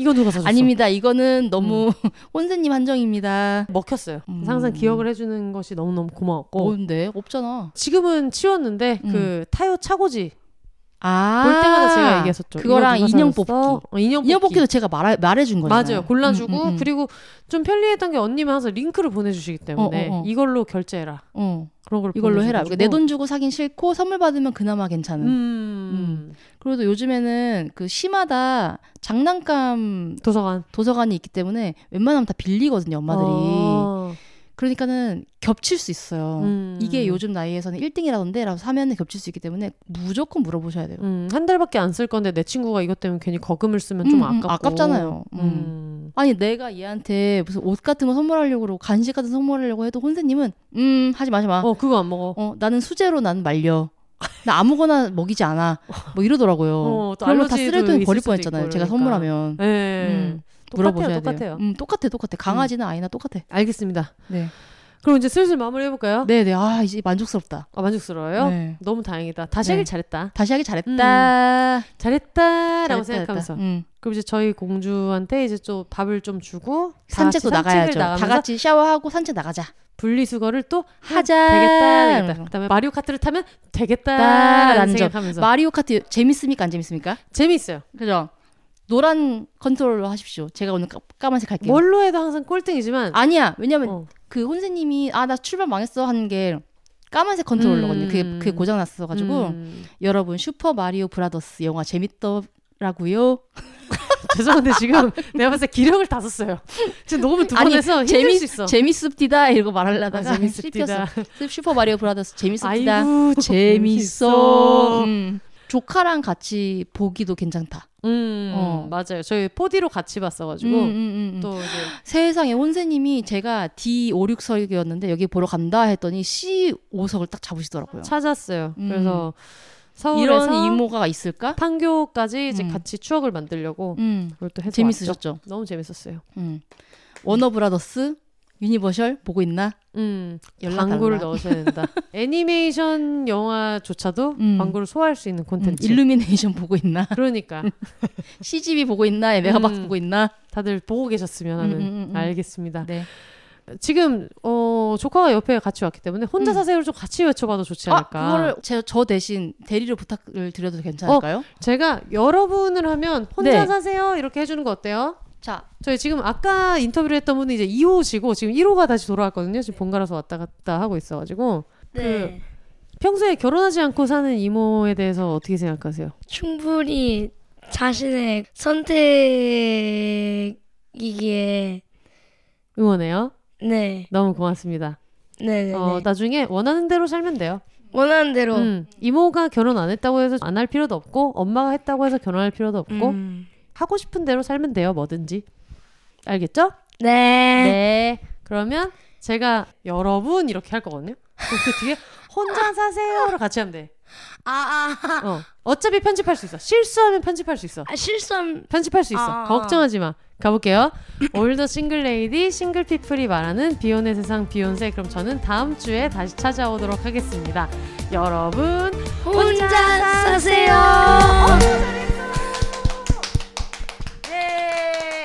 A: 이거 누가 사줬어?
B: 아닙니다. 이거는 너무 (laughs) 혼세님 한정입니다.
A: 먹혔어요. 그래서
B: 음.
A: 항상 기억을 해주는 것이 너무너무 고마웠고
B: 뭔데? 없잖아.
A: 지금은 치웠는데
B: 음.
A: 그 타요 차고지
B: 아.
A: 볼 때마다 제가 얘기했었죠.
B: 그거랑
A: 이거 누가
B: 인형
A: 사줬어?
B: 뽑기.
A: 어, 인형 뽑기.
B: 인형 뽑기도 제가 말해, 말해준 거잖아.
A: 맞아요. 골라주고
B: 음, 음, 음.
A: 그리고 좀 편리했던 게 언니는 항상 링크를 보내주시기 때문에
B: 어, 어, 어.
A: 이걸로 결제해라.
B: 어,
A: 그런 걸
B: 이걸로 해라. 그러니까
A: 보내주셔가지고.
B: 내 돈 주고 사긴 싫고 선물 받으면 그나마 괜찮은.
A: 음.
B: 그래도 요즘에는 그 시마다 장난감
A: 도서관
B: 도서관이 있기 때문에 웬만하면 다 빌리거든요, 엄마들이.
A: 어.
B: 그러니까는 겹칠 수 있어요.
A: 음.
B: 이게 요즘 나이에서는 1등이라던데라고 사면 겹칠 수 있기 때문에 무조건 물어보셔야 돼요.
A: 음, 한 달밖에 안 쓸 건데 내 친구가 이것 때문에 괜히 거금을 쓰면
B: 음,
A: 좀
B: 음,
A: 아깝고
B: 아깝잖아요. 음.
A: 음.
B: 아니 내가 얘한테 무슨 옷 같은 거 선물하려고 그러고 간식 같은 거 선물하려고 해도 혼세님은 음 하지 마 하지 마. 어,
A: 어 그거 안 먹어.
B: 나는 수제로 난 말려. 나 아무거나 먹이지 않아. 뭐 이러더라고요.
A: 어, 또
B: 그러면 다
A: 알러지도
B: 쓰레기통에
A: 있을
B: 버릴
A: 수도
B: 뻔했잖아요.
A: 있고
B: 제가
A: 그러니까.
B: 선물하면
A: 예.
B: 음,
A: 똑같아요,
B: 물어보셔야
A: 똑같아요.
B: 돼요. 음, 똑같아 똑같아. 강아지나 아이나 똑같아.
A: 알겠습니다.
B: 네.
A: 그럼 이제 슬슬 마무리 해볼까요?
B: 네네. 아 이제 만족스럽다.
A: 아, 만족스러워요?
B: 네.
A: 너무 다행이다. 다시
B: 네.
A: 하길 잘했다.
B: 다시 하기 잘했다.
A: 음.
B: 잘했다,
A: 잘했다라고
B: 잘했다.
A: 생각하면서.
B: 음.
A: 그럼 이제 저희 공주한테 이제 좀 밥을 좀 주고 다
B: 산책도
A: 같이
B: 나가야죠.
A: 산책을
B: 다
A: 나가면서
B: 같이 샤워하고 산책 나가자.
A: 분리수거를 또
B: 하자.
A: 되겠다, 되겠다.
B: 이러면서.
A: 그다음에 마리오 카트를 타면
B: 따라는
A: 되겠다라는
B: 점.
A: 생각하면서
B: 어. 마리오 카트 재밌습니까? 안 재밌습니까?
A: 재미있어요.
B: 그죠? 노란 컨트롤로 하십시오. 제가 오늘 까, 까만색 할게요.
A: 뭘로 해도 항상 꼴등이지만
B: 음. 아니야. 왜냐면
A: 어.
B: 그 혼세님이 아 나 출발 망했어 하는 게 까만색 컨트롤러거든요. 그게
A: 음.
B: 그게 고장 났어가지고
A: 음.
B: 여러분 슈퍼 마리오 브라더스 영화 재밌더라고요.
A: 죄송한데
B: (laughs)
A: 지금 내가 봤을 때 기력을 다 썼어요. 지금 녹음을 두 번
B: 아니,
A: 해서 힘들
B: 재밌-
A: 수 있어.
B: 재밌습디다 이러고 말하려다가
A: 아, 재밌습디다.
B: 씹혔어. 슈퍼 마리오 브라더스 (laughs) 재밌습디다.
A: 아이고
B: 재밌어. 음. 조카랑 같이 보기도 괜찮다.
A: 음
B: 어.
A: 맞아요. 저희 4D로 같이 봤어가지고
B: 음, 음, 음, 음.
A: 또 이제
B: 세상에 혼세님이 제가 D5석이었는데 여기 보러 간다 했더니 C5석을 딱 잡으시더라고요.
A: 찾았어요.
B: 음.
A: 그래서 서울에서
B: 이런 이모가 있을까?
A: 판교까지 이제
B: 음.
A: 같이 추억을 만들려고
B: 음.
A: 그걸 또 해서 왔죠.
B: 재밌으셨죠?
A: 너무 재밌었어요.
B: 음. 워너브라더스 유니버셜 보고 있나?
A: 음,
B: 연락
A: 광고를
B: 달라.
A: 넣으셔야
B: (laughs)
A: 된다. 애니메이션 영화조차도
B: 음.
A: 광고를 소화할 수 있는
B: 음,
A: 콘텐츠.
B: 일루미네이션 (laughs) 음. 보고 있나?
A: 그러니까
B: CGV 보고 있나? 메가박스
A: 음.
B: 보고 있나?
A: 다들 보고 계셨으면 하는
B: 음, 음, 음.
A: 알겠습니다.
B: 네.
A: 지금 어, 조카가 옆에 같이 왔기 때문에 혼자
B: 음.
A: 사세요를 좀 같이 외쳐봐도 좋지
B: 아,
A: 않을까.
B: 그거를 제, 저 대신 대리로 부탁을 드려도 괜찮을까요?
A: 제가 여러분을 하면 혼자
B: 네.
A: 사세요 이렇게 해주는 거 어때요?
B: 자,
A: 저희 지금 아까 인터뷰를 했던 분은 이제 2호시고 지금 1호가 다시 돌아왔거든요. 지금 번갈아서 왔다 갔다 하고 있어가지고
D: 네.
A: 평소에 결혼하지 않고 사는 이모에 대해서 어떻게 생각하세요?
D: 충분히 자신의 선택이기에
A: 응원해요.
D: 네,
A: 너무 고맙습니다.
D: 네, 네.
A: 어, 나중에 원하는 대로 살면 돼요.
D: 원하는 대로.
A: 음, 이모가 결혼 안 했다고 해서 안 할 필요도 없고 엄마가 했다고 해서 결혼할 필요도 없고
D: 음.
A: 하고 싶은 대로 살면 돼요. 뭐든지 알겠죠?
D: 네.
A: 네. 그러면 제가 여러분 이렇게 할 거거든요. 그럼 그 뒤에 혼자 사세요로 같이 하면 돼.
D: 아, 아,
A: 어. 어차피 편집할 수 있어. 실수하면 편집할 수 있어.
D: 아 실수함.
A: 편집할 수 있어.
D: 아.
A: 걱정하지 마. 가볼게요. 올더 싱글 레이디 싱글 피플이 말하는 비혼의 세상 비욘세. 그럼 저는 다음 주에 다시 찾아오도록 하겠습니다. 여러분
D: 혼자 사세요.
A: 예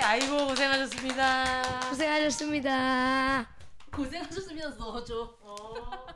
A: 아이고 고생하셨습니다.
D: 고생하셨습니다.
B: 고생하셨습니다. 넣어줘.